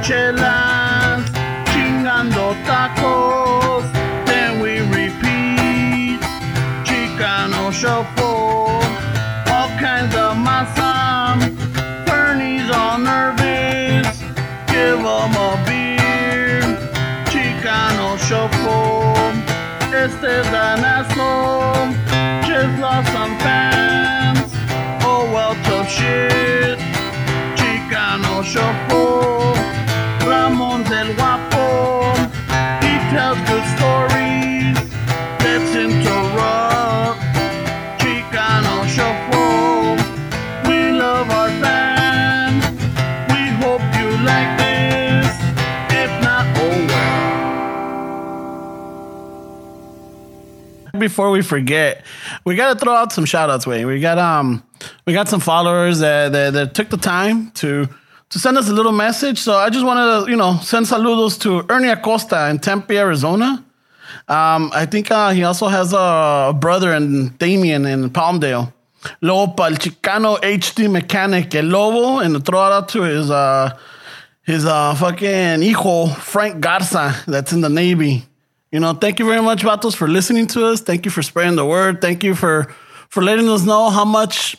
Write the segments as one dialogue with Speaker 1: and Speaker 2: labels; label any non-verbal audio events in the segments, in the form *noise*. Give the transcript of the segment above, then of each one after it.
Speaker 1: chelas, chingando tacos. Then we repeat, Chicano shuffle, all kinds of masa. Bernie's all nervous, give him a beer. Chicano shuffle, este es an asshole, just lost some fans. Oh well, tough shit. Chicano Shuffle, Ramon's El Guapo. He tells good stories. Let's interrupt. Chicano Shuffle. We love our band. We hope you like this. If not, oh well. Before we forget, we gotta throw out some shout outs, Wayne. We got um we got some followers that, that, that took the time to to send us a little message. So I just wanted to, you know, send saludos to Ernie Acosta in Tempe, Arizona. Um, I think uh, he also has a brother in Damien in Palmdale. Lobo Pal Chicano HD Mechanic, El Lobo, and throw it out to his uh, his uh, fucking hijo, Frank Garza, that's in the Navy. You know, thank you very much, Vatos, for listening to us. Thank you for spreading the word. Thank you for for letting us know how much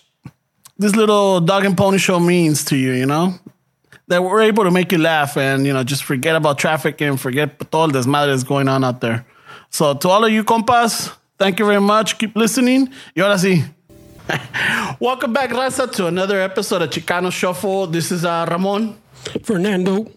Speaker 1: this little dog and pony show means to you, you know? That we're able to make you laugh and, you know, just forget about traffic and forget all this matter that's going on out there. So, to all of you compas, thank you very much. Keep listening. Y ahora sí. *laughs* Welcome back, Raza, to another episode of Chicano Shuffle. This is uh, Ramon.
Speaker 2: Fernando.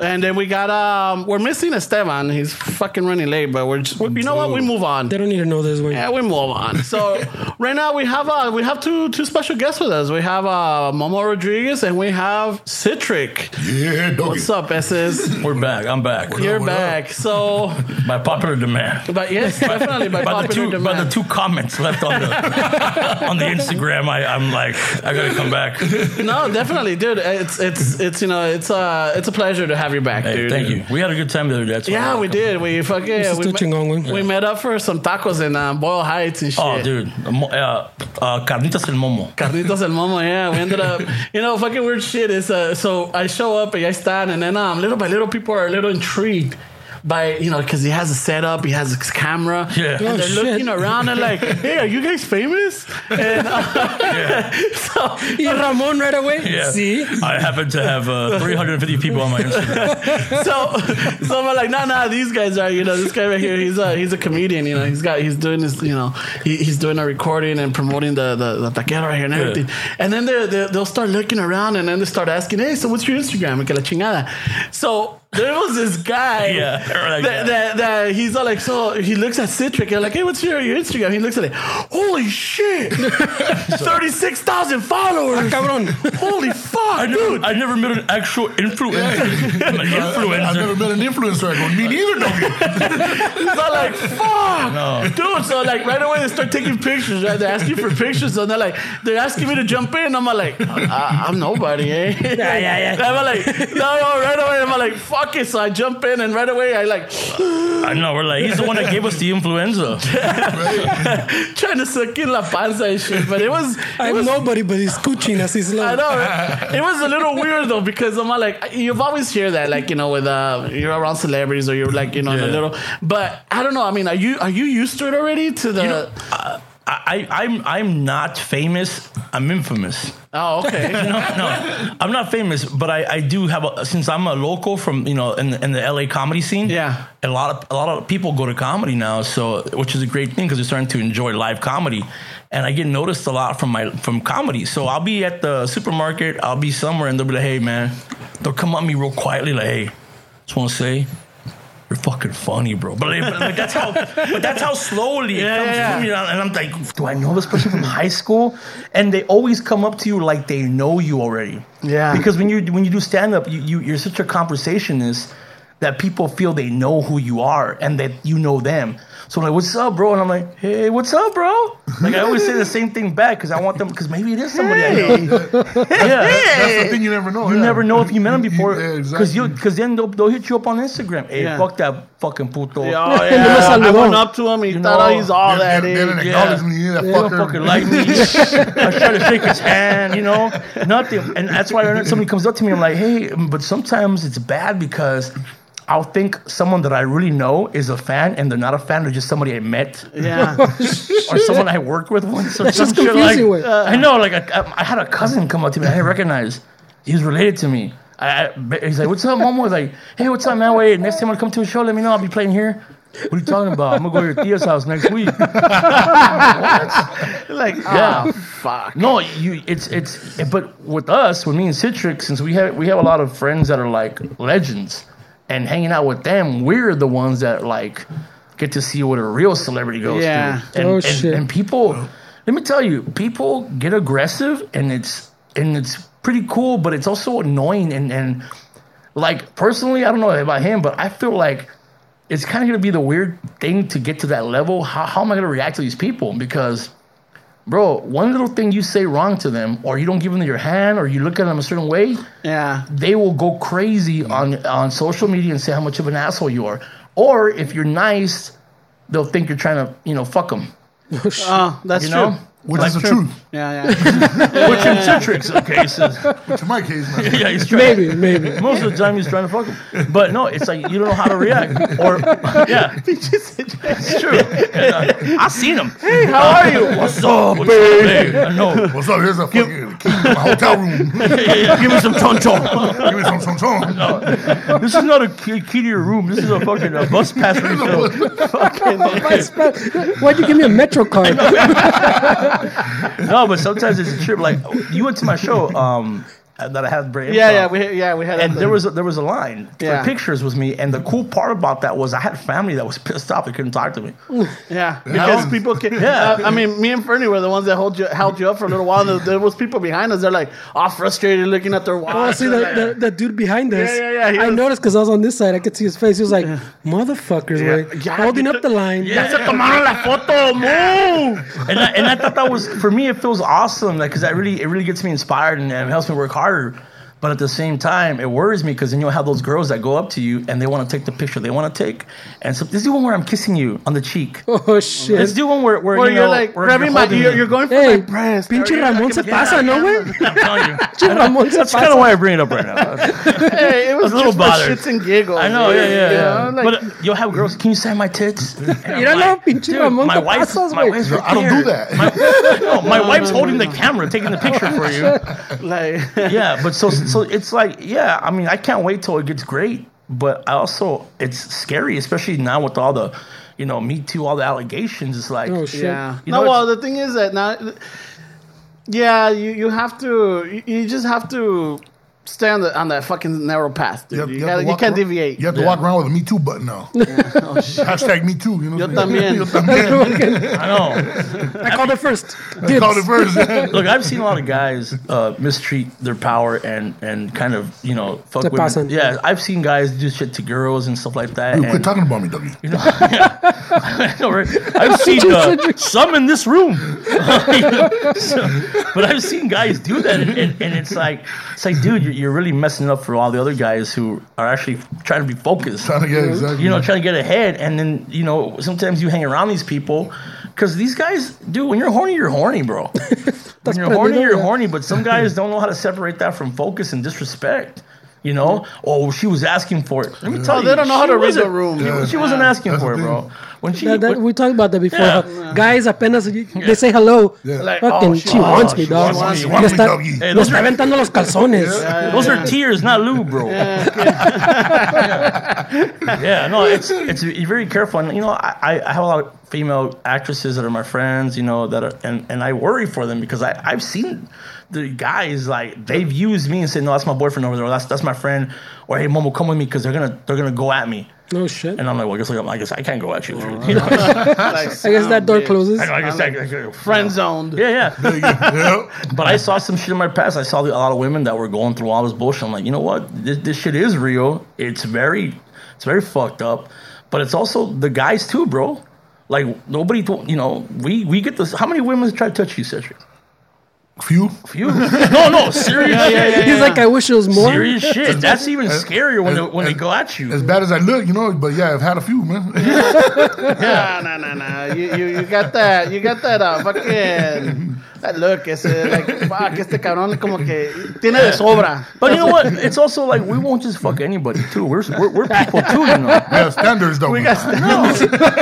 Speaker 1: And then we got, um, we're missing Esteban. He's fucking running late, but we're just, you know what? We move on.
Speaker 2: They don't need to know this way.
Speaker 1: Yeah, we move on. So *laughs* right now we have uh we have two two special guests with us. We have uh Momo Rodriguez and we have Citric.
Speaker 3: Yeah, doggy.
Speaker 1: What's up, SS?
Speaker 4: We're back. I'm back.
Speaker 1: You're
Speaker 3: what up?
Speaker 1: back. So *laughs*
Speaker 4: by popular demand.
Speaker 1: but
Speaker 4: *laughs*
Speaker 1: yes, definitely by,
Speaker 4: By
Speaker 1: popular
Speaker 4: the two
Speaker 1: demand.
Speaker 4: by the two comments left
Speaker 1: *laughs*
Speaker 4: on the on the Instagram, I, I'm like, I gotta come back. Hey,
Speaker 1: No, definitely, dude. It's it's it's you know, it's uh it's a pleasure to have you back, dude.
Speaker 4: thank you. We had a good time the other day. that's why
Speaker 1: Yeah,
Speaker 4: I
Speaker 1: we
Speaker 4: come-
Speaker 1: did. We fucking we,
Speaker 2: still
Speaker 1: met-
Speaker 2: Chingongo.
Speaker 1: we met up for some tacos in um, Boyle Heights and shit.
Speaker 4: Oh, dude, The mo- uh, uh, carnitas and momo.
Speaker 1: Carnitas El Momo, yeah. We ended up, you know, fucking weird shit is, uh, so I show up and I stand, and then um, little by little, people are a little intrigued by, you know, because he has a setup, he has his camera.
Speaker 4: Yeah.
Speaker 1: And they're
Speaker 2: Oh, shit.
Speaker 1: looking around and like, hey, are you guys famous? And uh, *laughs* so,
Speaker 2: Y Ramon right away.
Speaker 4: Yeah,
Speaker 2: See?
Speaker 4: I happen to have uh, 350 people on my Instagram.
Speaker 1: so, so I'm like, nah, nah, these guys are, you know, this guy right here, he's a, he's a comedian, you know, he's got, he's doing this, you know, he, he's doing a recording and promoting the, the, the taquero right here and everything. And then they're, they're, they'll start looking around and then they start asking, hey, so what's your Instagram? Que la chingada. So there was this guy
Speaker 4: Yeah,
Speaker 1: that,
Speaker 4: right, yeah.
Speaker 1: that, that he's all like, so he looks at Citric and like, hey, what's your, your Instagram? He looks at it, holy shit, *laughs* 36,000
Speaker 2: *laughs*
Speaker 1: followers.
Speaker 2: Cabrón.
Speaker 1: Holy fuck,
Speaker 4: I
Speaker 1: dude.
Speaker 4: never, I never met an actual influencer. I'm an influencer.
Speaker 3: I've never met an influencer. I go, me neither, doggy.
Speaker 1: So I'm like, fuck, dude. So like, right away they start taking pictures. Right, they're asking for pictures, and they're like, they're asking me to jump in. I'm like, I, I'm nobody, eh? Yeah, *laughs*
Speaker 2: yeah, yeah.
Speaker 1: I'm like, no, no. Right away, I'm like, fuck it. So I jump in, and right away, I like *laughs*
Speaker 4: I know. We're like, he's the one that gave us the influenza.
Speaker 1: trying to suck in la panza and shit. But it was, it
Speaker 2: I'm
Speaker 1: was.
Speaker 2: nobody, but he's cooching as he's
Speaker 1: *laughs* I
Speaker 2: love.
Speaker 1: know, right? It was a little weird though because I'm like, you've always hear that, like you know, with uh, you're around celebrities or you're like, you know, in a
Speaker 4: Yeah.
Speaker 1: little. But I don't know. I mean, are you are you used to it already? To the
Speaker 4: I, I, I'm, I'm not famous. I'm infamous.
Speaker 1: oh, okay.
Speaker 4: *laughs* no, no, I'm not famous, but I, I do have a since I'm a local from you know in the, in the LA comedy scene.
Speaker 1: Yeah.
Speaker 4: a lot of a lot of people go to comedy now, so which is a great thing because they're starting to enjoy live comedy, and I get noticed a lot from my from comedy. So I'll be at the supermarket, I'll be somewhere, and they'll be like, "Hey, man," they'll come at me real quietly, like, "Hey, just want to say." You're fucking funny, bro. But like, but like, that's how, but that's how slowly it
Speaker 1: Yeah,
Speaker 4: comes
Speaker 1: yeah,
Speaker 4: from
Speaker 1: yeah.
Speaker 4: you. And I'm like, do I know this person from high school? And they always come up to you like they know you already.
Speaker 1: Yeah.
Speaker 4: Because when you when you do stand up, you, you you're such a conversationist that people feel they know who you are and that you know them. So I'm like, what's up, bro? And I'm like, hey, what's up, bro? Like I always say the same thing back because I want them because maybe it is somebody I know. yeah.
Speaker 3: That's the thing you never know.
Speaker 4: You
Speaker 3: yeah.
Speaker 4: never know if you met him
Speaker 3: *laughs* You- you-
Speaker 4: before,
Speaker 3: yeah,
Speaker 4: because
Speaker 3: exactly.
Speaker 4: you, because then they'll, they'll hit you up on Instagram. Hey,
Speaker 1: Yeah.
Speaker 4: fuck that fucking puto.
Speaker 1: Yeah,
Speaker 4: Yeah.
Speaker 1: oh, yeah.
Speaker 2: me
Speaker 1: I
Speaker 2: saludó.
Speaker 1: went up to him. He
Speaker 4: You
Speaker 1: thought "Oh,
Speaker 4: know,
Speaker 1: he's all
Speaker 3: They-
Speaker 1: that
Speaker 3: they-
Speaker 1: is.
Speaker 3: They didn't
Speaker 4: Yeah.
Speaker 3: acknowledge me. Yeah, that
Speaker 4: don't
Speaker 3: fucker.
Speaker 4: fucking like
Speaker 3: *laughs*
Speaker 4: me. I try to shake his hand, you know, nothing. And that's why when somebody comes up to me, I'm like, hey, but sometimes it's bad because I'll think someone that I really know is a fan and they're not a fan, they're just somebody I met
Speaker 3: *laughs*
Speaker 1: Yeah.
Speaker 4: or someone I worked with once
Speaker 2: *laughs*
Speaker 4: or
Speaker 2: That's
Speaker 4: some
Speaker 2: just
Speaker 4: shit like.
Speaker 2: confusing, wait.
Speaker 4: I know, like I, I had a cousin come up to me I didn't recognize. He was related to me. I, I- he's like, "What's up, Momo?" He's like, "Hey, what's up, man? Wait, next time I come to a show, let me know. I'll be playing here." What are you talking about? I'm gonna go to your tia's house next week. *laughs*
Speaker 1: like,
Speaker 4: Yeah.
Speaker 1: oh, fuck.
Speaker 4: No, you. It's it's. But with us, with me and Citrix, since we have we have a lot of friends that are like legends, and hanging out with them, we're the ones that like get to see what a real celebrity goes
Speaker 1: Yeah.
Speaker 4: through. And,
Speaker 2: Oh,
Speaker 4: and,
Speaker 2: shit.
Speaker 4: and people, let me tell you, people get aggressive, and it's and it's pretty cool, but it's also annoying. And and like personally, I don't know about him, but I feel like. It's kind of going to be the weird thing to get to that level. How, how am I going to react to these people? Because bro, one little thing you say wrong to them, or you don't give them your hand, or you look at them a certain way,
Speaker 1: Yeah.
Speaker 4: they will go crazy on on social media and say how much of an asshole you are. Or if you're nice, they'll think you're trying to, you know, fuck them.
Speaker 2: Oh, shit.
Speaker 1: Oh, that's
Speaker 4: You
Speaker 1: true.
Speaker 4: know,
Speaker 3: Which is the truth.
Speaker 1: Yeah, yeah.
Speaker 4: which in Citrix, okay, so,
Speaker 3: Which in my case, man.
Speaker 4: *laughs* yeah, he's trying.
Speaker 2: Maybe, maybe.
Speaker 4: Most of the time, he's trying to fuck him. But no, it's like you don't know how to react. Or *laughs* yeah, it's true. And, uh, I seen him. Hey, how are you? *laughs* What's up, babe? I know.
Speaker 3: What's up? Here's a fucking key to my hotel room.
Speaker 4: *laughs*
Speaker 3: Give
Speaker 4: Give me some chonchon.
Speaker 3: me some, some,
Speaker 4: *laughs*
Speaker 3: some.
Speaker 4: This is not a key, key to your room. This is a fucking a bus pass. for yourself.
Speaker 1: *laughs*
Speaker 2: Vice Mayor, Why'd you give me a Metro card?
Speaker 4: no, but sometimes it's a trip. Like you went to my show um, that I had Bray.
Speaker 1: Yeah, yeah. We, yeah, we had
Speaker 4: and
Speaker 1: that-
Speaker 4: there was a, there was a line for
Speaker 1: Yeah.
Speaker 4: pictures with me, and the cool part about that was I had family that was *laughs* pissed off; they couldn't talk to me. *laughs*
Speaker 1: Yeah, because
Speaker 2: *laughs*
Speaker 4: was-
Speaker 1: people can.
Speaker 4: Yeah.
Speaker 1: Yeah, I mean, me and Fernie were the ones that held you, held you up for a little while. And there was people behind us. They're like all frustrated, looking at their watch.
Speaker 2: Oh, see
Speaker 1: They're like,
Speaker 2: that, that, that dude behind us.
Speaker 1: yeah, yeah, he
Speaker 2: I
Speaker 1: was-
Speaker 2: noticed because I was on this side. I could see his face. He was like, "Motherfuckers, like,
Speaker 1: Yeah,
Speaker 2: holding
Speaker 1: you
Speaker 2: up the line."
Speaker 4: Yeah. Se tomaron la foto, move. And I, and I thought that was for me. It feels awesome, like because that really it really gets me inspired and, and helps me work harder. But at the same time, it worries me because then you'll have those girls that go up to you and they want to take the picture they want to take. And so this is the one where I'm kissing you on the cheek.
Speaker 2: *laughs* Oh
Speaker 4: Let's
Speaker 2: shit.
Speaker 4: do one where, where,
Speaker 1: Or
Speaker 4: you
Speaker 1: you're
Speaker 4: know,
Speaker 1: like
Speaker 4: where
Speaker 1: grabbing my,
Speaker 4: holding
Speaker 1: you're,
Speaker 4: me.
Speaker 1: you're going for
Speaker 2: Hey,
Speaker 1: my breast.
Speaker 2: pinche
Speaker 1: Or you're-
Speaker 2: Ramon se pasa, no way.
Speaker 4: I'm telling you.
Speaker 2: Pinche Ramon se
Speaker 4: *laughs* That's kind of
Speaker 2: pasa.
Speaker 4: why I bring it up right now.
Speaker 1: Hey, it was
Speaker 4: a little
Speaker 1: just
Speaker 4: bothered.
Speaker 1: For shits and giggles.
Speaker 4: I know, yeah, yeah,
Speaker 1: You
Speaker 4: yeah.
Speaker 1: know, like-
Speaker 4: but uh, you'll have girls. Can you sign my tits? You
Speaker 2: don't know, pinche Ramon
Speaker 4: My
Speaker 2: te
Speaker 4: wife's,
Speaker 2: pasas,
Speaker 4: my
Speaker 2: güey.
Speaker 4: wife's right
Speaker 3: I don't do
Speaker 4: there.
Speaker 3: that.
Speaker 4: No, my wife's holding the camera, taking the picture for you. uh, *laughs*
Speaker 1: Like,
Speaker 4: Yeah, but so so it's like yeah. I mean, I can't wait till it gets great. But I also it's scary, especially now with all the, you know, Me Too, all the allegations. It's like
Speaker 2: Oh shit.
Speaker 1: yeah.
Speaker 4: You
Speaker 1: no,
Speaker 4: know,
Speaker 1: well, the thing is that now, *laughs* yeah, you, you have to, you, you just have to stay on, the, on that fucking narrow path, dude. You,
Speaker 3: have to
Speaker 1: gotta, you
Speaker 3: walk
Speaker 1: can't
Speaker 3: around-
Speaker 1: deviate.
Speaker 3: You have to walk around with a Me Too
Speaker 4: *laughs*
Speaker 3: button now.
Speaker 4: Oh,
Speaker 3: Hashtag Me Too. You know,
Speaker 1: Yo también.
Speaker 3: *laughs* Yo también.
Speaker 4: I know.
Speaker 2: I called it first.
Speaker 3: *laughs* Call it
Speaker 4: *laughs*
Speaker 3: first.
Speaker 4: Look, I've seen a lot of guys uh, mistreat their power and and kind of you know fuck
Speaker 2: Te
Speaker 4: women.
Speaker 2: pasan.
Speaker 4: Yeah, I've seen guys do shit to girls and stuff like that.
Speaker 3: Quit
Speaker 4: and-
Speaker 3: talking about me, W.
Speaker 4: *laughs* No, right. I've seen uh, some in this room, *laughs* So- but I've seen guys do that, and, and, and it's like it's like, dude, you're, you're really messing up for all the other guys who are actually trying to be focused
Speaker 3: *laughs* Trying to get exactly.
Speaker 4: you
Speaker 1: Mm-hmm.
Speaker 4: know, trying to get ahead. And then, you know, sometimes you hang around these people because these guys, dude, when you're horny, you're horny,
Speaker 1: *laughs*
Speaker 4: bro. when
Speaker 2: pretty
Speaker 4: you're horny,
Speaker 2: good,
Speaker 4: you're
Speaker 2: yeah.
Speaker 4: horny, but some guys don't know how to separate that from focus and disrespect. You know, oh, she was asking for it. Let me tell
Speaker 1: Oh,
Speaker 4: you,
Speaker 1: they don't know how
Speaker 4: she
Speaker 1: to read the
Speaker 4: wasn't-
Speaker 1: room.
Speaker 4: She,
Speaker 1: Yeah.
Speaker 4: she wasn't asking
Speaker 3: That's
Speaker 4: for it,
Speaker 3: the
Speaker 4: bro. When she,
Speaker 2: That, that,
Speaker 4: when-
Speaker 2: we talked about that before.
Speaker 4: Yeah.
Speaker 2: huh? Guys, apenas they say hello.
Speaker 1: Like,
Speaker 2: Fucking,
Speaker 1: oh,
Speaker 2: she,
Speaker 1: she- oh,
Speaker 2: wants me,
Speaker 4: she
Speaker 2: dog.
Speaker 4: wants me, she
Speaker 2: Le
Speaker 3: wants me,
Speaker 2: está-
Speaker 3: doggy.
Speaker 4: Hey,
Speaker 2: le
Speaker 4: those
Speaker 2: está
Speaker 4: are-
Speaker 2: aventando los calzones.
Speaker 4: those are tears, not lube, bro. Yeah, Yeah, no, it's it's you're very careful, and you know, I, I- I have a lot of female actresses that are my friends, you know, that are and, and I worry for them because I I've seen the guys like they've used me and said, "No, that's my boyfriend over there. Or that's that's my friend." Or hey, Momo, come with me because they're gonna they're gonna go at me.
Speaker 2: No shit.
Speaker 4: And I'm like, well, I guess I, I guess I can't go at you. *laughs* You know,
Speaker 2: I guess that door closes.
Speaker 4: I guess I, I, I,
Speaker 5: Friend zoned.
Speaker 4: yeah, yeah.
Speaker 3: *laughs* Yep.
Speaker 4: But I saw some shit in my past. I saw the- a lot of women that were going through all this bullshit. I'm like, you know what? This, this shit is real. It's very, it's very fucked up. But it's also the guys too, bro. Like nobody, told, you know, we we get this. How many women try to touch you, Cedric?
Speaker 3: Few. *laughs*
Speaker 4: Few? no, no, serious. shit.
Speaker 2: *laughs* He's like, I wish it was more.
Speaker 4: serious shit. That's even scarier when they, when they
Speaker 3: as-
Speaker 4: go at you.
Speaker 3: As bad as I look, you know, but yeah, I've had a few, man. *laughs*
Speaker 5: Nah, nah, nah, nah. You, you, you got that. You got that. Uh, fucking. That look. Ese, like, fuck, este cabrón como que tiene de sobra.
Speaker 4: But you know what? It's also like we won't just fuck anybody too. We're we're, we're people too, you know.
Speaker 3: Yeah, standards though. *laughs* We got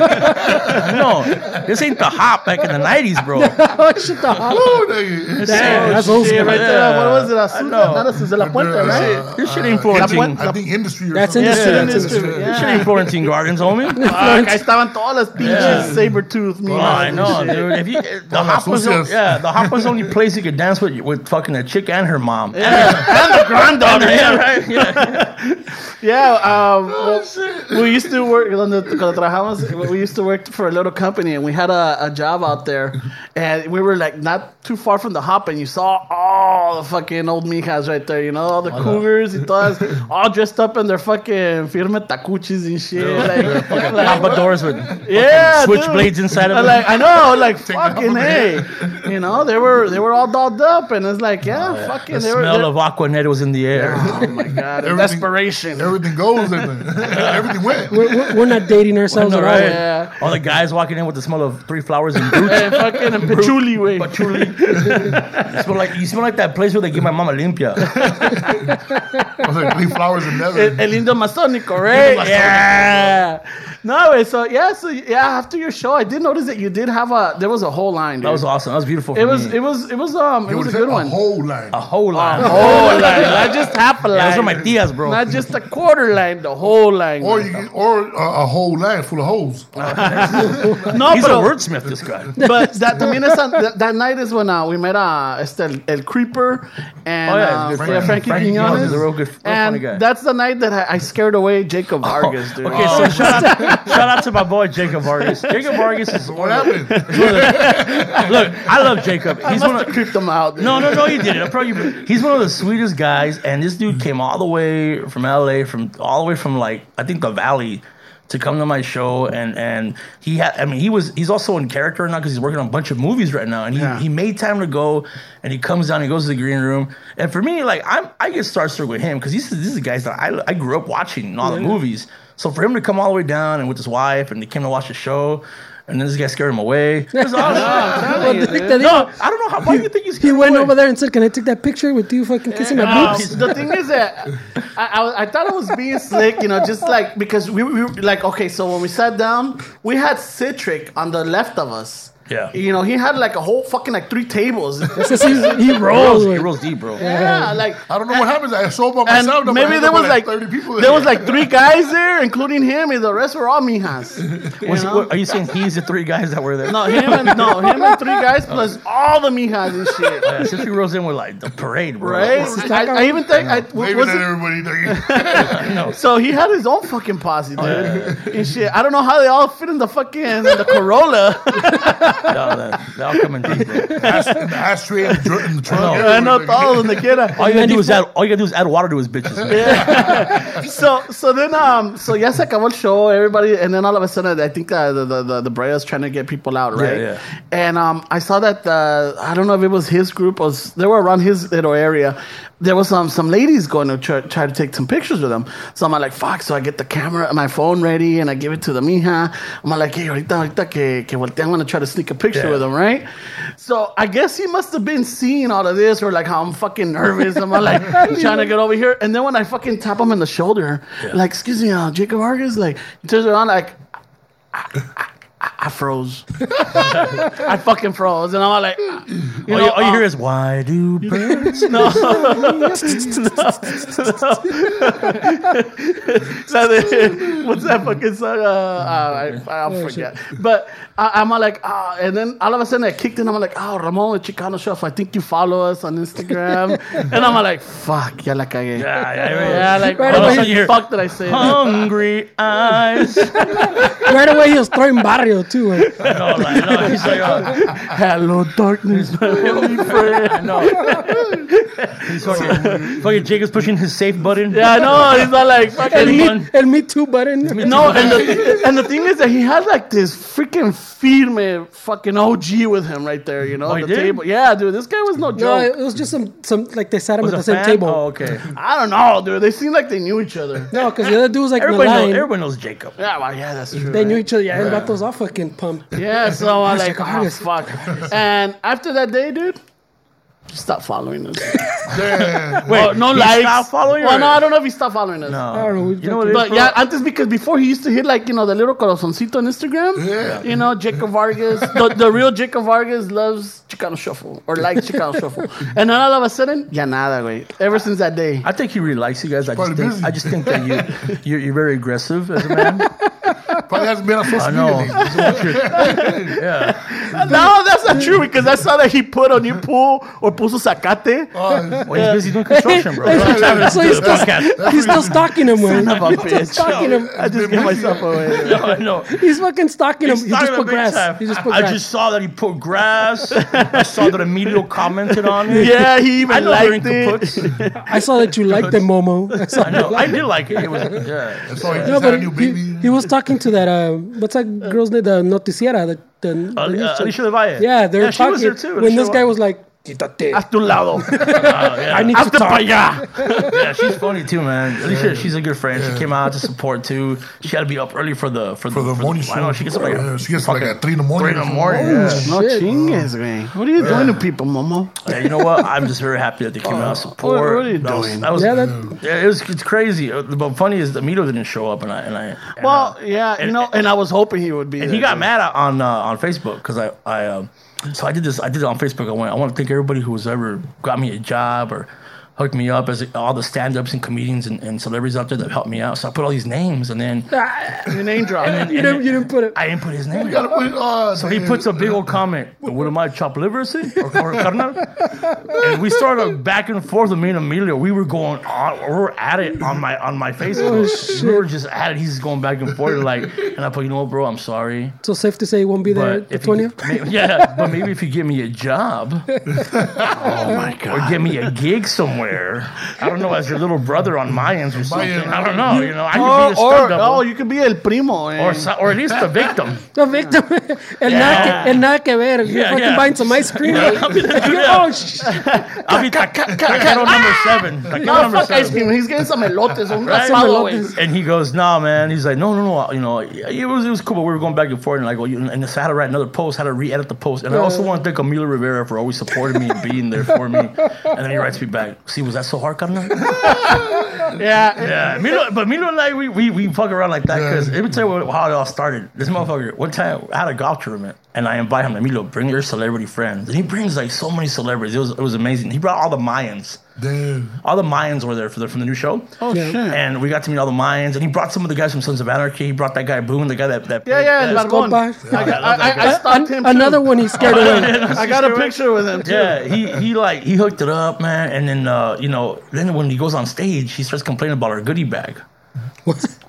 Speaker 4: No, this ain't the hop back in the '90s,
Speaker 3: *laughs*
Speaker 4: bro.
Speaker 2: Oh, shit, the hell? Damn,
Speaker 4: Oh,
Speaker 2: that's old
Speaker 5: Shit,
Speaker 2: school.
Speaker 5: right there.
Speaker 4: Yeah.
Speaker 5: What was it?
Speaker 4: I
Speaker 5: Azusa,
Speaker 4: know.
Speaker 5: not Azusa La Puente,
Speaker 3: Uh,
Speaker 5: right?
Speaker 4: This shit ain't Florentine.
Speaker 3: I think industry or
Speaker 2: That's
Speaker 3: something.
Speaker 2: industry,
Speaker 5: Yeah,
Speaker 2: that's
Speaker 5: industry.
Speaker 2: industry.
Speaker 4: This shit ain't Florentine Gardens, homie.
Speaker 5: Fuck, ahí estaban todas las pinches saber tooth.
Speaker 4: Oh, I know, dude. If you, the hop was
Speaker 3: Sucias.
Speaker 4: only, yeah, the hop was only place you could dance with with fucking a chick and her mom. Yeah,
Speaker 5: And the granddaughter.
Speaker 4: yeah,
Speaker 5: Yeah,
Speaker 4: right. Yeah.
Speaker 5: *laughs*
Speaker 4: Oh,
Speaker 5: yeah um, we used to work cuando, cuando trabajamos, we used to work for a little company and we had a, a job out there and we were like not too far from the hop and you saw all the fucking old mijas right there, you know, all the cougars and todas, all dressed up in their fucking firme tacuchis and shit. Like, like,
Speaker 4: Pompadours with
Speaker 5: yeah, dude.
Speaker 4: switchblades inside of
Speaker 5: I'm
Speaker 4: them.
Speaker 5: like I know, like
Speaker 3: off
Speaker 5: fucking
Speaker 3: of
Speaker 5: hey, you know they were they were all dolled up, and it's like yeah, fucking
Speaker 4: the
Speaker 5: they were.
Speaker 4: smell
Speaker 5: they-
Speaker 4: of Aquanet was in the air. *laughs*
Speaker 5: oh my god,
Speaker 3: Everything-
Speaker 5: desperation.
Speaker 3: Everything goes. and
Speaker 5: *laughs*
Speaker 3: Everything went.
Speaker 2: We're, we're, we're not dating ourselves
Speaker 4: No,
Speaker 2: at
Speaker 4: right?
Speaker 2: all.
Speaker 5: Yeah.
Speaker 4: All the guys walking in with the smell of three flowers and
Speaker 5: *laughs*
Speaker 4: brute.
Speaker 5: Eh, fucking a patchouli way.
Speaker 4: Patchouli. you smell like you smell like that place where they give my mama limpia.
Speaker 3: I was *laughs* like, leave flowers and
Speaker 5: El,
Speaker 3: never.
Speaker 5: el Indo Masonic, right? Yeah. No, way. so yeah, so yeah. After your show, I did notice that you did have a. There was a whole line. Dude.
Speaker 4: That was awesome. That was beautiful. For
Speaker 5: It was.
Speaker 4: me.
Speaker 5: It was. It was. Um. It was a good one.
Speaker 3: whole line.
Speaker 4: a whole lot.
Speaker 5: Whole *laughs* line, not just half a line.
Speaker 4: Those are my tias, bro.
Speaker 5: Not just a quarter line. The whole line.
Speaker 3: Or you can, or a, a whole line full of
Speaker 5: *laughs*
Speaker 3: holes.
Speaker 5: no, Oh,
Speaker 4: He's a
Speaker 5: pero-
Speaker 4: wordsmith, this guy.
Speaker 5: But that también es that, that night is when uh, we met uh, este, el, el Creeper and
Speaker 4: Oh, yeah,
Speaker 5: uh,
Speaker 4: good
Speaker 5: Frankie,
Speaker 4: friend.
Speaker 5: Frankie
Speaker 4: Frankie
Speaker 5: Quiñones.
Speaker 4: Quiñones is a real good- real
Speaker 5: and
Speaker 4: funny guy.
Speaker 5: Um, that's the night that I, I scared away Jacob
Speaker 3: Oh.
Speaker 5: Vargas,
Speaker 3: *laughs*
Speaker 5: dude.
Speaker 4: Okay, so shout out, shout out to my boy Jacob Vargas. Jacob Vargas is
Speaker 3: What happened?
Speaker 4: *laughs* look. I love Jacob. He's
Speaker 5: I
Speaker 4: one of
Speaker 5: must have creeped him out. dude.
Speaker 4: no, no, no. He did it. I'm probably, he's one of the sweetest guys. And this dude came all the way from L.A. from all the way from like I think the Valley to come to my show. And and he had. I mean, he was. He's also in character now because he's working on a bunch of movies right now. And he,
Speaker 5: Yeah.
Speaker 4: he made time to go. And he comes down. He goes to the green room. And for me, like I'm, I get starstruck with him because these these are guys that I I grew up watching in all the movies. So for him to come all the way down and with his wife, and they came to watch the show. And then this guy scared him away.
Speaker 2: *laughs*
Speaker 4: It was awesome.
Speaker 2: Well, the thing that he-
Speaker 4: No, I don't know how. Why do you think he's?
Speaker 2: He went over there and said, "Can I take that picture with you fucking kissing my
Speaker 5: Um,
Speaker 2: boobs?"
Speaker 5: the thing is that I, I, was- I thought I was being slick, you know, just like because we, we were like okay. So when we sat down, we had Citric on the left of us.
Speaker 4: Yeah.
Speaker 5: you know, he had like a whole fucking like three
Speaker 3: *laughs*
Speaker 5: tables.
Speaker 2: It's just he, he rolls.
Speaker 4: He
Speaker 2: with-
Speaker 4: rolls deep, bro.
Speaker 5: yeah, like
Speaker 3: I don't know what happens. I sold by
Speaker 5: And
Speaker 3: myself. though, but I
Speaker 5: maybe
Speaker 3: ended
Speaker 5: there
Speaker 3: up
Speaker 5: was
Speaker 3: with
Speaker 5: like,
Speaker 3: thirty people.
Speaker 5: there was like three guys there, including him, and the rest were all mijas.
Speaker 3: *laughs*
Speaker 5: You
Speaker 4: Was he-
Speaker 5: know?
Speaker 4: what- are you saying he's the three guys that were there?
Speaker 5: no, him and no, him and three guys plus all the mijas and
Speaker 3: *laughs*
Speaker 5: shit.
Speaker 4: Yeah, Since he rolls in with like the parade, bro.
Speaker 5: Right? I, I even think I,
Speaker 3: Maybe
Speaker 5: was
Speaker 3: not
Speaker 5: it-
Speaker 3: everybody. did.
Speaker 5: *laughs* so he had his own fucking posse, dude, and shit. I don't know how they all fit in the fucking the
Speaker 1: *laughs*
Speaker 5: Corolla.
Speaker 4: No, that, that'll come in deep, bro.
Speaker 3: in the ashtray in the dr- in the trunk.
Speaker 5: I
Speaker 3: *laughs*
Speaker 5: know todos donde quiera.
Speaker 4: All you gotta do is add. All you gotta do is add water to his bitches. man.
Speaker 5: so so then um so yes se acabó el show everybody and then all of a sudden I think uh, the the the, the Brea's trying to get people out right
Speaker 4: yeah.
Speaker 5: and um I saw that uh, I don't know if it was his group or s- they were around his little area there was some some ladies going to try, try to take some pictures with him so I'm like fuck so I get the camera my phone ready and I give it to the mija I'm like hey ahorita ahorita que que voltea I'm gonna try to sneak a picture
Speaker 4: Yeah.
Speaker 5: with him right so I guess he must have been seeing all of this or like how I'm fucking nervous I'm
Speaker 4: *laughs*
Speaker 5: like trying to get over here and then when I fucking tap him in the shoulder like excuse me uh, Jacob Vargas like he turns around like I, I- I-
Speaker 1: I froze. *laughs* I fucking froze, and I'm all like, *laughs* you
Speaker 4: all,
Speaker 1: know,
Speaker 4: you, all you
Speaker 1: uh,
Speaker 4: hear is
Speaker 1: *laughs*
Speaker 4: why do birds?
Speaker 1: no. no. So the- what's that fucking song? Uh, uh, I, I'll forget. But I, I'm all like, ah, and then all of a sudden I kicked in. I'm like, oh, Ramon with Chicano Chef. I think you follow us on Instagram. and I'm all like, fuck, ya la cagué. Yeah,
Speaker 4: yeah, yeah,
Speaker 1: yeah
Speaker 4: yeah.
Speaker 1: like,
Speaker 2: Right
Speaker 1: what
Speaker 2: away
Speaker 1: the
Speaker 4: you hear-
Speaker 1: fuck did I say? that?
Speaker 4: Hungry
Speaker 1: *laughs*
Speaker 4: eyes. no,
Speaker 2: Right away, he was throwing barrio too. eh?
Speaker 4: like, no, he's
Speaker 1: *laughs*
Speaker 4: like, uh,
Speaker 1: Hello, darkness, my only friend. *laughs*
Speaker 4: he's fucking, fucking Jake is pushing his safe button.
Speaker 1: Yeah, I know. He's not like,
Speaker 2: El
Speaker 1: fucking.
Speaker 2: me, el me too button.
Speaker 1: No, and the, and the thing is that he had like this freaking firme fucking OG with him right there, you know,
Speaker 4: he
Speaker 1: at the
Speaker 4: did?
Speaker 1: table. Yeah, dude, this guy was no
Speaker 2: No,
Speaker 1: joke.
Speaker 2: it was just some, some like they sat him
Speaker 4: Was
Speaker 2: at the
Speaker 4: a
Speaker 2: same
Speaker 4: fan?
Speaker 2: table.
Speaker 4: Oh, okay.
Speaker 1: I don't know, dude. They seemed like they knew each
Speaker 5: Oh.
Speaker 1: other.
Speaker 2: No, because the other dude was like in the
Speaker 4: Everybody knows,
Speaker 2: line.
Speaker 4: everybody knows Jacob.
Speaker 1: Yeah, well, yeah, that's true.
Speaker 2: They knew each other. Yeah, and Vatos all fucking pumped.
Speaker 1: *laughs* Yeah, so I'm like,
Speaker 2: like,
Speaker 1: oh,
Speaker 2: artist.
Speaker 1: fuck. And after that day, dude, stop following us.
Speaker 3: Damn.
Speaker 1: Wait, *laughs* no
Speaker 4: he
Speaker 1: likes.
Speaker 4: stopped following
Speaker 1: Well,
Speaker 4: or-
Speaker 1: no, I don't know if he stopped following us.
Speaker 2: I don't know. we
Speaker 4: You know what it is?
Speaker 1: But
Speaker 4: bro?
Speaker 1: yeah, antes because before he used to hit like you know the little corazoncito on Instagram.
Speaker 3: Yeah.
Speaker 1: You know Jacob *laughs* Vargas, the, the real Jacob Vargas loves Chicano Shuffle or likes *laughs* Chicano Shuffle, and then all of a sudden, ya nada, güey. Ever since that day,
Speaker 4: I think he really likes you guys. I just
Speaker 3: Probably
Speaker 4: think,
Speaker 3: busy.
Speaker 4: I just think that you
Speaker 3: *laughs*
Speaker 4: you're, you're very aggressive as a man.
Speaker 3: Probably hasn't been on
Speaker 4: I
Speaker 3: social
Speaker 4: know.
Speaker 3: media. lately.
Speaker 4: *laughs*
Speaker 1: no, that's not true because I saw that he put on your pool or puso zacate.
Speaker 3: Oh,
Speaker 4: Well, he's busy doing construction, bro. *laughs*
Speaker 2: so *laughs* he's still, he's still stalking him, man.
Speaker 1: Son of a
Speaker 2: He's still
Speaker 1: bitch.
Speaker 2: stalking him.
Speaker 1: I just gave myself
Speaker 3: *laughs*
Speaker 1: away.
Speaker 4: no, no.
Speaker 2: He's fucking stalking him. He just put grass. He just put
Speaker 4: I
Speaker 2: grass.
Speaker 4: just saw that he put grass. I saw that Emilio commented
Speaker 2: *laughs*
Speaker 4: on it.
Speaker 1: Yeah, he even
Speaker 4: I know they're
Speaker 1: liked
Speaker 4: into
Speaker 1: it.
Speaker 4: puts.
Speaker 2: I saw that you liked the Momo. I saw
Speaker 4: *laughs* I know.
Speaker 2: *laughs*
Speaker 4: I did like it. It was yeah.
Speaker 3: so he just
Speaker 2: No,
Speaker 3: had a
Speaker 2: but
Speaker 3: new
Speaker 2: he,
Speaker 3: baby.
Speaker 2: he was talking to that. Uh, what's that girl's name? The Noticiera. The, the, the
Speaker 4: Ali-
Speaker 2: news
Speaker 4: uh,
Speaker 2: show.
Speaker 4: Alicia Del Valle.
Speaker 2: Yeah, they're
Speaker 4: Yeah, she
Speaker 2: talking.
Speaker 4: was there too.
Speaker 2: When
Speaker 4: Alicia
Speaker 2: this guy
Speaker 4: Del-
Speaker 2: was like, "Quítate."
Speaker 1: Haz tu
Speaker 4: *laughs* Oh,
Speaker 1: lado.
Speaker 2: I need to
Speaker 1: Hazte
Speaker 2: talk.
Speaker 1: pa allá.
Speaker 4: yeah, she's funny too, man. Alicia, she's a good friend. She came out to support too. She had to be up early for the for,
Speaker 3: For the morning
Speaker 4: I know
Speaker 3: show.
Speaker 4: she gets up like
Speaker 3: Yeah, she gets up like at three in the morning. Oh,
Speaker 4: three in the morning. Yeah.
Speaker 1: No
Speaker 2: Shit.
Speaker 1: chingues, güey. What are you doing to people, Momo?
Speaker 4: Yeah, you know what? I'm just very happy that they came out to support.
Speaker 1: what are you
Speaker 4: That was-
Speaker 1: doing?
Speaker 4: that was-
Speaker 2: Yeah, that,
Speaker 4: Yeah, it was it's crazy. Uh, But funny is Amito didn't show up, and I and I and,
Speaker 1: Well,
Speaker 4: uh,
Speaker 1: yeah, you
Speaker 4: and-
Speaker 1: know, and I was hoping he would be.
Speaker 4: and
Speaker 1: there,
Speaker 4: he got
Speaker 1: dude.
Speaker 4: mad at- on uh, on Facebook because I I um, so I did this I did it on Facebook. I went I want to thank everybody who's ever got me a job or hooked me up as all the stand ups and comedians and, and celebrities out there that helped me out. So I put all these names, and then
Speaker 1: Your name drop.
Speaker 4: and
Speaker 2: "Ah, you didn't. You didn't put it.
Speaker 4: I didn't put his name.
Speaker 3: Gotta put, uh,
Speaker 4: So he puts a big old comment. What am I, chop liver, is it? Or, or carnal? And we started back and forth with me and Emilio. We were going on, we were at it on my on my Facebook. we were just at it. He's going back and forth, like, and I put, you know, what, bro, I'm sorry,
Speaker 2: So safe to say, he won't be there.
Speaker 4: but
Speaker 2: The
Speaker 4: if you,
Speaker 2: twentieth. *laughs*
Speaker 4: may- yeah, but maybe if you give me a job
Speaker 1: Oh my god.
Speaker 4: or give me a gig somewhere, I don't know, as your little brother on my ends or something.
Speaker 3: end,
Speaker 4: I don't know, you know, I could be
Speaker 1: Or,
Speaker 4: the
Speaker 1: or
Speaker 4: stunt double
Speaker 1: oh,
Speaker 4: or,
Speaker 1: you could be el primo. eh.
Speaker 4: or, so- or at least the victim.
Speaker 2: The victim. El nada que- el nada que ver. You're
Speaker 4: Yeah,
Speaker 2: fucking
Speaker 4: *laughs* yeah.
Speaker 2: buying some ice cream.
Speaker 4: I'll be the,
Speaker 2: oh shit.
Speaker 4: I'll be taquero number seven. Taquero
Speaker 1: No,
Speaker 4: number
Speaker 1: fuck ice
Speaker 4: seven.
Speaker 1: cream. He's getting some elotes. Un
Speaker 4: *laughs* Right?
Speaker 1: asado, güey.
Speaker 4: And he goes, "Nah, man." He's like, "No, no, no." You know, it was it was cool, but we were going back and forth, and like, well, you, and so I had to write another post, had to re-edit the post, and I also want to thank Emilio Rivera for always supporting me and being there for me. And then he writes me back, "See, was that so hard, carnal?"
Speaker 1: Yeah.
Speaker 4: yeah, Emilio, but Emilio and I, we we, we fuck around like that because let me tell you how it all started. This motherfucker, one time I had a golf tournament, and I invite him, Emilio, bring your celebrity friends, and he brings like so many celebrities. It was it was amazing. He brought all the Mayans. *laughs*
Speaker 3: Damn.
Speaker 4: All the Mayans were there for the, from the new show.
Speaker 1: Oh shit.
Speaker 5: Hmm.
Speaker 1: Yeah,
Speaker 4: And we got to meet all the Mayans, and he brought some of the guys from Sons of Anarchy. He brought that guy Boone, the guy that that played-
Speaker 1: yeah, el
Speaker 4: that-
Speaker 1: barbón.
Speaker 2: compa.
Speaker 1: I, I, I, I stalked him. too.
Speaker 2: Another one he
Speaker 4: *laughs*
Speaker 2: scared away.
Speaker 1: I got a picture with him too.
Speaker 4: yeah. He he like he hooked it up, man. And then uh, you know, then when he goes on stage, he starts complaining about our goodie bag.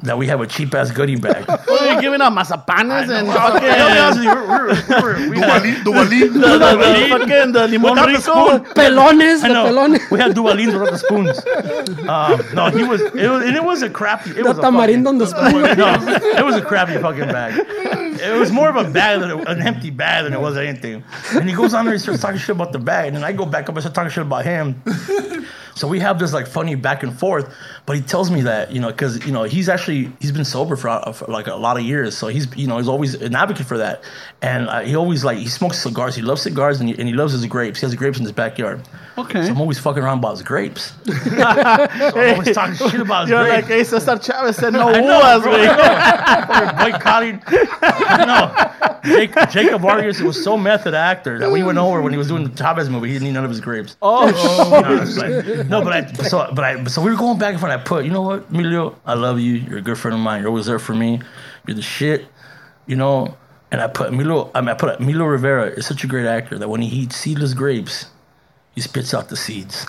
Speaker 4: That we have a cheap ass goodie bag.
Speaker 1: What are you giving out mazapanes and fucking *laughs*
Speaker 4: I'll be honest with you, we're- we're- we're- we had-
Speaker 3: Duvalin, Duvalin.
Speaker 1: the, the, the
Speaker 4: Duvalin.
Speaker 1: fucking the limón
Speaker 4: Without the
Speaker 1: rico?
Speaker 2: Pelones. The
Speaker 4: I know.
Speaker 2: pelones.
Speaker 4: We had Duvalin without the spoons. Um, no, he was, it was, and it was a crappy. It
Speaker 2: The
Speaker 4: was a fucking-
Speaker 2: tamarindo on the spoon.
Speaker 4: *laughs*
Speaker 1: *laughs*
Speaker 4: no, it was a crappy fucking bag. It was more of a bag than an empty bag than it was anything. And he goes on there and starts talking shit about the bag, and then I go back up and start talking shit about him. So we have this like funny back and forth, but he tells me that you know because you know he's actually he's been sober for, uh, for like a lot of years, so he's you know he's always an advocate for that, and uh, he always like he smokes cigars, he loves cigars, and he, and he loves his grapes. He has grapes in his backyard.
Speaker 1: Okay.
Speaker 4: so I'm always fucking around about his
Speaker 1: *laughs*
Speaker 4: grapes. so I'm always talking shit about his
Speaker 1: You're
Speaker 4: grapes.
Speaker 1: like, hey, Cesar Chavez said no
Speaker 4: I know,
Speaker 1: uvas,
Speaker 4: bro,
Speaker 1: güey.
Speaker 4: I know. We're boycotting. I know. Jake, Jacob Vargas was so method actor that we went over when he was doing the Chavez movie. He didn't need none of his grapes.
Speaker 2: Oh, shit.
Speaker 4: You know, it's like- no, but I so but I so we were going back and forth. I put, you know what, Emilio, I love you. You're a good friend of mine. You're always there for me. You're the shit, you know. And I put Emilio. I mean, I put Emilio Rivera is such a great actor that when he eats seedless grapes, he spits out the seeds.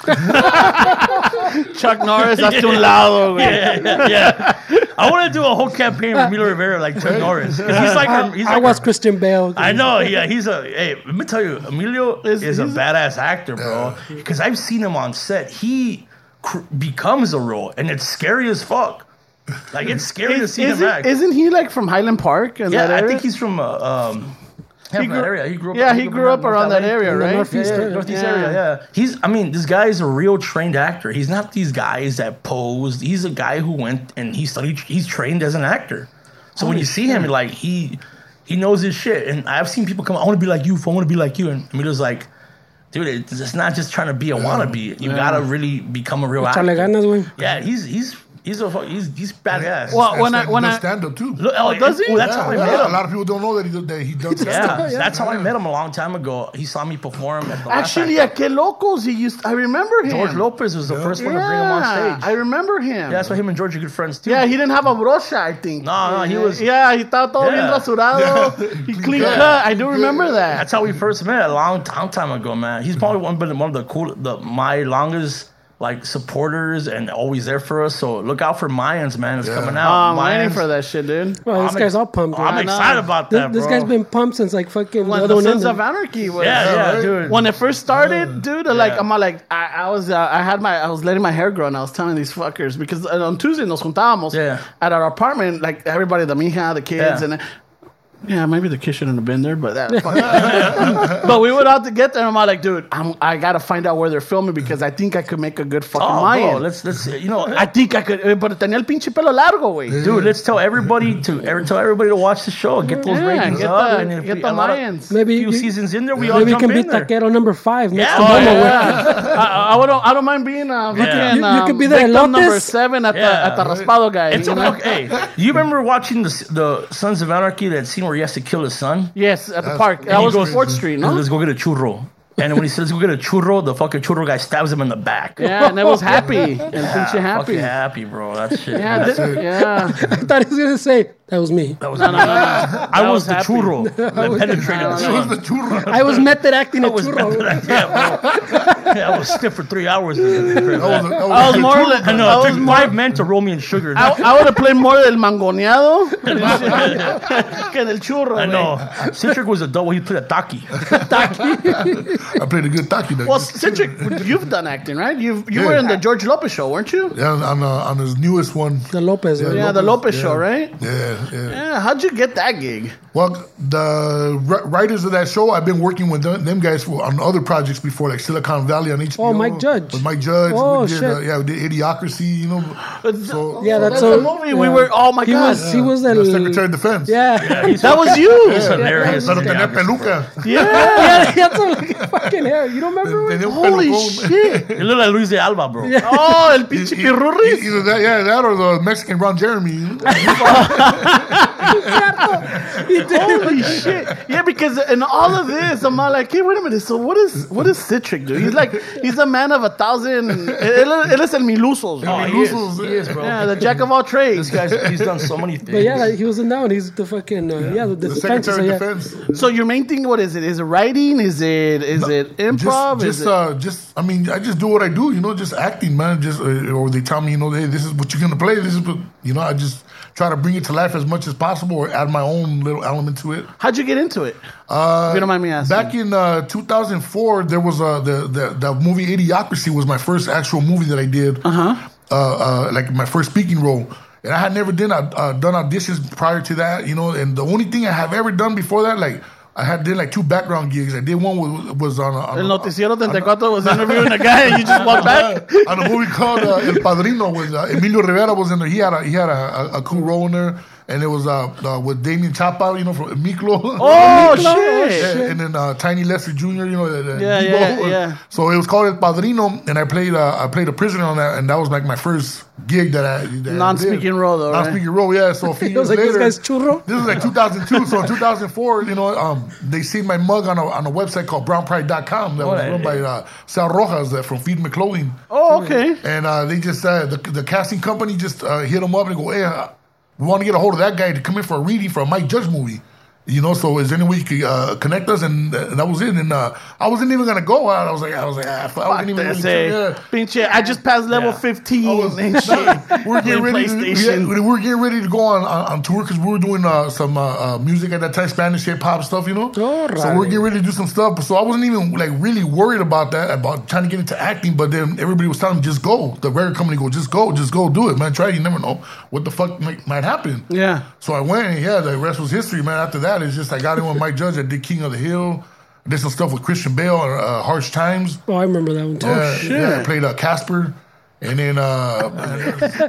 Speaker 5: Chuck Norris,
Speaker 4: *laughs*
Speaker 5: that's un lado, güey.
Speaker 4: yeah, yeah. I want to do a whole campaign with Emilio Rivera like Chuck Norris 'cause he's like our, he's
Speaker 2: I
Speaker 4: like
Speaker 2: was
Speaker 4: our-
Speaker 2: Christian Bale.
Speaker 4: I know. Yeah, he's a. Hey, let me tell you, Emilio is, a badass actor, bro. Because I've seen him on set. He cr- becomes a role, and it's scary as fuck. Like it's scary to see him
Speaker 5: Isn't,
Speaker 4: act.
Speaker 5: isn't he like from Highland Park? Is
Speaker 4: yeah,
Speaker 5: that
Speaker 4: I
Speaker 5: area?
Speaker 4: think he's from uh, um, yeah,
Speaker 5: He
Speaker 4: from that
Speaker 5: grew-
Speaker 4: area. He grew up.
Speaker 5: Yeah, he grew up around that
Speaker 4: LA.
Speaker 5: area,
Speaker 2: the
Speaker 5: right?
Speaker 2: Northeast
Speaker 4: Yeah, yeah,
Speaker 2: area.
Speaker 4: Northeast
Speaker 5: Yeah.
Speaker 4: area. Yeah, he's. I mean, this guy is a real trained actor. He's not these guys that posed. He's a guy who went and he studied. He's trained as an actor. So when you see him, you're like he, he knows his shit. And I've seen people come. I want to be like you. I want to be like you. And Emilio's like, dude, it's it's not just trying to be a wannabe. You gotta really become a real actor.
Speaker 2: Chale ganas, güey.
Speaker 4: Yeah, he's he's he's a fu- he's he's badass.
Speaker 5: Well, when I-
Speaker 3: stand,
Speaker 5: when
Speaker 3: does
Speaker 5: I-
Speaker 3: stand up too.
Speaker 4: Look- oh,
Speaker 5: does he?
Speaker 4: oh, that's
Speaker 3: yeah,
Speaker 4: how I
Speaker 3: yeah,
Speaker 4: met
Speaker 3: A
Speaker 4: him.
Speaker 3: lot of people don't know that he, do- that *laughs* he does stand
Speaker 4: Yeah,
Speaker 3: up.
Speaker 4: that's how I met him a long time ago. He saw me perform at the last
Speaker 5: Actually,
Speaker 4: Act.
Speaker 5: at Que Locos, he used. I remember him.
Speaker 4: George Lopez was the first one to bring him
Speaker 5: Yeah,
Speaker 4: on
Speaker 5: I
Speaker 4: stage.
Speaker 5: remember him.
Speaker 4: That's why him and George are good friends too.
Speaker 5: yeah, he didn't have a brocha, I think.
Speaker 4: No, no, he was-
Speaker 5: Yeah, he thought todo bien
Speaker 4: Yeah. *laughs*
Speaker 5: rasurado. He clean
Speaker 3: Yeah.
Speaker 5: cut. I do remember that.
Speaker 4: that's how we first met a long, long time ago, man. He's probably one, been one of the cool, the my longest like supporters and always there for us. So look out for Mayans, man. It's coming out.
Speaker 5: Oh, I'm waiting
Speaker 4: Mayans.
Speaker 5: for that shit, dude.
Speaker 2: Well, this
Speaker 4: I'm
Speaker 2: guy's
Speaker 4: ex-
Speaker 2: all pumped.
Speaker 4: I'm
Speaker 2: right?
Speaker 5: know.
Speaker 4: excited about
Speaker 2: This,
Speaker 4: that,
Speaker 2: this
Speaker 4: bro.
Speaker 2: guy's been pumped since like fucking the
Speaker 5: When
Speaker 2: other
Speaker 5: the
Speaker 2: one
Speaker 5: Sons of
Speaker 2: ended.
Speaker 5: Anarchy was.
Speaker 4: yeah, yeah,
Speaker 3: right?
Speaker 4: dude.
Speaker 5: When it first started, dude, like
Speaker 4: Yeah.
Speaker 5: I'm all like I, I was uh, I had my I was letting my hair grow and I was telling these fuckers because uh, on Tuesday nos juntábamos
Speaker 4: Yeah.
Speaker 5: at our apartment like everybody the mija the kids
Speaker 4: Yeah.
Speaker 5: and yeah maybe the kid shouldn't have been there but
Speaker 4: *laughs*
Speaker 5: that *laughs* but we went out to get there and I'm all like dude I'm, I gotta find out where they're filming because I think I could make a good fucking
Speaker 4: oh, bro,
Speaker 5: Mayan
Speaker 4: let's let's you know,
Speaker 5: I think I could eh, pero tenía el pinche pelo largo güey
Speaker 4: dude. Let's tell everybody to every, tell everybody to watch the show. Get those
Speaker 5: Yeah,
Speaker 4: ratings
Speaker 5: get
Speaker 4: up.
Speaker 5: the-
Speaker 4: and if
Speaker 5: get
Speaker 4: we-
Speaker 5: the
Speaker 4: a lot of-
Speaker 5: Mayans.
Speaker 2: Maybe
Speaker 4: few
Speaker 2: you-
Speaker 4: seasons in there, we all
Speaker 2: Maybe he
Speaker 4: jump
Speaker 2: can be
Speaker 4: in there.
Speaker 2: taquero number five next
Speaker 4: Yeah.
Speaker 2: to
Speaker 4: Oh,
Speaker 2: Momo.
Speaker 4: yeah.
Speaker 2: güey.
Speaker 5: Yeah. I, I- I don't Ah, I don't mind being uh,
Speaker 4: Yeah.
Speaker 5: fucking,
Speaker 4: You-
Speaker 2: you could
Speaker 5: um,
Speaker 2: be the
Speaker 5: victim number
Speaker 2: elotes.
Speaker 5: seven at
Speaker 4: Yeah.
Speaker 5: the at the raspado guy
Speaker 4: It's
Speaker 5: you know?
Speaker 4: a, okay. You remember watching the the Sons of Anarchy that scene where he has to kill his son?
Speaker 5: Yes, at the park. That
Speaker 4: he
Speaker 5: was on
Speaker 4: goes-
Speaker 5: Fourth Street,
Speaker 4: Hey,
Speaker 5: no?
Speaker 4: Let's go get a churro. And when he says, "Let's go get a churro," the fucking churro guy stabs him in the back.
Speaker 5: Yeah, and it was happy. And yeah, you happy.
Speaker 4: Fucking
Speaker 5: Yeah,
Speaker 4: happy, bro. That shit.
Speaker 5: th- yeah.
Speaker 2: *laughs* I thought he was gonna say that was me.
Speaker 4: That was. I was,
Speaker 5: was
Speaker 4: the
Speaker 5: happy.
Speaker 4: churro that penetrated the
Speaker 3: That was *laughs*
Speaker 4: sun.
Speaker 3: the churro.
Speaker 2: I was method acting
Speaker 4: I
Speaker 2: at
Speaker 4: was
Speaker 2: churro.
Speaker 4: yeah, bro. Yeah, I was stiff for three hours. I
Speaker 3: That was, a- that was
Speaker 5: I
Speaker 3: a
Speaker 5: was more. Like,
Speaker 4: know.
Speaker 5: I,
Speaker 4: it
Speaker 5: was
Speaker 4: took
Speaker 5: more
Speaker 4: five men to roll me in sugar.
Speaker 5: I, I would have played more del
Speaker 4: *laughs*
Speaker 5: mangoneado *laughs* que del churro.
Speaker 4: I
Speaker 5: güey.
Speaker 4: know. Citric was a double. He put a taki.
Speaker 3: I played a good taki.
Speaker 5: Well, Cedric, you've done acting, right? You've, you
Speaker 3: Yeah.
Speaker 5: were in the George Lopez show, weren't you?
Speaker 3: yeah, on, uh, on his newest one.
Speaker 2: The Lopez.
Speaker 5: Yeah,
Speaker 2: Yeah.
Speaker 5: the Lopez
Speaker 3: yeah.
Speaker 5: show, right?
Speaker 3: Yeah, yeah.
Speaker 5: Yeah, how'd you get that gig?
Speaker 3: Well, the wri- writers of that show, I've been working with them, them guys for, on other projects before, like Silicon Valley on HBO.
Speaker 2: Oh, Mike Judge.
Speaker 3: With Mike Judge.
Speaker 2: Oh,
Speaker 3: we did,
Speaker 2: shit.
Speaker 3: Uh, yeah, we did Idiocracy, you know. So,
Speaker 2: Yeah, that's,
Speaker 5: That's
Speaker 2: a
Speaker 5: the movie we were- oh my
Speaker 2: he
Speaker 5: God.
Speaker 2: Was, He was
Speaker 3: you
Speaker 2: the
Speaker 3: know, Secretary of Defense.
Speaker 2: Yeah. Yeah.
Speaker 5: That was you.
Speaker 4: *laughs* It's hilarious.
Speaker 3: Pero tener peluca.
Speaker 5: Yeah.
Speaker 2: that's a fucking hair. You don't remember?
Speaker 3: Tener un
Speaker 5: Holy
Speaker 3: pelucón.
Speaker 4: *laughs*
Speaker 5: shit.
Speaker 4: You look like Luis de Alba, bro.
Speaker 5: Oh, el pinche pirurris.
Speaker 3: Either that, yeah, that or the Mexican Ron Jeremy. you know?
Speaker 5: Holy shit! Yeah, because in all of this, I'm all like, hey, wait a minute. So what is what is Citric do? He's like, he's a man of a thousand. Él él es el milusos.
Speaker 4: Oh,
Speaker 5: bro.
Speaker 4: he is. He is, bro.
Speaker 5: Yeah, the jack of all
Speaker 4: This
Speaker 5: trades.
Speaker 4: guy's he's done so many things.
Speaker 2: But yeah, like, he was in that one. He's the fucking uh, yeah. the,
Speaker 3: The
Speaker 2: defense.
Speaker 3: Secretary
Speaker 2: yeah.
Speaker 3: of Defense.
Speaker 5: So your main thing, what is it? Is it writing? Is it is it improv?
Speaker 3: Just, just,
Speaker 5: is it,
Speaker 3: uh, just. I mean, I just do what I do. You know, just acting, man. Just, uh, or they tell me, you know, hey, this is what you're gonna play. This is what, you know. I just try to bring it to life as much as possible, or add my own little element to it.
Speaker 5: how'd you get into it?
Speaker 3: Uh,
Speaker 5: If you don't mind me asking.
Speaker 3: Back in uh, 2004, there was a the, the the movie Idiocracy was my first actual movie that I did. Uh-huh. Uh uh Like my first speaking role, and I had never done au- uh, done auditions prior to that. You know, and the only thing I have ever done before that, like. I had did like two background gigs. I did one was, was on a, on
Speaker 5: El
Speaker 3: a-
Speaker 5: noticiero 34 was interviewing a guy and you just walked back.
Speaker 3: on a movie called uh, El Padrino with uh, Emilio Rivera was in there. He had a, he had a, a, a cool role in there. and it was uh, uh with Damien Chapa, you know, from *laughs* Miklo.
Speaker 1: Oh,
Speaker 3: Yeah,
Speaker 1: shit.
Speaker 3: and then uh, Tiny Lester Jr. You know, the- the
Speaker 1: Yeah,
Speaker 3: Debo.
Speaker 1: yeah, yeah.
Speaker 3: *laughs* So it was called El Padrino, and I played uh, I played a prisoner on that, and that was like my first gig that I that I
Speaker 1: Non-speaking
Speaker 3: did.
Speaker 1: role, though, right?
Speaker 3: non-speaking role. Yeah. So a
Speaker 1: *laughs*
Speaker 3: few
Speaker 2: It was
Speaker 3: years
Speaker 2: like, this
Speaker 3: later,
Speaker 2: guy's churro.
Speaker 3: this is like 2002. so in 2004, you know, um, they see my mug on a on a website called BrownPride.com that was
Speaker 4: Alright.
Speaker 3: run by uh, Sal Rojas uh, from Feed Me Clothing.
Speaker 1: Oh, okay.
Speaker 3: And uh, they just uh, the, the casting company just uh, hit him up and go, "Hey, uh, we want to get a hold of that guy to come in for a reading for a Mike Judge movie." You know, so is there any way you could uh, connect us? And uh, that was it. And uh, I wasn't even gonna go out. I was like, I was like, ah, fuck, I
Speaker 1: Fuck
Speaker 3: wasn't even
Speaker 1: this,
Speaker 3: really
Speaker 1: eh.
Speaker 3: sure, yeah.
Speaker 1: Pinche, I just passed level
Speaker 4: Yeah.
Speaker 1: 15
Speaker 3: I was-
Speaker 1: and
Speaker 3: *laughs*
Speaker 1: shit.
Speaker 3: we're getting
Speaker 1: Play
Speaker 3: ready. To,
Speaker 1: PlayStation.
Speaker 3: yeah, we're getting ready to go on on, on tour because we were doing uh, some uh, uh, music at that time, Spanish hip hop stuff, you know.
Speaker 2: Oh,
Speaker 3: so
Speaker 2: right.
Speaker 3: we're getting ready to do some stuff. So I wasn't even like really worried about that, about trying to get into acting. But then everybody was telling me, just go. The record company go, just go, just go, do it, man. Try. it. You never know what the fuck might, might happen.
Speaker 1: Yeah.
Speaker 3: So I went, and yeah, the rest was history, man. After that, it's just I got in with Mike Judge. I did King of the Hill. I did some stuff with Christian Bale and uh, Harsh Times.
Speaker 2: Oh, I remember that one too.
Speaker 3: Uh,
Speaker 1: shit.
Speaker 3: Yeah, I played uh, Casper. And then uh,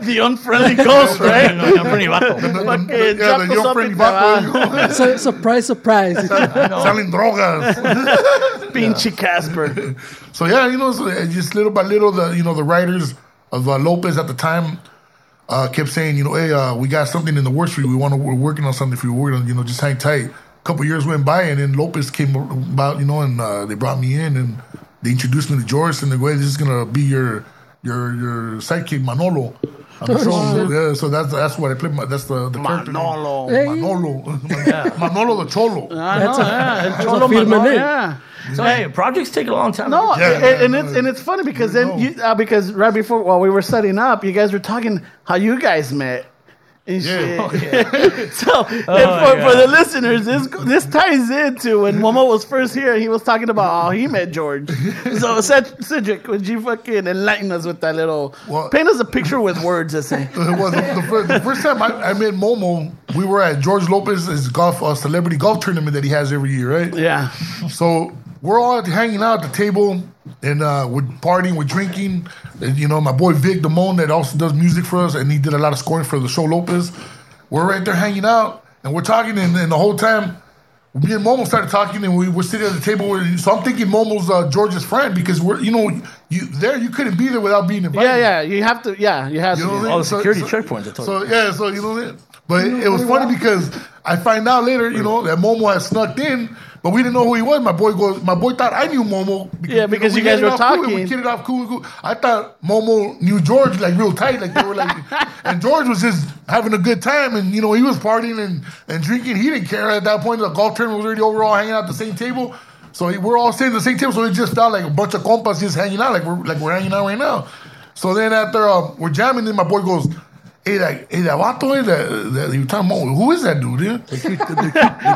Speaker 1: The unfriendly ghost,
Speaker 3: *laughs*
Speaker 1: right? Fucking
Speaker 3: yeah,
Speaker 1: drop
Speaker 3: the
Speaker 1: us
Speaker 3: young
Speaker 1: up
Speaker 3: friendly
Speaker 1: in the-
Speaker 3: vato,
Speaker 2: Su- surprise, surprise.
Speaker 3: selling *laughs* drogas.
Speaker 1: *laughs* Pinche Casper.
Speaker 3: So yeah, you know, so uh, just little by little, the you know the writers of uh, Lopez at the time uh, kept saying, you know, hey, uh, we got something in the works for you. We want to, we're working on something for you. We're gonna, you know, just hang tight. A couple years went by, and then Lopez came about, you know, and uh, they brought me in, and they introduced me to Joris, and they go, hey, this is gonna be your your your sidekick Manolo. on the show. yeah, so that's that's what I played. My, that's the, the character name.
Speaker 1: Manolo.
Speaker 2: Hey.
Speaker 3: Manolo, *laughs* Manolo the Cholo.
Speaker 1: I know,
Speaker 2: That's a-
Speaker 1: yeah. El
Speaker 2: that's a
Speaker 1: Cholo
Speaker 2: firme
Speaker 1: Manolo,
Speaker 2: name.
Speaker 1: yeah.
Speaker 4: So hey, projects take a long time.
Speaker 1: No,
Speaker 3: Yeah.
Speaker 1: and, and it's and it's funny because then
Speaker 3: No.
Speaker 1: you uh, because right before while we were setting up, you guys were talking how you guys met. And shit.
Speaker 3: Yeah.
Speaker 1: *laughs*
Speaker 3: Oh,
Speaker 1: so and
Speaker 4: my
Speaker 1: for, for
Speaker 4: God.
Speaker 1: the listeners, this this ties into when Momo was first here. He was talking about how he met George.
Speaker 3: *laughs*
Speaker 1: So Ced- Cedric, would you fucking enlighten us with that little?
Speaker 3: Well-
Speaker 1: paint us a picture with words. I
Speaker 3: *laughs*
Speaker 1: say.
Speaker 3: It was the, the, first, the first time I, I met Momo. We were at George Lopez's golf uh, celebrity golf tournament that he has every year, right?
Speaker 1: Yeah.
Speaker 3: So we're all hanging out at the table and uh, we're partying, we're drinking. And, you know, my boy Vic Damone that also does music for us and he did a lot of scoring for the show Lopez. We're right there hanging out and we're talking and, and the whole time me and Momo started talking and we were sitting at the table. Where, so I'm thinking Momo's uh, George's friend because we're, you know, you there you couldn't be there without being invited.
Speaker 1: Yeah, yeah. You have to. Yeah, you have
Speaker 3: You know what I
Speaker 1: to.
Speaker 3: mean?
Speaker 4: All the
Speaker 3: So-
Speaker 4: security
Speaker 3: so-
Speaker 4: checkpoints. I told
Speaker 3: so
Speaker 4: you.
Speaker 3: yeah, so you know that. But it was funny because I find out later, you know, that Momo had snuck in, but we didn't know who he was. My boy goes, my boy thought I knew Momo.
Speaker 1: Yeah, because
Speaker 3: we
Speaker 1: you guys
Speaker 3: hit it
Speaker 1: were
Speaker 3: off cool,
Speaker 1: talking.
Speaker 3: we kidded off cool, cool. I thought Momo knew George like real tight, like they
Speaker 1: *laughs*
Speaker 3: were like, and George was just having a good time, and you know he was partying and, and drinking. He didn't care at that point. The golf tournament was already over, all hanging out at the same table. So he- we're all sitting at the same table. So it just felt like a bunch of compas just hanging out, like we're like we're hanging out right now. So then after uh, we're jamming, then my boy goes. Hey, that, hey, that vato, eh, that, that you talking about, who is that dude, eh?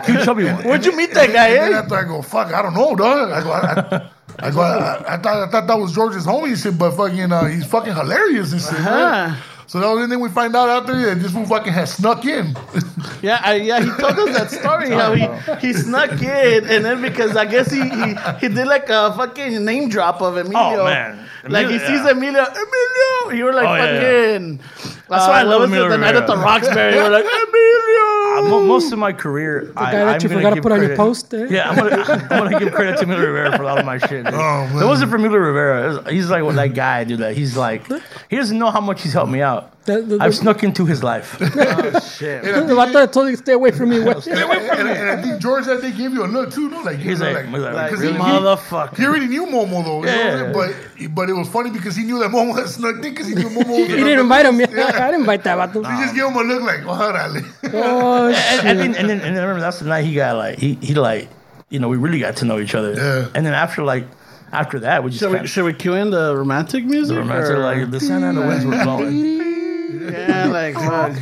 Speaker 4: Cute chubby one.
Speaker 1: Where'd
Speaker 5: Uh,
Speaker 1: you meet that guy?
Speaker 3: And then
Speaker 1: Eh?
Speaker 3: after I go, fuck, I don't know, dog. I go, I, I, I go, I, I, thought, I thought that was George's homie and shit, but fucking, uh, he's fucking hilarious and shit. right?
Speaker 1: Uh-huh.
Speaker 3: So that was the thing we find out after that this fool fucking had snuck in. *laughs*
Speaker 1: Yeah, I, yeah, he told us that story how he, he snuck in, and then because I guess he, he, he did like a fucking name drop of Emilio.
Speaker 4: Oh, man.
Speaker 1: like he
Speaker 4: Emilio,
Speaker 1: sees
Speaker 4: yeah.
Speaker 1: Emilio, Emilio. You were like
Speaker 4: Oh, yeah, yeah.
Speaker 1: fucking. Uh,
Speaker 4: That's why I
Speaker 1: what
Speaker 4: love
Speaker 1: was it,
Speaker 4: Emilio
Speaker 1: The night at the
Speaker 4: Rivera. *laughs*
Speaker 1: Roxbury, you were like Emilio.
Speaker 4: Uh, mo- most of my career,
Speaker 2: guy
Speaker 4: I,
Speaker 2: that
Speaker 4: I'm
Speaker 2: you
Speaker 4: gonna
Speaker 2: forgot to
Speaker 4: give
Speaker 2: put on your
Speaker 4: credit-
Speaker 2: post, eh?
Speaker 4: Yeah, I'm gonna, I'm gonna give credit to Emilio Rivera for a lot of my shit. Dude.
Speaker 3: Oh,
Speaker 4: If
Speaker 3: man.
Speaker 4: it wasn't for Emilio Rivera. it was- he's like what that guy, dude. That he's like, he doesn't know how much he's helped me out.
Speaker 2: That- that-
Speaker 4: I've
Speaker 2: that-
Speaker 4: snuck into his life.
Speaker 3: And I
Speaker 2: The
Speaker 3: think-
Speaker 2: vato that told you to stay away from me. What?
Speaker 3: and, and, and I think George, I think, gave you a look too, no? *laughs* Like,
Speaker 4: He's
Speaker 3: you know,
Speaker 4: like, he's like,
Speaker 1: Like,
Speaker 4: "Really,
Speaker 1: you
Speaker 3: he-
Speaker 1: motherfucker.
Speaker 3: He already knew Momo though, you
Speaker 4: Yeah.
Speaker 3: know? but but it was funny because he knew that Momo had snuck in because he knew Momo. was
Speaker 2: You didn't invite him. Yeah, I didn't invite that
Speaker 3: He
Speaker 2: vato.
Speaker 3: just gave him a look like, oh,
Speaker 2: Oh,
Speaker 4: and, and, then,
Speaker 2: shit.
Speaker 4: and then and then I remember that's the night he got like he he like you know we really got to know each other.
Speaker 3: Yeah.
Speaker 4: And then after like after that we just
Speaker 1: Should we,
Speaker 4: kinda-
Speaker 1: should we cue in the romantic music?
Speaker 4: the romance are
Speaker 1: or-
Speaker 4: like the sun and the winds were blowing.
Speaker 1: yeah, like fuck.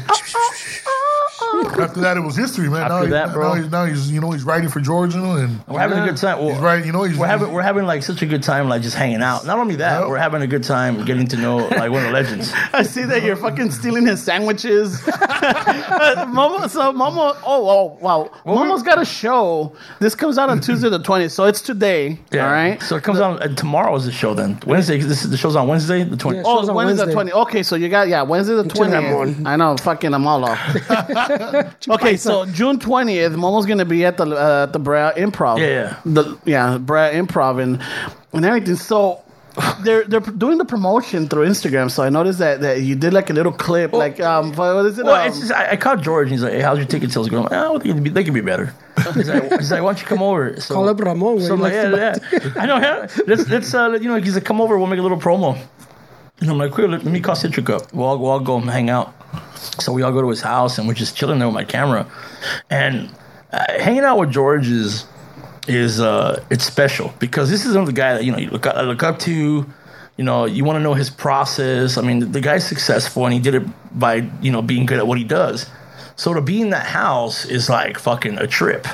Speaker 3: After that, it was history, man.
Speaker 4: After
Speaker 3: now, he-
Speaker 4: that, bro.
Speaker 3: Now he's, now he's, you know, he's writing for George, you know, and
Speaker 4: We're having a good time. Well,
Speaker 3: he's writing, you know, he's
Speaker 4: We're having we're having like such a good time like just hanging out. Not only that, we're having a good time getting to know like one of the legends.
Speaker 1: *laughs* *laughs* I see that you're fucking stealing his sandwiches. *laughs* Uh, Momo, so Momo, oh, oh wow, Momo's got a show. This comes out on Tuesday the 20th, so it's today. All right.
Speaker 4: So it comes on uh, tomorrow is the show then Wednesday. 'cause This is the show's on Wednesday the twentieth.
Speaker 2: Yeah.
Speaker 1: Oh,
Speaker 2: Show's on
Speaker 1: Wednesday the
Speaker 2: Wednesday.
Speaker 1: 20th. Okay, so you got, yeah, Wednesday the
Speaker 2: Until that
Speaker 1: 20th.
Speaker 2: morning.
Speaker 1: I know, fucking, I'm all off. *laughs* Okay, so June twentieth, Momo's gonna be at the uh, the Brea Improv.
Speaker 4: Yeah, yeah.
Speaker 1: the yeah Brea Improv and and everything. So they're they're doing the promotion through Instagram. So I noticed that that you did like a little clip, like um, what is it?
Speaker 4: Well,
Speaker 1: um,
Speaker 4: it's just, I, I called George and he's like, hey, how's your ticket sales going? I'm like, "Ah, they could be, they could be better. He's like,
Speaker 2: *laughs*
Speaker 4: he's like, why don't you come over? So,
Speaker 2: Call up Ramon,
Speaker 4: So I'm
Speaker 2: where
Speaker 4: like,
Speaker 2: he
Speaker 4: yeah, yeah. I know. Yeah. Let's, let's uh, you know, he's like, come over. We'll make a little promo. And I'm like, cool, let me call Citric up. We'll all, we'll all go and hang out. So we all go to his house and we're just chilling there with my camera. And uh, hanging out with George is, is uh, it's special because this is another guy that, you know, you look, up- I look up to. You know, you want to know his process. I mean, the, the guy's successful and he did it by, you know, being good at what he does. So to be in that house is like fucking a trip,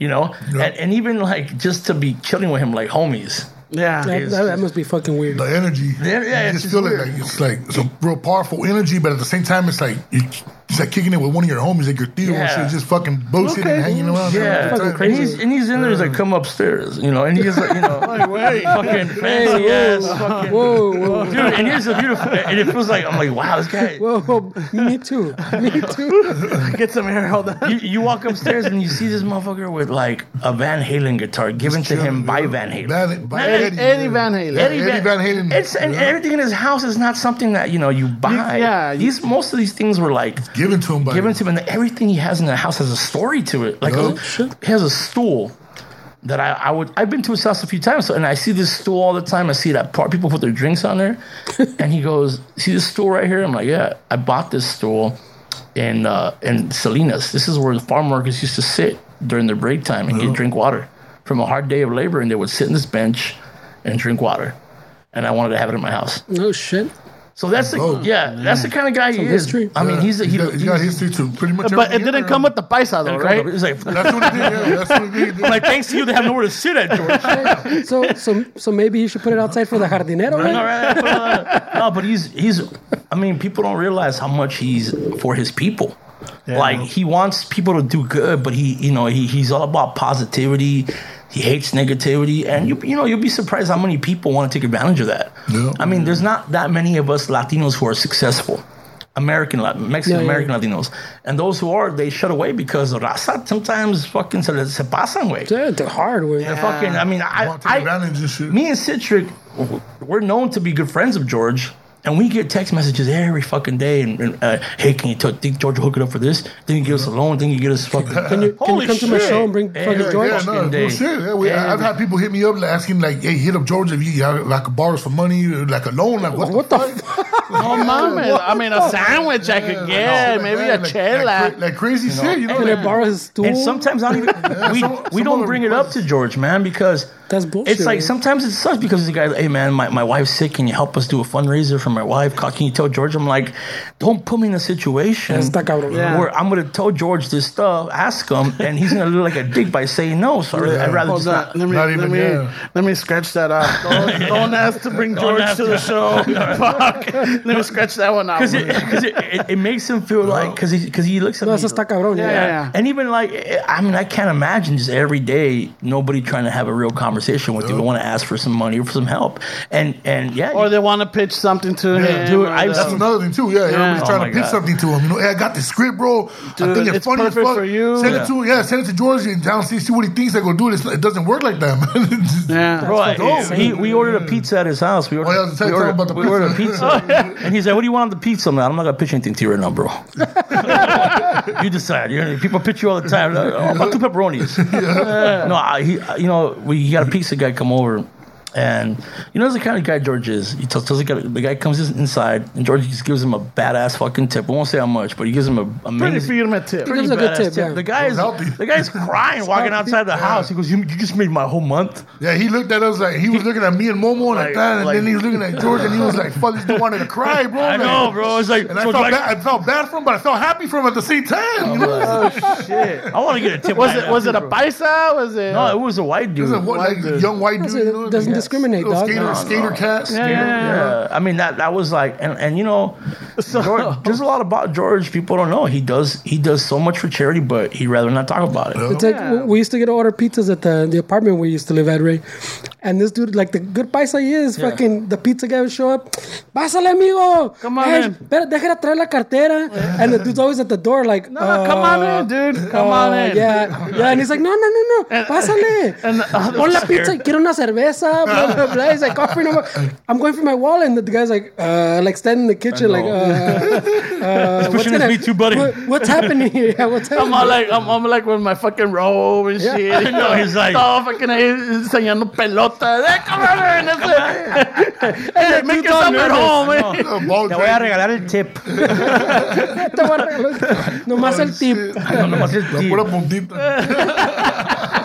Speaker 4: you know? And, and even like just to be chilling with him like homies.
Speaker 1: yeah,
Speaker 2: That, that, that must be fucking weird.
Speaker 3: the energy.
Speaker 4: Yeah, yeah,
Speaker 3: you
Speaker 4: it's
Speaker 3: just feel it.
Speaker 4: weird.
Speaker 3: Like, it's like it's a real powerful energy, but at the same time, it's like you, it's like kicking it with one of your homies, like your Theo and
Speaker 4: Yeah.
Speaker 3: shit, just fucking bullshitting
Speaker 1: Okay.
Speaker 3: and hanging around.
Speaker 4: Yeah,
Speaker 2: fucking
Speaker 4: and he's and he's in there. He's like, "Come upstairs," you know, and he's
Speaker 3: *laughs*
Speaker 4: like, you know,
Speaker 1: wait.
Speaker 4: fucking fancy ass, fucking
Speaker 2: Whoa, whoa,
Speaker 4: dude. And he's a beautiful, and it feels like I'm like, wow, this guy.
Speaker 2: whoa, whoa. Me too. Me too.
Speaker 1: get some air. Hold on.
Speaker 4: You, you walk upstairs and you see this motherfucker with like a Van Halen guitar given to him by Van Halen.
Speaker 3: Van, by
Speaker 1: Eddie,
Speaker 3: Eddie,
Speaker 1: Eddie
Speaker 3: yeah.
Speaker 1: Van Halen.
Speaker 3: Eddie Van Halen.
Speaker 4: It's and
Speaker 3: Yeah.
Speaker 4: everything in his house is not something that you know you buy.
Speaker 1: yeah, you-
Speaker 4: these most of these things were like
Speaker 3: Given to him by
Speaker 4: given to him, and everything he has in the house has a story to it. Like
Speaker 3: Oh,
Speaker 4: a- he has a stool that I, I would I've been to his house a few times, so, and I see this stool all the time. I see that part people put their drinks on *laughs* there, and he goes, "See this stool right here?" I'm like, "Yeah, I bought this stool in uh, in Salinas. This is where the farm workers used to sit during their break time and get drink water from a hard day of labor, and they would sit in this bench and drink water." And I wanted to have it in my house.
Speaker 2: No shit.
Speaker 4: So that's the,
Speaker 3: Oh,
Speaker 4: yeah, that's the kind of guy he is.
Speaker 2: history.
Speaker 4: I mean, he's a,
Speaker 3: he
Speaker 4: he,
Speaker 3: got, he's got history to pretty much.
Speaker 1: But it
Speaker 3: everything
Speaker 1: didn't
Speaker 3: in
Speaker 1: come
Speaker 3: there.
Speaker 1: with the paisa though, right?
Speaker 4: He's like,
Speaker 3: That's what it did. Yeah, that's what it did.
Speaker 4: like thanks to you, they have nowhere to sit at, George.
Speaker 2: So, so, so maybe you should put it outside for the jardinero.
Speaker 4: No,
Speaker 2: *laughs* Right?
Speaker 4: right, right. no, but he's he's. I mean, people don't realize how much he's for his people. Like he wants people to do good, but he, you know, he he's all about positivity. He hates negativity, and you you know you'll be surprised how many people want to take advantage of that.
Speaker 3: Yeah.
Speaker 4: I mean, there's not that many of us Latinos who are successful. American, Lat- Mexican
Speaker 2: Yeah, yeah.
Speaker 4: American Latinos, and those who are, they shut away because raza sometimes fucking se, les- se pasan way.
Speaker 2: Yeah, the hard way.
Speaker 4: They're Fucking, I mean, I,
Speaker 3: Want to take
Speaker 4: I,
Speaker 3: advantage and shit.
Speaker 4: me and Citric, we're known to be good friends of George, and we get text messages every fucking day. And, and, uh, hey, can you t- think George will hook it up for this? Then you give us a loan. Then you get us fucking. Can
Speaker 2: you- can you come to my show and bring fucking
Speaker 3: Yeah,
Speaker 2: George?
Speaker 3: yeah, no, no shit. Yeah, we, I- I've had people hit me up like, asking like, "Hey, hit up George if you got, like borrow some money, like a loan, like what,
Speaker 2: What
Speaker 3: the
Speaker 2: the
Speaker 3: fuck?
Speaker 1: Oh, mama. I mean, *laughs* a sandwich I could get,
Speaker 3: Like
Speaker 1: maybe *laughs*
Speaker 3: that,
Speaker 1: a
Speaker 3: like-
Speaker 1: chela.
Speaker 3: like, cra- like crazy shit. You know,
Speaker 2: Can I
Speaker 3: like,
Speaker 2: borrow his stool?
Speaker 4: And sometimes I don't even, we,
Speaker 3: some-
Speaker 4: we
Speaker 3: some
Speaker 4: don't
Speaker 3: other
Speaker 4: bring it up to George, man, because
Speaker 2: That's bullshit,
Speaker 4: It's like
Speaker 2: man.
Speaker 4: sometimes it sucks because the guy, hey man, my, my wife's sick. Can you help us do a fundraiser for my wife? Ca- Can you tell George? I'm like, don't put me in a situation
Speaker 2: Está cabrón. Yeah.
Speaker 4: where I'm gonna tell George this stuff, ask him, and he's gonna look like a dick by saying no. So I'd- I'd rather
Speaker 1: Hold
Speaker 4: just
Speaker 1: on.
Speaker 4: not.
Speaker 1: Let me,
Speaker 3: Not
Speaker 1: let,
Speaker 3: even,
Speaker 1: me
Speaker 3: yeah.
Speaker 1: let me scratch that
Speaker 4: *laughs*
Speaker 1: off. Don't, don't ask to bring George
Speaker 4: ask
Speaker 1: to the
Speaker 4: *laughs*
Speaker 1: show. Fuck. Let me scratch that one out.
Speaker 4: because it, 'cause it, it, it makes him feel like because he because he looks at
Speaker 2: No,
Speaker 4: me,
Speaker 2: eso está cabrón. Yeah.
Speaker 1: yeah, yeah.
Speaker 4: and even like I mean I can't imagine just every day nobody trying to have a real conversation with you. I want to ask for some money or for some help, and and yeah,
Speaker 1: Or they want to pitch something to him.
Speaker 4: dude,
Speaker 1: or the-
Speaker 4: I- that's
Speaker 3: That's another thing too. Yeah, everybody's
Speaker 4: Oh
Speaker 3: trying
Speaker 4: my
Speaker 3: to pitch
Speaker 4: God.
Speaker 3: something to him. You know, hey, I got this script, bro. I
Speaker 1: Dude,
Speaker 3: think it's,
Speaker 1: it's
Speaker 3: funny as
Speaker 1: perfect
Speaker 3: fuck.
Speaker 1: for you.
Speaker 3: Send
Speaker 4: Yeah.
Speaker 3: it to yeah, send it to George and down see see what he thinks. "Oh, I go do this. It doesn't work like that, man. *laughs* Just-
Speaker 1: yeah.
Speaker 4: Bro, I-
Speaker 3: insane.
Speaker 4: he- we ordered a pizza at his house. We ordered,
Speaker 3: yeah, I was
Speaker 4: we
Speaker 3: telling
Speaker 4: ordered,
Speaker 3: about the
Speaker 4: we ordered a pizza,
Speaker 3: *laughs*
Speaker 4: and he said, "What do you want on the pizza?" I'm, like, I'm not gonna pitch anything to you right now, bro. you decide. You're, people pitch you all the
Speaker 3: *laughs*
Speaker 4: time. Like, oh, about two pepperonis. No, I, he, you know, we got a pizza guy come over. And you know, that's the kind of guy George is. He tells, tells the, guy, the guy comes in- inside, and George just gives him a badass fucking tip. I won't say how much, but he gives him a
Speaker 1: Pretty
Speaker 4: amazing,
Speaker 1: firm tip.
Speaker 2: Gives a good
Speaker 4: badass
Speaker 2: tip, yeah.
Speaker 4: The guy is
Speaker 3: healthy.
Speaker 4: the guy's crying, walking outside the house. He goes, "You, you just made my whole month."
Speaker 3: Yeah, he looked at us like he was looking at me and Momo like,
Speaker 4: Like-
Speaker 3: that, and
Speaker 4: like-
Speaker 3: then he was looking at George and he was like, "Fuck, this dude wanted to cry, bro."
Speaker 4: I
Speaker 3: Like,
Speaker 4: know, bro. It's like,
Speaker 3: And I
Speaker 4: so
Speaker 3: felt,
Speaker 4: like-
Speaker 3: bad, I felt bad for him, but I felt happy for him at the same time.
Speaker 1: Oh,
Speaker 3: You know,
Speaker 4: I want to get a tip.
Speaker 1: Was
Speaker 4: like
Speaker 1: it
Speaker 4: that,
Speaker 1: was it a
Speaker 4: bro.
Speaker 1: paisa? Was it?
Speaker 4: No, it was a white dude.
Speaker 3: He's a what, like,
Speaker 1: dude.
Speaker 3: young white dude.
Speaker 2: it
Speaker 3: you know,
Speaker 2: doesn't
Speaker 3: like,
Speaker 2: discriminate,
Speaker 3: little
Speaker 2: dog.
Speaker 3: Skater,
Speaker 2: No,
Speaker 3: skater cats.
Speaker 1: yeah, yeah, yeah.
Speaker 4: Yeah, I mean that that was like, and and you *laughs* know, George, there's a lot about George people don't know. He does he does so much for charity, but he'd rather not talk about it.
Speaker 2: It's like w- we used to get to order pizzas at the, the apartment we used to live at, Ray. And this dude, like the good paisa he is,
Speaker 4: Yeah.
Speaker 2: fucking the pizza guy would show up. Pásale, amigo.
Speaker 1: Come on in."
Speaker 2: Pero deja de traer la cartera. And the dude's always at the door, like, "Oh,
Speaker 1: No, no, come on in, dude. Come on
Speaker 2: uh,
Speaker 1: in.
Speaker 2: Yeah, yeah. And he's like, no, no, no, no. Pásale.
Speaker 1: *laughs* and uh, the other
Speaker 2: Pon la pizza. Quiero una cerveza. Blah,
Speaker 1: *laughs*
Speaker 2: blah, blah. He's like, offering him. a- I'm going for my wallet. And the guy's like, uh, like standing in the kitchen,
Speaker 4: I
Speaker 2: like,
Speaker 4: know.
Speaker 2: uh, uh, what's
Speaker 4: pushing his
Speaker 2: gonna-
Speaker 4: meat too, buddy.
Speaker 2: what- what's happening here? Yeah, what's
Speaker 1: I'm
Speaker 2: happening?
Speaker 1: all like, I'm, I'm like with my fucking robe and shit.
Speaker 2: Yeah.
Speaker 1: you
Speaker 4: No, he's like-
Speaker 1: todo fucking ahí enseñando pelota. ¡Eh, Hey, come on, man. *laughs* That's it. Hey, make
Speaker 2: all
Speaker 1: yourself at
Speaker 2: nervous.
Speaker 1: home, man.
Speaker 3: Uh, ball
Speaker 6: Te voy a
Speaker 3: drain.
Speaker 6: regalar el
Speaker 4: *laughs*
Speaker 6: tip.
Speaker 2: Te *laughs* voy a regalar- Nomás el tip.
Speaker 3: Shit.
Speaker 1: *laughs*
Speaker 6: No, nomás el
Speaker 3: La
Speaker 6: tip.
Speaker 3: pura puntita.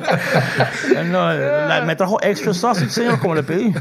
Speaker 6: No, la- me trajo extra sausage, señor, como le pedí.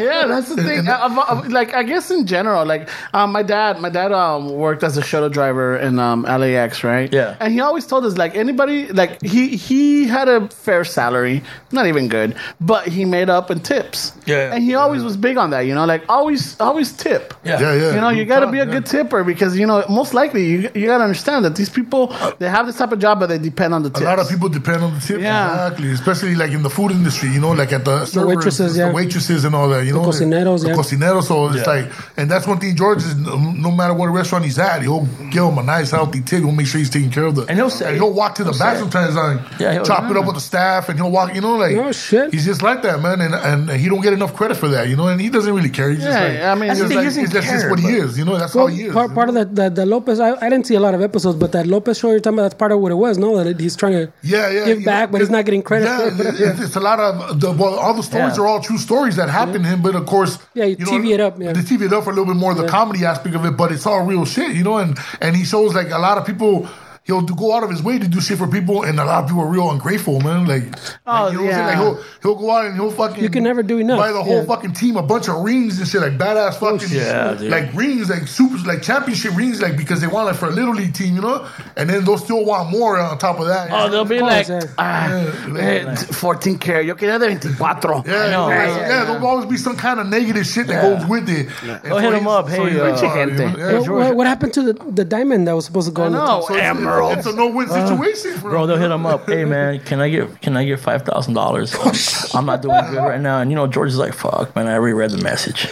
Speaker 1: Yeah, that's the thing. I, I've- I've- Uh, like, I guess in general, like, um, my dad, my dad um, worked as a shuttle driver in um, LAX, right?
Speaker 4: Yeah.
Speaker 1: And he always told us, like, anybody, like, he he had a fair salary, not even good, but he made up in tips.
Speaker 4: Yeah.
Speaker 1: And he always was big on that, you know, like always always tip.
Speaker 4: Yeah.
Speaker 3: Yeah, yeah.
Speaker 1: You know, you got to be a good tipper because you know most likely you you got to understand that these people they have this type of job, but they depend on the tips.
Speaker 3: A lot of people depend on the tip.
Speaker 1: Yeah.
Speaker 3: Exactly. Especially like in the food industry, you know, like at the, servers,
Speaker 2: waitresses,
Speaker 3: the
Speaker 2: yeah.
Speaker 3: waitresses and all that, you know.
Speaker 2: cocineros,
Speaker 3: the
Speaker 2: yeah.
Speaker 3: cocineros. So it's
Speaker 4: Yeah.
Speaker 3: like, and that's one thing George is, no no matter what restaurant he's at, he'll give him a nice healthy tip. He'll make sure he's taking care of the.
Speaker 4: And he'll say-
Speaker 3: he'll walk to the back sometimes and
Speaker 4: Yeah, he'll-
Speaker 3: chop it up with the staff and he'll walk, you know, like.
Speaker 2: Oh, shit.
Speaker 3: He's just like that, man. And, and he don't get enough credit for that, you know, and he doesn't really care. He's just
Speaker 1: Yeah,
Speaker 3: like,
Speaker 1: I mean, That's
Speaker 3: he's
Speaker 1: the
Speaker 3: just
Speaker 1: thing,
Speaker 3: like,
Speaker 1: he
Speaker 6: doesn't
Speaker 3: it's- that's just
Speaker 6: care,
Speaker 3: what he
Speaker 6: but-
Speaker 3: is, you know, that's how
Speaker 2: Well,
Speaker 3: he is.
Speaker 2: part,
Speaker 3: you
Speaker 2: part of
Speaker 3: know?
Speaker 2: the, the, the Lopez, I, I didn't see a lot of episodes, but that Lopez show you're talking about, that's part of what it was, no? That he's trying to
Speaker 3: Yeah, yeah.
Speaker 2: give
Speaker 3: you
Speaker 2: back,
Speaker 3: know,
Speaker 2: but he's not getting credit
Speaker 3: Yeah,
Speaker 2: for it.
Speaker 3: it- it's, it's a lot of the, well, all the stories
Speaker 4: Yeah.
Speaker 3: are all true stories that happened to him, but of course,
Speaker 2: Yeah, you TV it up, yeah.
Speaker 3: They TV it up for a little bit more the comedy aspect of it, but it's all real shit, you know. And and he shows like a lot of people. He'll do- go out of his way to do shit for people, and a lot of people are real ungrateful, man. Like,
Speaker 1: Oh,
Speaker 3: like, you know what I'm saying?
Speaker 1: yeah.
Speaker 3: Like, he'll, he'll go out and he'll fucking.
Speaker 2: You can never do enough,
Speaker 3: Buy the whole
Speaker 2: yeah.
Speaker 3: fucking team a bunch of rings and shit, like badass fucking,
Speaker 4: yeah, dude.
Speaker 3: like rings, like super, like championship rings, like because they want it for a little league team, you know. And then they'll still want more on top of that.
Speaker 1: Oh, they'll be like,
Speaker 2: course, yeah.
Speaker 1: ah,
Speaker 3: Yeah,
Speaker 1: eh, 14 care. Yo quería de 24.
Speaker 3: Yeah,
Speaker 4: know,
Speaker 3: yeah,
Speaker 4: right?
Speaker 3: yeah, there'll always be some kind of negative shit that goes with it. And
Speaker 4: Oh, hit 'em
Speaker 3: he's-
Speaker 4: up. Hey,
Speaker 3: he's
Speaker 4: uh,
Speaker 3: like,
Speaker 4: Pinche
Speaker 3: oh,
Speaker 1: gente.
Speaker 3: yeah.
Speaker 2: What, what- what happened to the, the diamond that was supposed to go
Speaker 1: I
Speaker 2: on the
Speaker 1: know.
Speaker 2: top?
Speaker 3: So it's-
Speaker 1: Emerald.
Speaker 3: It's a no-win situation, bro.
Speaker 4: Bro, they'll hit him up. Hey man, can I get can I get five thousand
Speaker 1: *laughs*
Speaker 4: dollars? I'm not doing good right now. And you know, George is like, fuck, man, I already read
Speaker 1: *laughs*
Speaker 4: the message.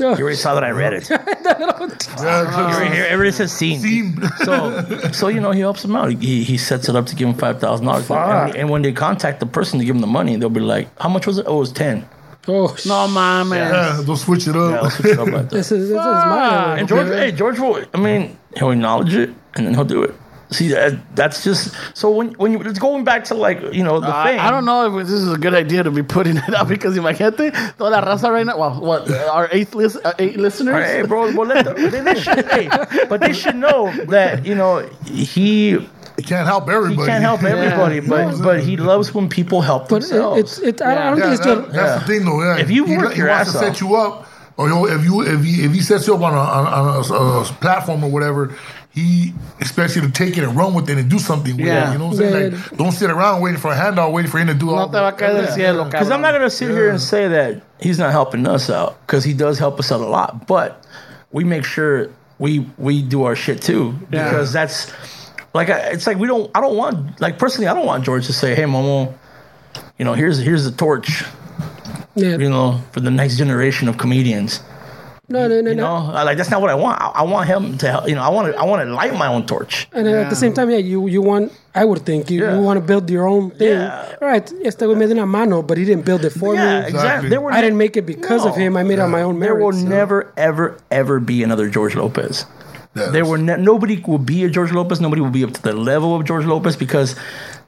Speaker 4: You already saw that I read it. You
Speaker 3: Yeah,
Speaker 6: Every- Every has seen.
Speaker 3: team.
Speaker 4: So, so you know, he helps him out. He, he sets it up to give him five thousand dollars. And, and when they contact the person to give him the money, they'll be like, "How much was it? Oh, it was ten.
Speaker 2: Oh, shit.
Speaker 1: No mames.
Speaker 3: *laughs* Yeah, they'll switch it
Speaker 4: Yeah, I'll
Speaker 3: up.
Speaker 4: switch it up
Speaker 1: *laughs*
Speaker 4: like that.
Speaker 2: This is, this is my
Speaker 4: And George, hey, George will. I mean, he'll acknowledge it and then he'll do it. See, that, that's just so when when you it's going back to like you know the thing.
Speaker 1: I, I don't know if this is a good idea to be putting it out because imagínate toda la raza right now. Well, what our eighth list, uh, eight listeners?
Speaker 4: All right, hey, bro. Well, let the, they, they should, hey, but they should know that you know he he
Speaker 3: He can't help everybody.
Speaker 4: can't help everybody, but but he loves when people help
Speaker 2: But it,
Speaker 4: themselves.
Speaker 2: it's, it, I, I don't
Speaker 3: Yeah,
Speaker 2: think it's
Speaker 3: that-
Speaker 2: just.
Speaker 3: that's the thing, though. Yeah.
Speaker 4: If you
Speaker 3: He-
Speaker 4: work
Speaker 3: he,
Speaker 4: your
Speaker 3: wants
Speaker 4: ass
Speaker 3: to
Speaker 4: off.
Speaker 3: set you up, or he'll- if you if he if he sets you up on a on, a, on a, a platform or whatever, he expects you to take it and run with it and do something with
Speaker 1: Yeah.
Speaker 3: it. You know what I'm saying?
Speaker 2: Yeah.
Speaker 3: Like, don't sit around waiting for a handout, waiting for him to do all.
Speaker 1: No te va a
Speaker 3: the-
Speaker 1: caer del cielo,
Speaker 4: Because I'm
Speaker 1: cabrón.
Speaker 4: not gonna sit here and say that he's not helping us out because he does help us out a lot, but we make sure we we do our shit too because that's like I, it's like we don't I don't want like personally I don't want George to say hey Momo, you know here's here's the torch you
Speaker 2: Yeah.
Speaker 4: know for the next generation of comedians
Speaker 2: No, no, no,
Speaker 4: you
Speaker 2: no.
Speaker 4: know I- like that's not what I want I, I want him to help you know I want to I want to light my own torch
Speaker 2: And uh, at the same time, yeah, you, you want, I would think, you,
Speaker 4: Yeah.
Speaker 2: you want to build your own thing.
Speaker 4: Yeah.
Speaker 2: All right, este güey me dio una mano, but he didn't build it for
Speaker 4: yeah
Speaker 2: me.
Speaker 4: exactly there were
Speaker 2: I didn't make it because of
Speaker 4: No.
Speaker 2: him. I made it on my own
Speaker 4: there
Speaker 2: merit.
Speaker 4: will never ever ever be another George Lopez.
Speaker 3: Yeah,
Speaker 4: There were ne- nobody will be a George Lopez. Nobody will be up to the level of George Lopez because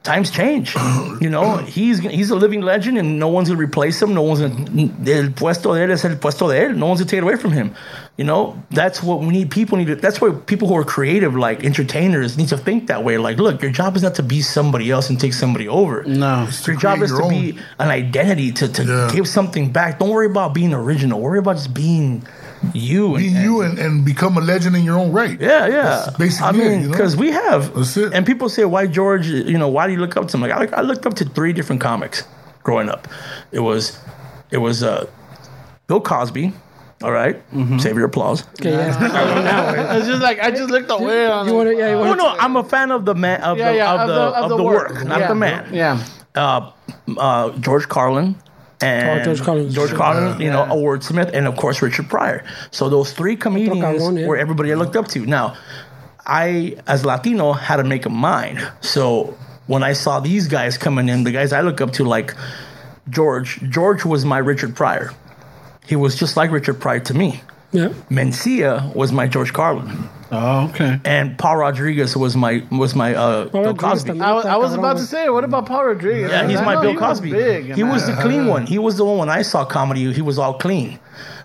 Speaker 4: times
Speaker 3: *coughs*
Speaker 4: change. You know, he's he's a living legend, and no one's gonna replace him. No one's gonna el puesto de él es el puesto de él. No one's gonna take it away from him. You know, that's what we need. People need. To, that's why people who are creative, like entertainers, need to think that way. Like, look, your job is not to be somebody else and take somebody over.
Speaker 1: No.
Speaker 4: Your job
Speaker 3: create
Speaker 4: is
Speaker 3: your
Speaker 4: to
Speaker 3: own.
Speaker 4: be an identity to, to
Speaker 3: Yeah.
Speaker 4: give something back. Don't worry about being original. Worry about just being you.
Speaker 3: be
Speaker 4: and,
Speaker 3: you and, and become a legend in your own right.
Speaker 4: yeah, yeah.
Speaker 3: That's basically
Speaker 4: I
Speaker 3: it,
Speaker 4: mean,
Speaker 3: you know?
Speaker 4: because we have.
Speaker 3: That's it.
Speaker 4: And people say, why George, you know, why do you look up to him? Like, I, look- I looked up to three different comics growing up. It was, it was uh, Bill Cosby. All right?
Speaker 3: Mm-hmm.
Speaker 4: save your applause.
Speaker 2: Okay,
Speaker 4: *laughs*
Speaker 2: yeah.
Speaker 1: It's just like I just looked away on.
Speaker 2: You want to, yeah, you
Speaker 4: Oh
Speaker 2: want to.
Speaker 4: no, I'm a fan of the man of,
Speaker 1: yeah,
Speaker 4: the,
Speaker 1: yeah,
Speaker 4: of, the, of, the work, not
Speaker 1: Yeah.
Speaker 4: the man.
Speaker 1: Yeah.
Speaker 4: Uh, uh, George Carlin, and
Speaker 2: Oh, George Collins.
Speaker 4: George Collins, you know, Award Smith, and of course Richard Pryor. So those three comedians
Speaker 2: cabrón, yeah.
Speaker 4: were everybody I looked up to. Now, I as Latino had to make a mind. So when I saw these guys coming in, the guys I look up to, like George, George was my Richard Pryor. He was just like Richard Pryor to me.
Speaker 2: Yeah.
Speaker 4: Mencia was my George Carlin,
Speaker 1: Oh, okay.
Speaker 4: and Paul Rodriguez was my was my uh, Bill
Speaker 2: Rodriguez
Speaker 4: Cosby.
Speaker 2: también.
Speaker 1: I, I was about to say, what about Paul Rodriguez?
Speaker 4: Yeah, he's
Speaker 1: I
Speaker 4: my
Speaker 1: know
Speaker 4: Bill
Speaker 1: he was
Speaker 4: Cosby.
Speaker 1: big,
Speaker 4: he
Speaker 1: man.
Speaker 4: was the clean one. He was the one when I saw comedy. He was all clean.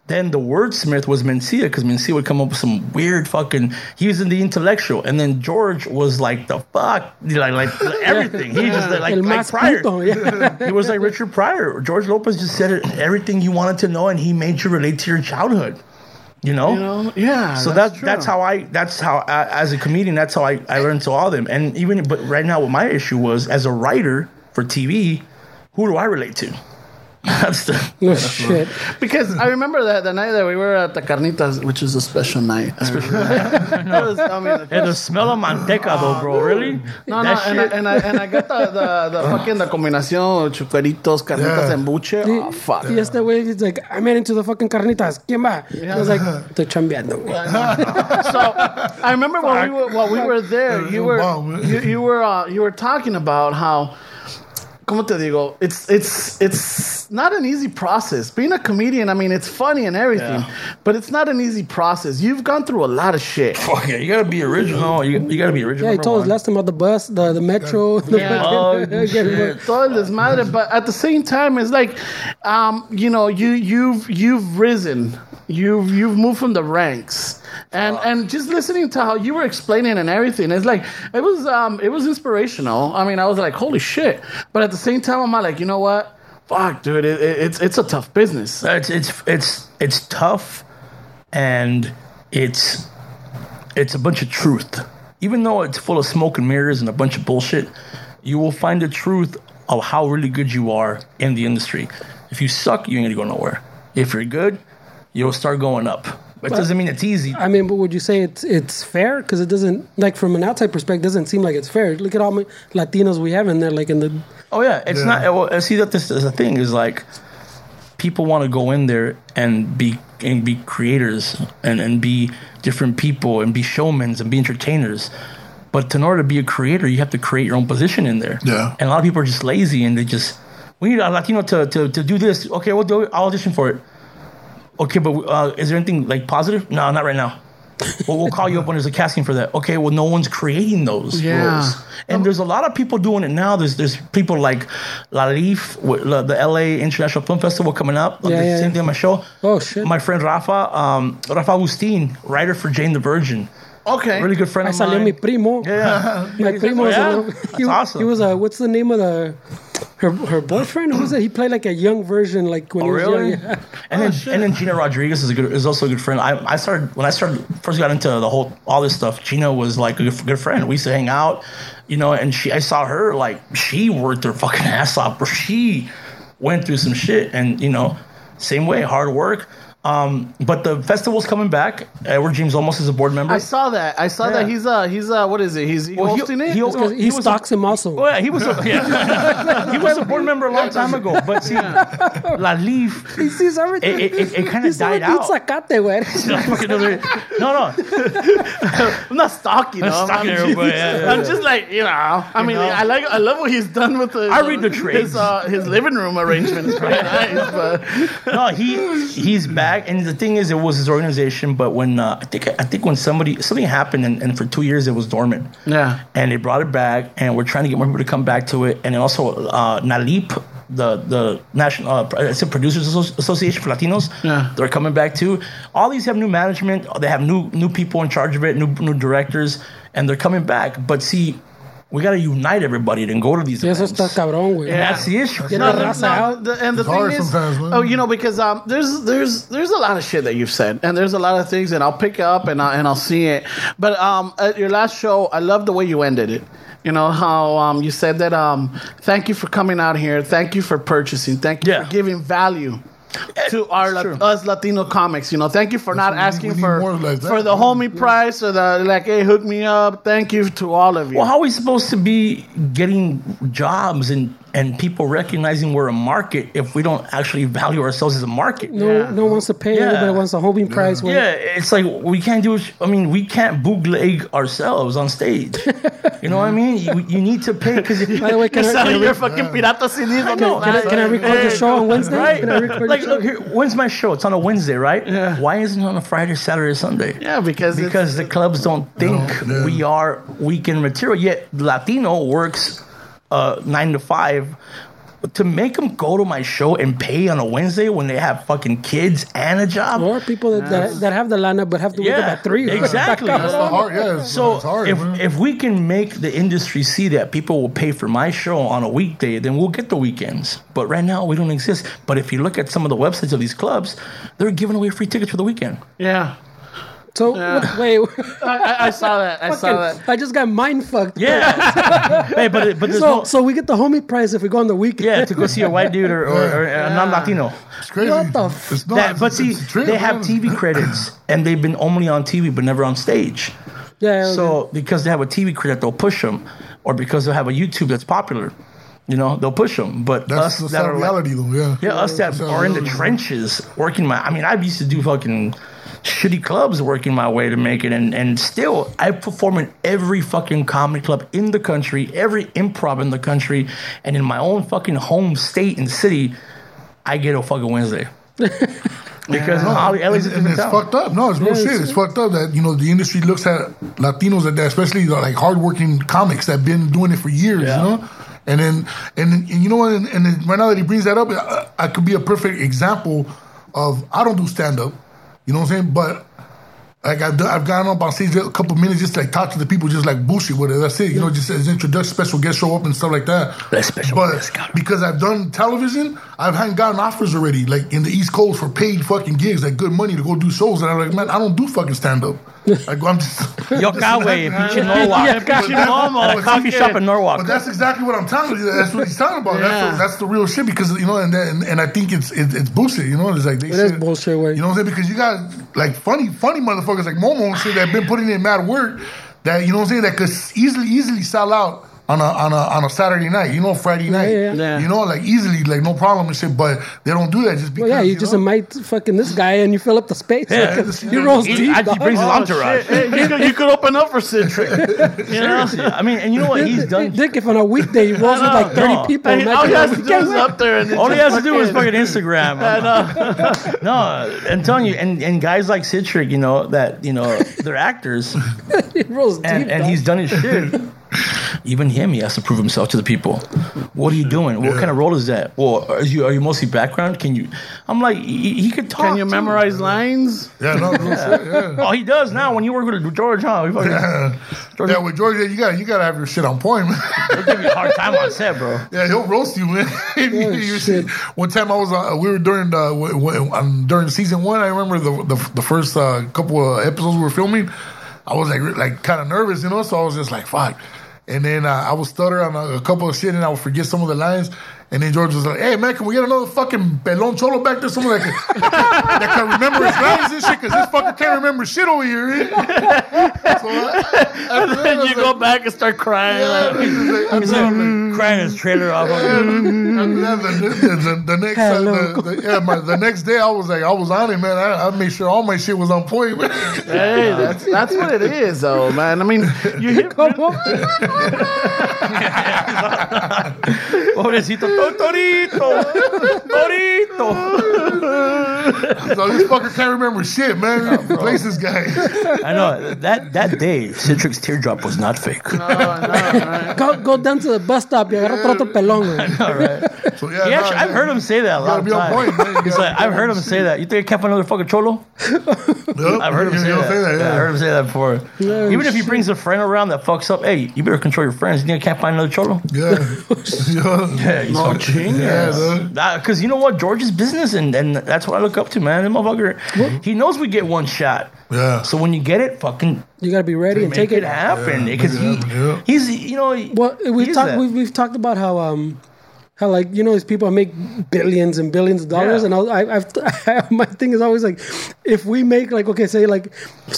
Speaker 4: Then the wordsmith was Mencia because Mencia would come up with some weird fucking. He was in the intellectual, and then George was like the fuck, like like
Speaker 1: *laughs*
Speaker 4: everything. He just like
Speaker 2: El
Speaker 4: like
Speaker 2: más
Speaker 4: Pryor.
Speaker 2: puto,
Speaker 4: *laughs*
Speaker 2: yeah.
Speaker 4: He was like Richard Pryor. George Lopez just said it, everything you wanted to know, and he made you relate to your childhood. You know.
Speaker 1: You know? Yeah.
Speaker 4: So that's that's, how I that's how I, as a comedian that's how I I learned to all them and even but right now what my issue was as a writer for TV, who do I relate to? *laughs* That's the
Speaker 2: No shit.
Speaker 1: Because I remember that the night that we were at the Carnitas, which is a special night. that was, I mean,
Speaker 4: and the smell of manteca though, bro. Really?
Speaker 1: No, no,
Speaker 4: that
Speaker 1: and I, and, I, and I got the, the, the fucking the combinación chucaritos, carnitas,
Speaker 3: Yeah.
Speaker 1: and buche. Oh, fuck.
Speaker 2: Yesterday, way it's like, I'm heading to the fucking carnitas. ¿Quién va? I was like, estoy chambeando, güey.
Speaker 1: So I remember when we were while we were there, you were
Speaker 3: Wow.
Speaker 1: you, you were uh, you were talking about how. Como te digo, it's it's it's not an easy process. Being a comedian, I mean, it's funny and everything, but it's not an easy process. You've gone through a lot of shit.
Speaker 4: Fuck yeah, you gotta be original. You, you gotta be original.
Speaker 2: Yeah, he
Speaker 4: number
Speaker 2: told us
Speaker 4: one.
Speaker 2: last time about the bus, the, the metro. The
Speaker 1: Yeah.
Speaker 2: *laughs* fucking-
Speaker 4: Oh, shit.
Speaker 1: Todo el desmadre, but at the same time, it's like, um, you know, you you've you've risen, you've you've moved from the ranks, and and just listening to how you were explaining and everything, it's like it was um it was inspirational. I mean, I was like, holy shit, but at the same time, I'm like, you know what, fuck, dude, it, it, it's it's a tough business.
Speaker 4: it's it's it's it's tough and it's it's a bunch of truth even though it's full of smoke and mirrors and a bunch of bullshit you will find the truth of how really good you are in the industry if you suck you ain't gonna go nowhere if you're good you'll start going up but it doesn't mean it's easy
Speaker 2: I mean, but would you say it's it's fair? Because it doesn't like from an outside perspective, doesn't seem like it's fair. Look at all my Latinos we have in there, like in the
Speaker 4: Oh yeah, it's
Speaker 3: Yeah.
Speaker 4: not. Well, uh, see that this is the thing is like people want to go in there and be and be creators and and be different people and be showmans and be entertainers. But in order to be a creator, you have to create your own position in there.
Speaker 3: Yeah.
Speaker 4: And a lot of people are just lazy and they just we need a Latino to to, to do this. Okay, we'll do it. I'll audition for it. Okay, but uh, is there anything like positive? No, not right now. well, we'll call you up when there's a casting for that. Okay, well, no one's creating those
Speaker 1: Yeah.
Speaker 4: roles.
Speaker 2: Oh.
Speaker 4: And there's a lot of people doing it now. There's there's people like La Leaf, with La- the LA International Film Festival coming up. on
Speaker 2: Yeah,
Speaker 4: the
Speaker 2: yeah,
Speaker 4: same
Speaker 2: yeah.
Speaker 4: day on my show.
Speaker 2: Oh, shit.
Speaker 4: My friend Rafa, um, Rafa Agustin, writer for Jane the Virgin.
Speaker 1: Okay,
Speaker 4: Really good friend
Speaker 2: I
Speaker 4: of
Speaker 2: salió
Speaker 4: mine.
Speaker 2: mi primo.
Speaker 4: yeah.
Speaker 2: *laughs* My primo was
Speaker 4: Yeah,
Speaker 2: a,
Speaker 4: that's
Speaker 2: he,
Speaker 4: awesome.
Speaker 2: he was a what's the name of the her her boyfriend? Who was it? He played like a young version, like when
Speaker 4: Oh,
Speaker 2: he was
Speaker 4: really?
Speaker 2: young. Yeah.
Speaker 4: *laughs* And then and then Gina Rodriguez is a good is also a good friend. I, I started when I started first got into the whole all this stuff. Gina was like a good, good friend. We used to hang out, you know. And she I saw her like she worked her fucking *laughs* ass off. Bro. She went through some shit, and you know, same way, hard work. Um, but the festival's coming back. Edward James almost is a board member.
Speaker 1: I saw that. I saw that
Speaker 4: Yeah.
Speaker 1: he's uh he's uh what is it? He's he
Speaker 4: Well, he-
Speaker 1: hosting it.
Speaker 4: he-
Speaker 2: Because
Speaker 4: He
Speaker 2: he,
Speaker 4: was a-
Speaker 2: stalks him also.
Speaker 4: Oh yeah, he was a yeah. *laughs* he was a board member a long time ago. But see, La Leaf,
Speaker 2: he
Speaker 4: *laughs* it,
Speaker 2: sees everything.
Speaker 4: it, it, it kind
Speaker 2: He
Speaker 4: of
Speaker 2: saw
Speaker 4: died
Speaker 2: a
Speaker 4: out.
Speaker 2: zacate, güey.
Speaker 4: no, no, Um,
Speaker 1: I'm not stalking. him. I'm
Speaker 4: *laughs* stalking
Speaker 1: just-
Speaker 4: everybody, yeah, yeah,
Speaker 1: I'm just like you know. I mean, I like I love what he's done with the.
Speaker 4: I read the trades.
Speaker 1: His, uh, his living room arrangement is
Speaker 4: *laughs*
Speaker 1: pretty nice, but
Speaker 4: no, he he's back, and the thing is, it was his organization. But when uh, I think I think when somebody something happened, and, and for two years it was dormant.
Speaker 1: Yeah.
Speaker 4: and they brought it back, and we're trying to get more people to come back to it, and then also uh, Nalip. The the national uh, it's a producers Asso- association for Latinos.
Speaker 1: Yeah.
Speaker 4: they're coming back too. All these have new management. They have new new people in charge of it, new new directors, and they're coming back. But see, we got to unite everybody and go to these.
Speaker 2: Eso
Speaker 4: events.
Speaker 2: está cabrón, güey.
Speaker 4: And that's the issue.
Speaker 2: Yeah,
Speaker 1: No,
Speaker 2: the
Speaker 1: no,
Speaker 2: raza
Speaker 1: no,
Speaker 2: out.
Speaker 1: the- and the
Speaker 3: It's
Speaker 1: thing
Speaker 3: hard
Speaker 1: is,
Speaker 3: sometimes, man.
Speaker 1: oh, you know, because um, there's there's there's a lot of shit that you've said, and there's a lot of things that I'll pick up and I, and I'll see it. But um, at your last show, I love the way you ended it. You know how um, you said that um, thank you for coming out here, thank you for purchasing, thank you
Speaker 4: Yeah.
Speaker 1: for giving value. To our
Speaker 4: It's true.
Speaker 1: Lat- us Latino comics, you know, thank you for not
Speaker 3: what we need.
Speaker 1: asking
Speaker 3: We need
Speaker 1: for
Speaker 3: more like that.
Speaker 1: for the homie price or the like. Hey, hook me up. Thank you to all of you.
Speaker 4: Well, how are we supposed to be getting jobs and and people recognizing we're a market if we don't actually value ourselves as a market.
Speaker 2: No, no one wants to pay.
Speaker 4: Yeah.
Speaker 2: Everybody wants a home bean price. When
Speaker 4: Yeah, it's like we can't do. it- I mean, we can't bootleg ourselves on
Speaker 2: *laughs*
Speaker 4: stage. you know what I mean? You, you need to pay because
Speaker 2: By
Speaker 4: *laughs*
Speaker 2: the way, can I, can I,
Speaker 1: Selling your fucking pirata CDs on the
Speaker 4: know,
Speaker 2: can I,
Speaker 1: side.
Speaker 2: can I record the show on Wednesday?
Speaker 4: right?
Speaker 2: Can I record
Speaker 4: Like,
Speaker 2: the show?
Speaker 4: look here. When's my show? It's on a Wednesday, right?
Speaker 1: Yeah.
Speaker 4: Why isn't it on a Friday, Saturday, Sunday?
Speaker 1: Yeah, because it's-
Speaker 4: because the clubs don't think
Speaker 3: No, no.
Speaker 4: we are weekend material. Yet Latino works uh, nine to five. To make them go to my show and pay on a Wednesday when they have fucking kids and a job,
Speaker 2: Or people that, that, that have the lineup but have to wake
Speaker 4: Yeah,
Speaker 2: up at three.
Speaker 4: exactly.
Speaker 3: That's the hard. Yeah, it's,
Speaker 4: So
Speaker 3: it's hard.
Speaker 4: if,
Speaker 3: man.
Speaker 4: if we can make the industry see that people will pay for my show on a weekday, then we'll get the weekends. But right now we don't exist. But if you look at some of the websites of these clubs, they're giving away free tickets for the weekend.
Speaker 1: Yeah.
Speaker 2: So wait,
Speaker 1: I, I- I saw that. I saw that.
Speaker 2: I just got mind fucked.
Speaker 4: Yeah. *laughs* hey, but it- but there's
Speaker 2: So
Speaker 4: no
Speaker 2: so we get the homie price if we go on the weekend.
Speaker 4: yeah to go see a white dude or, or, or
Speaker 3: *laughs*
Speaker 4: a non-Latino.
Speaker 3: it's crazy.
Speaker 2: what the f-
Speaker 3: it's not,
Speaker 4: That, but
Speaker 3: it's-
Speaker 4: see,
Speaker 3: it's a trip,
Speaker 4: they have
Speaker 3: man.
Speaker 4: TV
Speaker 3: *coughs*
Speaker 4: credits and they've been only on TV but never on stage.
Speaker 2: *laughs* yeah. okay.
Speaker 4: So because they have a TV credit, they'll push them, or because they have a YouTube that's popular, you know, they'll push them. But
Speaker 3: That's
Speaker 4: us
Speaker 3: the
Speaker 4: that
Speaker 3: sad
Speaker 4: are like-
Speaker 3: reality, though. Yeah.
Speaker 4: Yeah, us that
Speaker 3: So-
Speaker 4: are in the trenches working my. I mean, I used to do fucking shitty clubs working my way to make it, and and still I perform in every fucking comedy club in the country, every improv in the country, and in my own fucking home state and city, I get a fucking Wednesday. because
Speaker 3: No,
Speaker 4: Holly Ellie's a
Speaker 3: and, and
Speaker 4: different
Speaker 3: it's
Speaker 4: town.
Speaker 3: fucked up. No, it's real
Speaker 2: Yeah,
Speaker 3: shit.
Speaker 2: it's-
Speaker 3: It's, fucked up that you know the industry looks at Latinos at that, especially the, like hardworking comics that been doing it for years.
Speaker 4: Yeah.
Speaker 3: You know, and then and, and you know what? And, and then right now that he brings that up, I, I could be a perfect example of I don't do stand up. You know what I'm saying? But like I've done, I've gone up on stage a couple minutes just to, like talk to the people, just like bullshit with it. That's it. You know, just as introduction, special guest show up and stuff like that.
Speaker 4: That special
Speaker 3: but
Speaker 4: guest, got it.
Speaker 3: because I've done television, I've had gotten offers already, like in the East Coast for paid fucking gigs, like good money to go do shows, and I'm like, man, I don't do fucking stand up. Like I'm just.
Speaker 4: Yo Kawe, Beach in Norwalk,
Speaker 1: Yeah, Beach in Norwalk.
Speaker 4: at a coffee shop in
Speaker 3: *laughs*
Speaker 4: Norwalk.
Speaker 3: But that's exactly what I'm telling you. That's what he's talking about. That's,
Speaker 1: Yeah.
Speaker 3: the, that's the real shit because you know, and that, and, and I think it's it, it's bullshit. You know, it's like they
Speaker 2: is
Speaker 3: shit-
Speaker 2: bullshit, way.
Speaker 3: You know what I'm saying? Because you got like funny, funny motherfuckers like Momo and shit that been putting in mad work. That you know what I'm saying? That could easily easily sell out on a on a on a Saturday night. You know, Friday night.
Speaker 2: yeah, yeah.
Speaker 1: Yeah.
Speaker 3: You know, like easily, like no problem and shit. But they don't do that just because.
Speaker 2: Well, yeah, you just
Speaker 3: know?
Speaker 2: invite fucking this guy and you fill up the space.
Speaker 4: Yeah.
Speaker 2: Fucking- *laughs* he rolls
Speaker 4: He-
Speaker 2: deep.
Speaker 4: I- he
Speaker 2: dog.
Speaker 4: brings his
Speaker 1: Oh,
Speaker 4: entourage.
Speaker 1: shit. Hey, *laughs* you, could, you could open up for Citric. You know?
Speaker 4: Seriously, I mean, and you know what
Speaker 2: *laughs*
Speaker 4: he's done.
Speaker 2: Dick, if on a weekday he
Speaker 4: *laughs*
Speaker 2: rolls with like
Speaker 4: No.
Speaker 2: thirty people,
Speaker 1: Hey,
Speaker 2: imagine
Speaker 4: oh,
Speaker 1: all he
Speaker 2: how
Speaker 1: has
Speaker 2: we
Speaker 1: to do
Speaker 2: get
Speaker 1: is
Speaker 2: away.
Speaker 1: up there and it's
Speaker 4: All he
Speaker 1: just
Speaker 4: has to do is fucking Instagram.
Speaker 1: *laughs* I know.
Speaker 4: No, I'm telling you, and, and guys like Citric, you know, that, you know, they're actors
Speaker 2: *laughs* he rolls deep.
Speaker 4: and, and
Speaker 2: dog.
Speaker 4: he's done his shit. Even him, he has to prove himself to the people. What are you doing? What kind of role is that? Well, are you are you mostly background? Can you? I'm like, he, he could talk.
Speaker 1: Can you
Speaker 4: too.
Speaker 1: memorize lines?
Speaker 3: Yeah,
Speaker 2: *laughs*
Speaker 3: no, no, yeah.
Speaker 4: Oh, he does now. When you work with George, huh? He
Speaker 1: *laughs*
Speaker 4: fucking
Speaker 3: yeah. yeah, with George, you got you got to have your shit on point, man. *laughs*
Speaker 4: he'll give you a hard time on set, bro.
Speaker 3: Yeah, he'll roast you, man. *laughs* You see-
Speaker 2: shit.
Speaker 3: One time I was on, we were during the w- w- um, during season one. I remember the the, the first uh, couple of episodes we were filming. I was like re- like kind of nervous, you know. So I was just like, "Fuck." And then uh, I would stutter on a, a couple of shit, and I would forget some of the lines. And then George was like, "Hey man, can we get another fucking pelon cholo back there? Someone that *laughs* can, that can remember his lines and shit, because this fucker can't remember shit over here." *laughs* so uh, I, after that, I
Speaker 1: And *laughs*
Speaker 3: was
Speaker 1: you
Speaker 3: like,
Speaker 1: go back and start crying.
Speaker 3: yeah,
Speaker 1: like,
Speaker 3: I was
Speaker 4: He's
Speaker 3: like,
Speaker 4: like crying his trailer off.
Speaker 3: After that, the, the, the, the next uh, the, the, yeah, my, the next day I was like I was on it, man. I, I made sure all my shit was on point. Man.
Speaker 1: Hey, that's, that's what it is, though, man. I mean, you hear,
Speaker 2: Come on.
Speaker 4: Pobrecito, torito, torito.
Speaker 3: so this fucker can't remember shit,
Speaker 4: Oh,
Speaker 3: man. Replace this guy.
Speaker 4: I know that that day, Citric's teardrop was not fake.
Speaker 2: Go, go down to the bus stop. You agarra otro
Speaker 4: *laughs*
Speaker 2: pelón. güey.
Speaker 4: *laughs* All right.
Speaker 3: So yeah,
Speaker 4: He
Speaker 3: nah,
Speaker 4: actually, I've
Speaker 3: man.
Speaker 4: heard him say that a lot.
Speaker 3: gotta
Speaker 4: Of
Speaker 3: be on point, man.
Speaker 4: time.
Speaker 3: You
Speaker 4: He's
Speaker 3: gotta
Speaker 4: like,
Speaker 3: be
Speaker 4: I've heard
Speaker 3: on
Speaker 4: him say that. You think I kept another fucking cholo?
Speaker 3: Yep.
Speaker 4: I've heard him
Speaker 3: You
Speaker 4: say
Speaker 3: know
Speaker 4: that.
Speaker 3: what I'm saying?
Speaker 4: Yeah, I heard him say that before.
Speaker 2: Yeah,
Speaker 4: Even if he brings a friend around that fucks up, hey, you better control your friends. You think I can't find another cholo? *laughs*
Speaker 3: Yeah. yeah.
Speaker 4: Yeah, he's no,
Speaker 3: Yeah, dude.
Speaker 4: Because you know what, George's business, and, and that's what I look up to, man. The motherfucker, he knows we get one shot.
Speaker 3: Yeah.
Speaker 4: So when you get it, fucking
Speaker 2: You gotta be ready and
Speaker 4: make
Speaker 2: take
Speaker 4: it
Speaker 2: it.
Speaker 4: happen.
Speaker 3: Yeah,
Speaker 4: Because
Speaker 3: make it happen, yeah.
Speaker 4: he, he's, you know,
Speaker 2: Well,
Speaker 4: he
Speaker 2: we've
Speaker 4: is
Speaker 2: talked.
Speaker 4: that.
Speaker 2: We've, we've talked about how um, how like you know these people make billions and billions of dollars,
Speaker 4: Yeah.
Speaker 2: and I'll, I, I've, *laughs* my thing is always like, if we make like okay, say like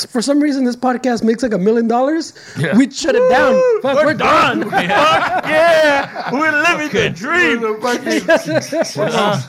Speaker 2: for some reason this podcast makes like a million dollars,
Speaker 4: Yeah.
Speaker 2: we shut it down. Fuck, we're, done.
Speaker 4: yeah, we're living the dream.
Speaker 2: That's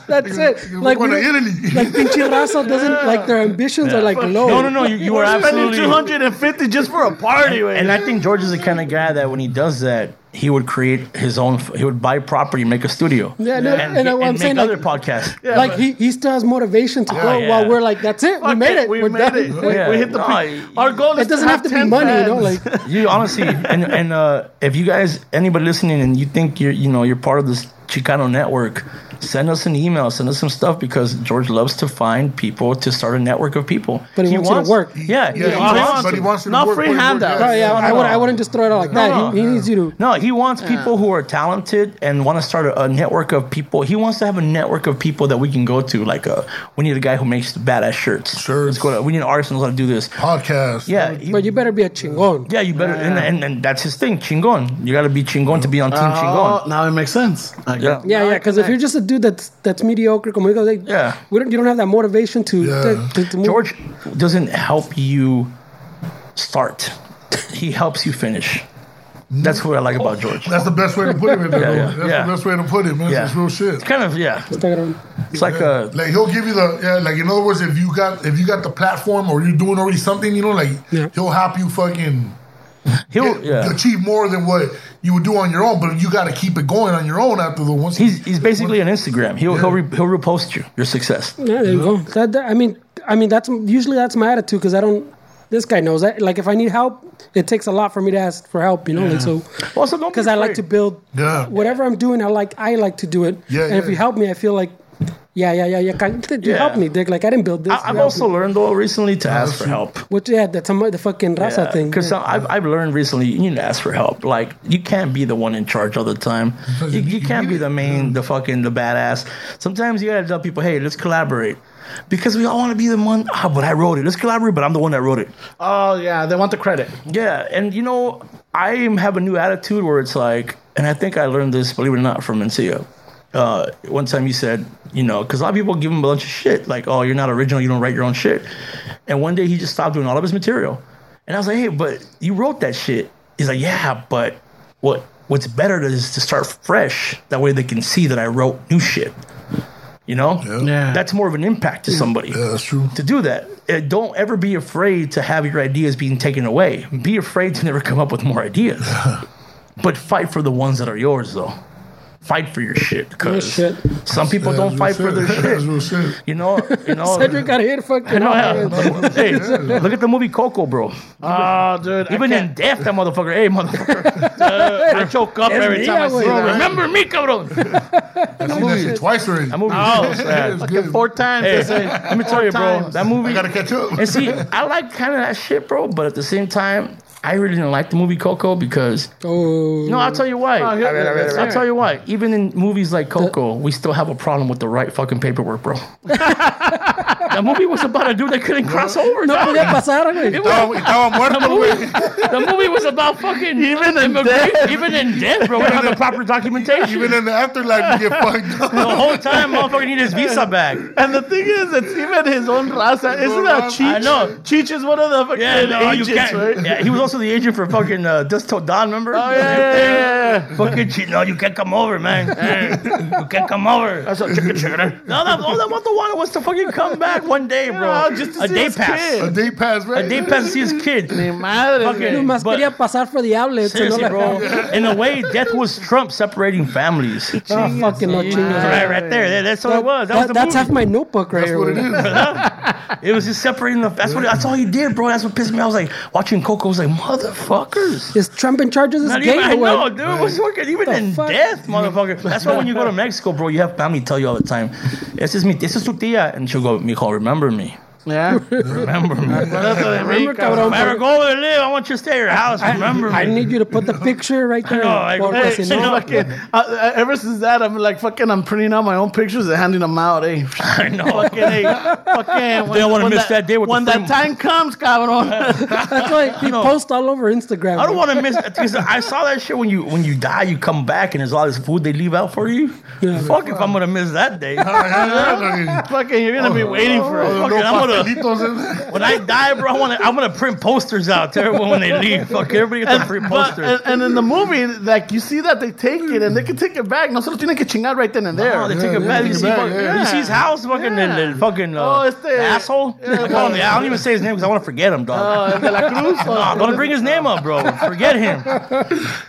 Speaker 2: it. Like
Speaker 3: Like going
Speaker 2: we
Speaker 3: to
Speaker 2: don't-
Speaker 3: Italy.
Speaker 2: like Pinchi Raza doesn't like their ambitions are like low.
Speaker 4: No, no, no. You, you are
Speaker 6: Spending
Speaker 4: absolutely.
Speaker 6: two hundred and fifty just for a party,
Speaker 4: And
Speaker 6: and I think George is the kind of guy that when he does that, he would create his own. He would buy property, make a studio,
Speaker 2: Yeah, no,
Speaker 4: and,
Speaker 2: and
Speaker 4: and
Speaker 2: what I'm
Speaker 4: make
Speaker 2: saying,
Speaker 4: other
Speaker 2: like-
Speaker 4: podcasts.
Speaker 2: like he, he still has motivation to go
Speaker 4: yeah.
Speaker 2: while we're like that's it we
Speaker 1: Fuck
Speaker 2: made it
Speaker 1: We
Speaker 2: are
Speaker 1: made
Speaker 2: done.
Speaker 1: it. We,
Speaker 4: Yeah.
Speaker 1: we hit the.
Speaker 4: No,
Speaker 1: peak.
Speaker 4: you-
Speaker 1: Our goal is
Speaker 2: it doesn't
Speaker 1: to
Speaker 2: have to be
Speaker 1: 10
Speaker 2: money you
Speaker 1: fans.
Speaker 2: know like
Speaker 4: You honestly, and and uh, if you guys, anybody listening, and you think you're, you know, you're part of this Chicano network, send us an email, send us some stuff because George loves to find people to start a network of people.
Speaker 2: But he wants you to work.
Speaker 4: *laughs* Yeah,
Speaker 3: Yeah, he wants- but he wants you to
Speaker 1: Not
Speaker 3: work,
Speaker 1: free
Speaker 3: work, work,
Speaker 1: handouts.
Speaker 3: yeah.
Speaker 2: oh yeah I, would, I wouldn't just throw it out like that
Speaker 4: No,
Speaker 2: he, he needs you to
Speaker 4: No, he wants people who are talented and want to start a, a network of people. He wants to have a network of people that we can go to. Like, uh, we need a guy who makes the badass shirts.
Speaker 3: Shirts.
Speaker 4: Let's go to, we need an artist who knows how to do this.
Speaker 3: Podcast.
Speaker 4: Yeah. he-
Speaker 2: but you better be a chingon
Speaker 4: yeah, you better. And, and, and that's his thing, chingon. You got to be chingon to be on Team
Speaker 1: Oh,
Speaker 4: Chingon.
Speaker 1: now it makes sense. I
Speaker 4: Yeah.
Speaker 1: got-
Speaker 2: yeah yeah because if you're just a dude that's that's mediocre como digo, like,
Speaker 4: Yeah.
Speaker 2: we don't you don't have that motivation to
Speaker 3: Yeah.
Speaker 2: to, to, to move.
Speaker 4: George doesn't help you start, he helps you finish. That's what I like about George.
Speaker 3: That's the best way to put it. man.
Speaker 4: Yeah, yeah,
Speaker 3: That's
Speaker 4: yeah.
Speaker 3: the best way to put it, man.
Speaker 4: Yeah.
Speaker 3: It's real shit.
Speaker 4: It's kind of, yeah. It's like uh, a.
Speaker 3: like he'll give you the yeah, like in other words, if you got if you got the platform or you're doing already something, you know, like
Speaker 2: Yeah.
Speaker 3: he'll help you fucking
Speaker 4: He'll, Oh, yeah.
Speaker 3: achieve more than what you would do on your own. But you got to keep it going on your own after the once.
Speaker 4: He's, he's basically an Instagram. He'll, he'll, re, he'll repost you, your success.
Speaker 2: yeah there you go that, that- I mean I mean that's usually that's my attitude because I don't this guy knows that like if I need help it takes a lot for me to ask for help you know like so
Speaker 4: Also, don't be
Speaker 2: because I like to
Speaker 4: afraid.
Speaker 2: build
Speaker 3: *laughs* Yeah.
Speaker 2: whatever I'm doing. I like I like to do it.
Speaker 3: Yeah,
Speaker 2: and if
Speaker 3: yeah.
Speaker 2: you help me, I feel like yeah, yeah, yeah, yeah. Can, dude,
Speaker 4: Yeah.
Speaker 2: help me, Dick. Like I didn't build this.
Speaker 4: I, I've
Speaker 2: You help
Speaker 4: also
Speaker 2: me.
Speaker 4: learned though recently to ask for help.
Speaker 2: which yeah, that's the fucking raza thing.
Speaker 4: Because
Speaker 2: yeah.
Speaker 4: I've, I've learned recently, you need to ask for help. Like you can't be the one in charge all the time. You, you can't be the main, the fucking, the badass. Sometimes you gotta tell people, hey, let's collaborate, because we all want to be the one. Ah, but I wrote it. Let's collaborate, but I'm the one that wrote it.
Speaker 1: Oh yeah, they want the credit.
Speaker 4: Yeah, and you know, I am- have a new attitude where it's like, and I think I learned this, believe it or not, from Mencia. Uh, one time he said, you know, because a lot of people give him a bunch of shit, like, oh, you're not original, you don't write your own shit. And one day he just stopped doing all of his material. And I was like, hey, but you wrote that shit. He's like, yeah, but what what's better is to start fresh. That way they can see that I wrote new shit. You know?
Speaker 1: Yeah.
Speaker 4: That's more of an impact to somebody
Speaker 3: yeah, that's true.
Speaker 4: to do that. Uh, Don't ever be afraid to have your ideas being taken away. Be afraid to never come up with more *laughs* ideas. but fight for the ones that are yours, though. Fight for your shit, because
Speaker 2: Oh, shit.
Speaker 4: some people
Speaker 3: Yeah,
Speaker 4: don't fight
Speaker 3: that's
Speaker 4: for
Speaker 3: real
Speaker 4: their
Speaker 3: *laughs* shit. That's
Speaker 4: shit. *laughs*
Speaker 3: real shit.
Speaker 4: You know, you know.
Speaker 2: Cedric got hit fucking.
Speaker 4: No, yeah.
Speaker 2: hard.
Speaker 4: *laughs* hey, look at the movie Coco, bro. Ah,
Speaker 1: Oh dude, I
Speaker 4: Even
Speaker 1: can't-
Speaker 4: in death, that motherfucker. Hey, motherfucker. *laughs* I choke up every
Speaker 2: me,
Speaker 4: time I
Speaker 2: that
Speaker 4: see
Speaker 2: way.
Speaker 4: it. Remember me, *laughs* cabrón.
Speaker 3: I've seen that shit twice already.
Speaker 4: That
Speaker 3: *laughs*
Speaker 4: movie.
Speaker 1: Oh,
Speaker 4: is so
Speaker 1: man.
Speaker 4: sad.
Speaker 3: It's good.
Speaker 1: four times.
Speaker 4: Hey,
Speaker 1: they say.
Speaker 4: let me tell you, bro.
Speaker 1: times.
Speaker 4: That *laughs* movie.
Speaker 3: I gotta catch up. *laughs*
Speaker 4: And see, I like kind of that shit, bro. But at the same time, I really didn't like the movie Coco because
Speaker 2: Oh,
Speaker 4: no, I'll tell you why.
Speaker 1: Oh, yeah, yeah, yeah, yeah.
Speaker 4: I'll tell you why. Even in movies like Coco, we still have a problem with the right fucking paperwork, bro. that movie was about a dude that couldn't cross over.
Speaker 2: no
Speaker 4: dog.
Speaker 2: podía pasar, güey.
Speaker 4: It
Speaker 3: Estaba-
Speaker 4: was- *laughs*
Speaker 3: estaba muerto, güey.
Speaker 4: the movie was about fucking even in death. Even in death, bro, we don't have the proper documentation.
Speaker 3: Even in the afterlife, you
Speaker 4: *laughs*
Speaker 3: get fucked up.
Speaker 4: the whole time, motherfucker, need his visa back.
Speaker 1: And the thing is, it's even his own raza. Isn't that
Speaker 3: own-
Speaker 1: Cheech?
Speaker 4: I know.
Speaker 1: Cheech is one of the fucking
Speaker 4: Yeah, no, you
Speaker 1: agents,
Speaker 4: can't.
Speaker 1: right?
Speaker 4: Yeah, he was also the agent for fucking uh, Dusto Don, remember?
Speaker 1: Oh, yeah, yeah, yeah, yeah, yeah.
Speaker 4: Fucking cheat. No, you can't come over, man. you can't come over. That's a chicken chicken. No, no, all that what the wanted was to fucking come back one day, bro.
Speaker 1: Yeah, just to
Speaker 4: a
Speaker 1: see
Speaker 4: day
Speaker 1: his
Speaker 4: pass.
Speaker 1: kid.
Speaker 3: A day pass, right?
Speaker 4: A day
Speaker 3: *laughs*
Speaker 4: pass to see his kid.
Speaker 1: Mi madre,
Speaker 4: Fucking-
Speaker 1: güey.
Speaker 2: Nomás
Speaker 4: but-
Speaker 2: quería pasar for the outlets. and
Speaker 4: Seriously,
Speaker 2: all
Speaker 4: bro.
Speaker 2: that.
Speaker 4: In a way, death was Trump separating families.
Speaker 2: Oh, fucking no chingas.
Speaker 4: Right, right there. That- That's all it was. That,
Speaker 2: That-
Speaker 4: was the
Speaker 2: that's
Speaker 4: movie.
Speaker 2: half my notebook right
Speaker 3: That's
Speaker 2: here.
Speaker 3: what it
Speaker 2: güey.
Speaker 3: is.
Speaker 4: It was just separating the. That's what. That's all he did, bro. That's what pissed me. I was like watching Coco. I was like, motherfuckers.
Speaker 2: Is Trump in charge of this
Speaker 4: Not
Speaker 2: game?
Speaker 4: even, I
Speaker 2: or what?
Speaker 4: know, dude. It was fucking even
Speaker 2: The
Speaker 4: in
Speaker 2: fuck?
Speaker 4: death, motherfucker. That's why when you go
Speaker 5: *laughs*
Speaker 4: to Mexico, bro, you have family tell you all the time, "This is me. This is tu tía," and she'll go, "Mijo, remember me."
Speaker 5: Yeah.
Speaker 7: Remember, man.
Speaker 2: Remember, cabrón,
Speaker 4: If I ever go over there, live, I want you to stay at your house. Remember,
Speaker 2: I
Speaker 4: man. *laughs*
Speaker 2: need you to put the picture right there.
Speaker 4: know, like,
Speaker 2: Porque
Speaker 4: hey,
Speaker 2: si
Speaker 4: you *laughs*
Speaker 2: no-
Speaker 4: know,
Speaker 5: Fucking, I, I, ever since that, I'm like fucking. I'm printing out my own pictures and handing them out. Hey,
Speaker 4: I know.
Speaker 5: fucking, hey, fucking. When,
Speaker 4: They don't wanna
Speaker 5: when
Speaker 4: miss that day with the
Speaker 5: when that
Speaker 4: film.
Speaker 5: time comes, cabrón.
Speaker 2: That's why we post all over Instagram.
Speaker 4: I don't want to miss because I saw that shit when you when you die, you come back and there's all this food they leave out for you. Fuck if I'm gonna miss that day.
Speaker 3: Yeah, yeah,
Speaker 4: *laughs*
Speaker 3: yeah, like,
Speaker 5: fucking, you're gonna be waiting for it.
Speaker 3: oh,
Speaker 4: fucking,
Speaker 3: no
Speaker 4: I'm gonna-
Speaker 3: pastelitos in there.
Speaker 4: When I die, bro, I want to. I'm gonna print posters out to everyone when they leave. Fuck everybody gets a free
Speaker 5: But,
Speaker 4: poster.
Speaker 5: and, and in the movie, like you see that they take it and they can take it back. Nosotros tienen que chingar right then and there.
Speaker 4: Oh, they take it
Speaker 3: yeah,
Speaker 4: back.
Speaker 3: take
Speaker 4: You
Speaker 3: it
Speaker 4: see,
Speaker 3: back,
Speaker 4: fuck-
Speaker 3: yeah.
Speaker 4: you see his house, fucking the,
Speaker 5: Yeah.
Speaker 4: the fucking uh,
Speaker 5: Oh, it's the-
Speaker 4: asshole. *laughs* I, call him the- I don't even say his name because I want to forget him, dog.
Speaker 5: Uh, De La Cruz.
Speaker 4: *laughs*
Speaker 5: or-
Speaker 4: I'm gonna bring his name up, bro. Forget him.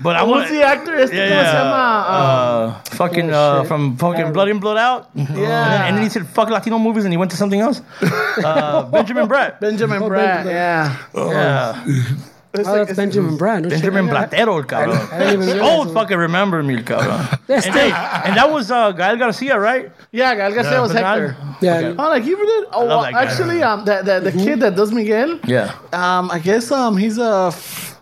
Speaker 4: But I want
Speaker 5: Who's the actor? Este,
Speaker 4: Yeah,
Speaker 5: ¿Cómo se
Speaker 4: yeah.
Speaker 5: llama? Um, oh,
Speaker 4: Uh, fucking uh,
Speaker 2: shit.
Speaker 4: from fucking Blood in Blood Out.
Speaker 5: yeah.
Speaker 4: And then he said fuck Latino movies and he went to something else.
Speaker 5: *laughs*
Speaker 4: Uh, Benjamin Brett.
Speaker 5: Benjamin Bratt. Yeah.
Speaker 4: Yeah.
Speaker 5: It's
Speaker 2: Oh,
Speaker 5: like-
Speaker 2: that's Benjamin Brown.
Speaker 4: Benjamin Blatero, el cabrón.
Speaker 2: I
Speaker 4: *laughs*
Speaker 2: didn't even realize
Speaker 4: Oh,
Speaker 2: it.
Speaker 4: fucking remember me, el cabrón.
Speaker 2: That's
Speaker 4: And, hey, and that was uh, Gael Garcia, right?
Speaker 5: yeah, Gal Gadot was Hector.
Speaker 2: Yeah.
Speaker 5: Oh, like he really? Oh,
Speaker 4: love
Speaker 5: well,
Speaker 4: that guy.
Speaker 5: actually, um, that, that the kid that does Miguel.
Speaker 4: Yeah.
Speaker 5: Um, I guess um, he's a.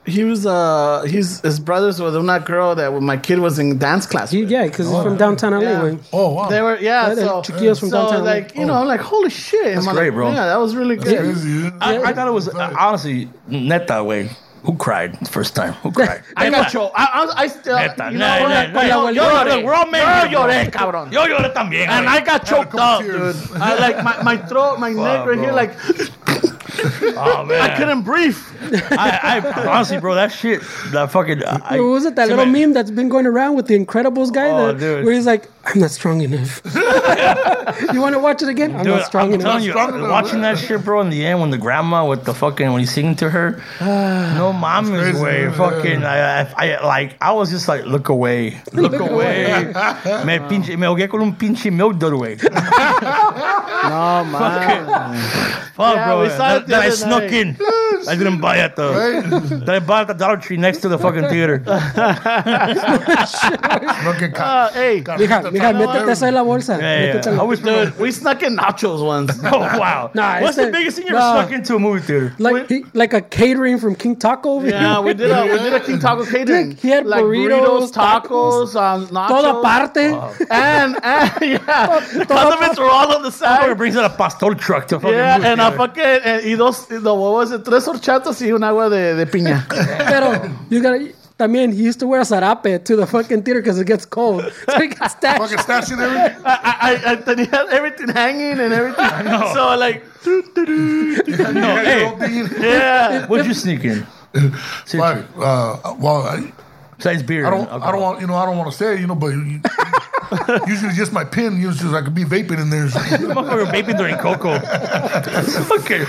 Speaker 5: He was uh he's his brothers were that girl that when my kid was in dance class.
Speaker 2: You-
Speaker 5: with.
Speaker 2: Yeah, because he's from downtown LA.
Speaker 5: Yeah.
Speaker 2: Wayne.
Speaker 3: Oh wow.
Speaker 5: They were yeah,
Speaker 2: Yeah, the
Speaker 5: so,
Speaker 2: chiquillos from
Speaker 5: so
Speaker 2: downtown.
Speaker 5: like you know like holy shit. That's
Speaker 4: great, bro.
Speaker 5: Yeah, that was really good.
Speaker 3: Crazy, yeah.
Speaker 4: I, I thought it was uh, honestly net that way. Who cried the first time? Who cried?
Speaker 5: *laughs* I got you. I, I, I still
Speaker 4: Neta,
Speaker 5: you
Speaker 4: no,
Speaker 5: know
Speaker 4: no,
Speaker 5: like,
Speaker 4: no,
Speaker 5: yo
Speaker 4: yo,
Speaker 5: lloré.
Speaker 4: lloré. We're all men.
Speaker 5: Yo lloré, cabrón.
Speaker 4: Yo lloré también. eh.
Speaker 5: And
Speaker 4: güey.
Speaker 5: I got choked
Speaker 3: couple
Speaker 5: up, dude.
Speaker 3: tears.
Speaker 5: I like my, my throat, my neck right here,
Speaker 4: bro.
Speaker 5: like
Speaker 4: oh, man.
Speaker 5: I couldn't breathe.
Speaker 4: I, I honestly, bro, that shit, that fucking. I,
Speaker 2: What was it that little
Speaker 4: somebody-
Speaker 2: meme that's been going around with the Incredibles guy?
Speaker 4: Oh,
Speaker 2: that,
Speaker 4: dude.
Speaker 2: Where he's like, I'm not strong
Speaker 4: *laughs*
Speaker 2: enough. you want to watch it again? I'm
Speaker 4: Dude,
Speaker 2: not strong
Speaker 4: I'm
Speaker 2: enough.
Speaker 4: telling you,
Speaker 3: Strong enough.
Speaker 4: watching that shit, bro, in the end when the grandma with the fucking when he's singing to her, no mommy's
Speaker 3: crazy,
Speaker 4: way,
Speaker 3: yeah.
Speaker 4: fucking. I, I, I like, I was just like, look away, look away. me pinche, me ahogué con un pinche milk dud away. Fuck,
Speaker 5: Oh man.
Speaker 4: bro.
Speaker 5: we saw it
Speaker 4: That,
Speaker 5: the
Speaker 4: that I
Speaker 5: other
Speaker 4: snuck
Speaker 5: night.
Speaker 4: in. I didn't buy at the.
Speaker 3: Right?
Speaker 4: That I bought at the Dollar Tree next to the fucking theater.
Speaker 3: Fucking cock.
Speaker 5: Uh, hey,
Speaker 2: Mija, mija,
Speaker 5: know
Speaker 2: métete eso en la bolsa.
Speaker 4: yeah.
Speaker 2: Métete en la-
Speaker 4: I was
Speaker 5: dude, we snuck in nachos once.
Speaker 4: *laughs* Oh wow!
Speaker 2: Nah, it's
Speaker 4: What's the
Speaker 2: a-
Speaker 4: biggest thing you ever
Speaker 2: nah.
Speaker 4: snuck into a movie theater?
Speaker 2: Like, he, like a catering from King Taco over
Speaker 5: Yeah,
Speaker 2: here.
Speaker 5: we did a we did a King Taco catering.
Speaker 2: He had burritos,
Speaker 5: tacos, um, nachos,
Speaker 2: Toda parte.
Speaker 5: and and *laughs* yeah, condiments were all on the
Speaker 4: Fucker
Speaker 5: side.
Speaker 4: brings out a pastor truck to fucking
Speaker 5: Yeah,
Speaker 4: movie
Speaker 5: and I
Speaker 4: theater.
Speaker 5: fucking and, y dos y the, what was it? Tres horchatas y un agua de, de piña.
Speaker 2: *laughs* Pero you gotta. I mean, he used to wear a sarape to the fucking theater because it gets cold. *laughs* So he gets stashed.
Speaker 3: Fucking statue there.
Speaker 5: I, I, I, tenía everything hanging
Speaker 4: *laughs*
Speaker 5: and everything. So like,
Speaker 4: No, *laughs* hey,
Speaker 3: Hey.
Speaker 5: yeah,
Speaker 4: what'd you sneak in?
Speaker 3: Like, uh, well, I,
Speaker 4: Besides beer,
Speaker 3: I
Speaker 4: and
Speaker 3: don't, I don't
Speaker 4: alcohol.
Speaker 3: want, you know, I don't want to say, it, you know, but you- usually just my pin, you know, just I could be vaping in there. You know
Speaker 4: Motherfucker vaping during cocoa. *laughs* okay.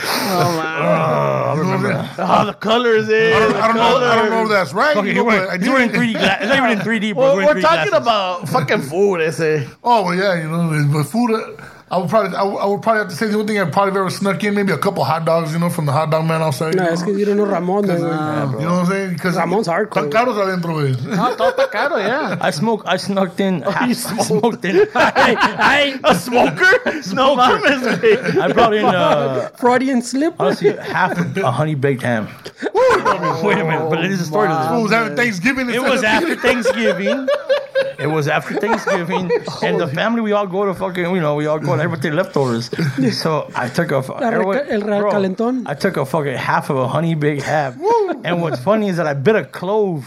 Speaker 3: what I mean?
Speaker 4: Ah.
Speaker 5: oh, the colors in.
Speaker 3: I don't I don't know. I don't know if that's right.
Speaker 4: Okay,
Speaker 3: you
Speaker 4: you
Speaker 3: know, but I
Speaker 4: were, you were in
Speaker 3: did it.
Speaker 4: 3D glass. It's not even in 3D, bro.
Speaker 5: We're,
Speaker 4: We're, in
Speaker 5: we're
Speaker 4: 3D
Speaker 5: talking
Speaker 4: glasses.
Speaker 5: about fucking food, I *laughs* say.
Speaker 3: Oh well, yeah, you know, but food. uh, I would probably, I would, I would probably have to say the only thing I probably ever snuck in, maybe a couple hot dogs, you know, from the hot dog man outside.
Speaker 2: No,
Speaker 3: you, know?
Speaker 2: es que you don't know Ramon. no, güey.
Speaker 3: You know what I'm saying? Because
Speaker 2: Ramon's hardcore.
Speaker 3: Tan caros adentro, güey.
Speaker 5: No, todo está caro, yeah.
Speaker 4: I smoke. I snuck *laughs* in. I
Speaker 5: you
Speaker 4: smoked, *laughs* in. I,
Speaker 5: A smoker? No mames, güey.
Speaker 4: I brought in, *laughs* uh,
Speaker 2: Freudian slip. *laughs*
Speaker 4: honestly, half a, a honey baked ham. Wait a minute, but it is a story to this.
Speaker 3: It was after Thanksgiving.
Speaker 4: It was
Speaker 2: *laughs*
Speaker 4: after Thanksgiving. It was after Thanksgiving, and the family we all go to fucking you know we all go to everything leftovers. So I took a fu-
Speaker 2: reca-
Speaker 4: everyone-
Speaker 2: el real
Speaker 4: bro,
Speaker 2: calentón.
Speaker 4: I took a fucking half of a honey baked half, and what's funny is that I bit a clove.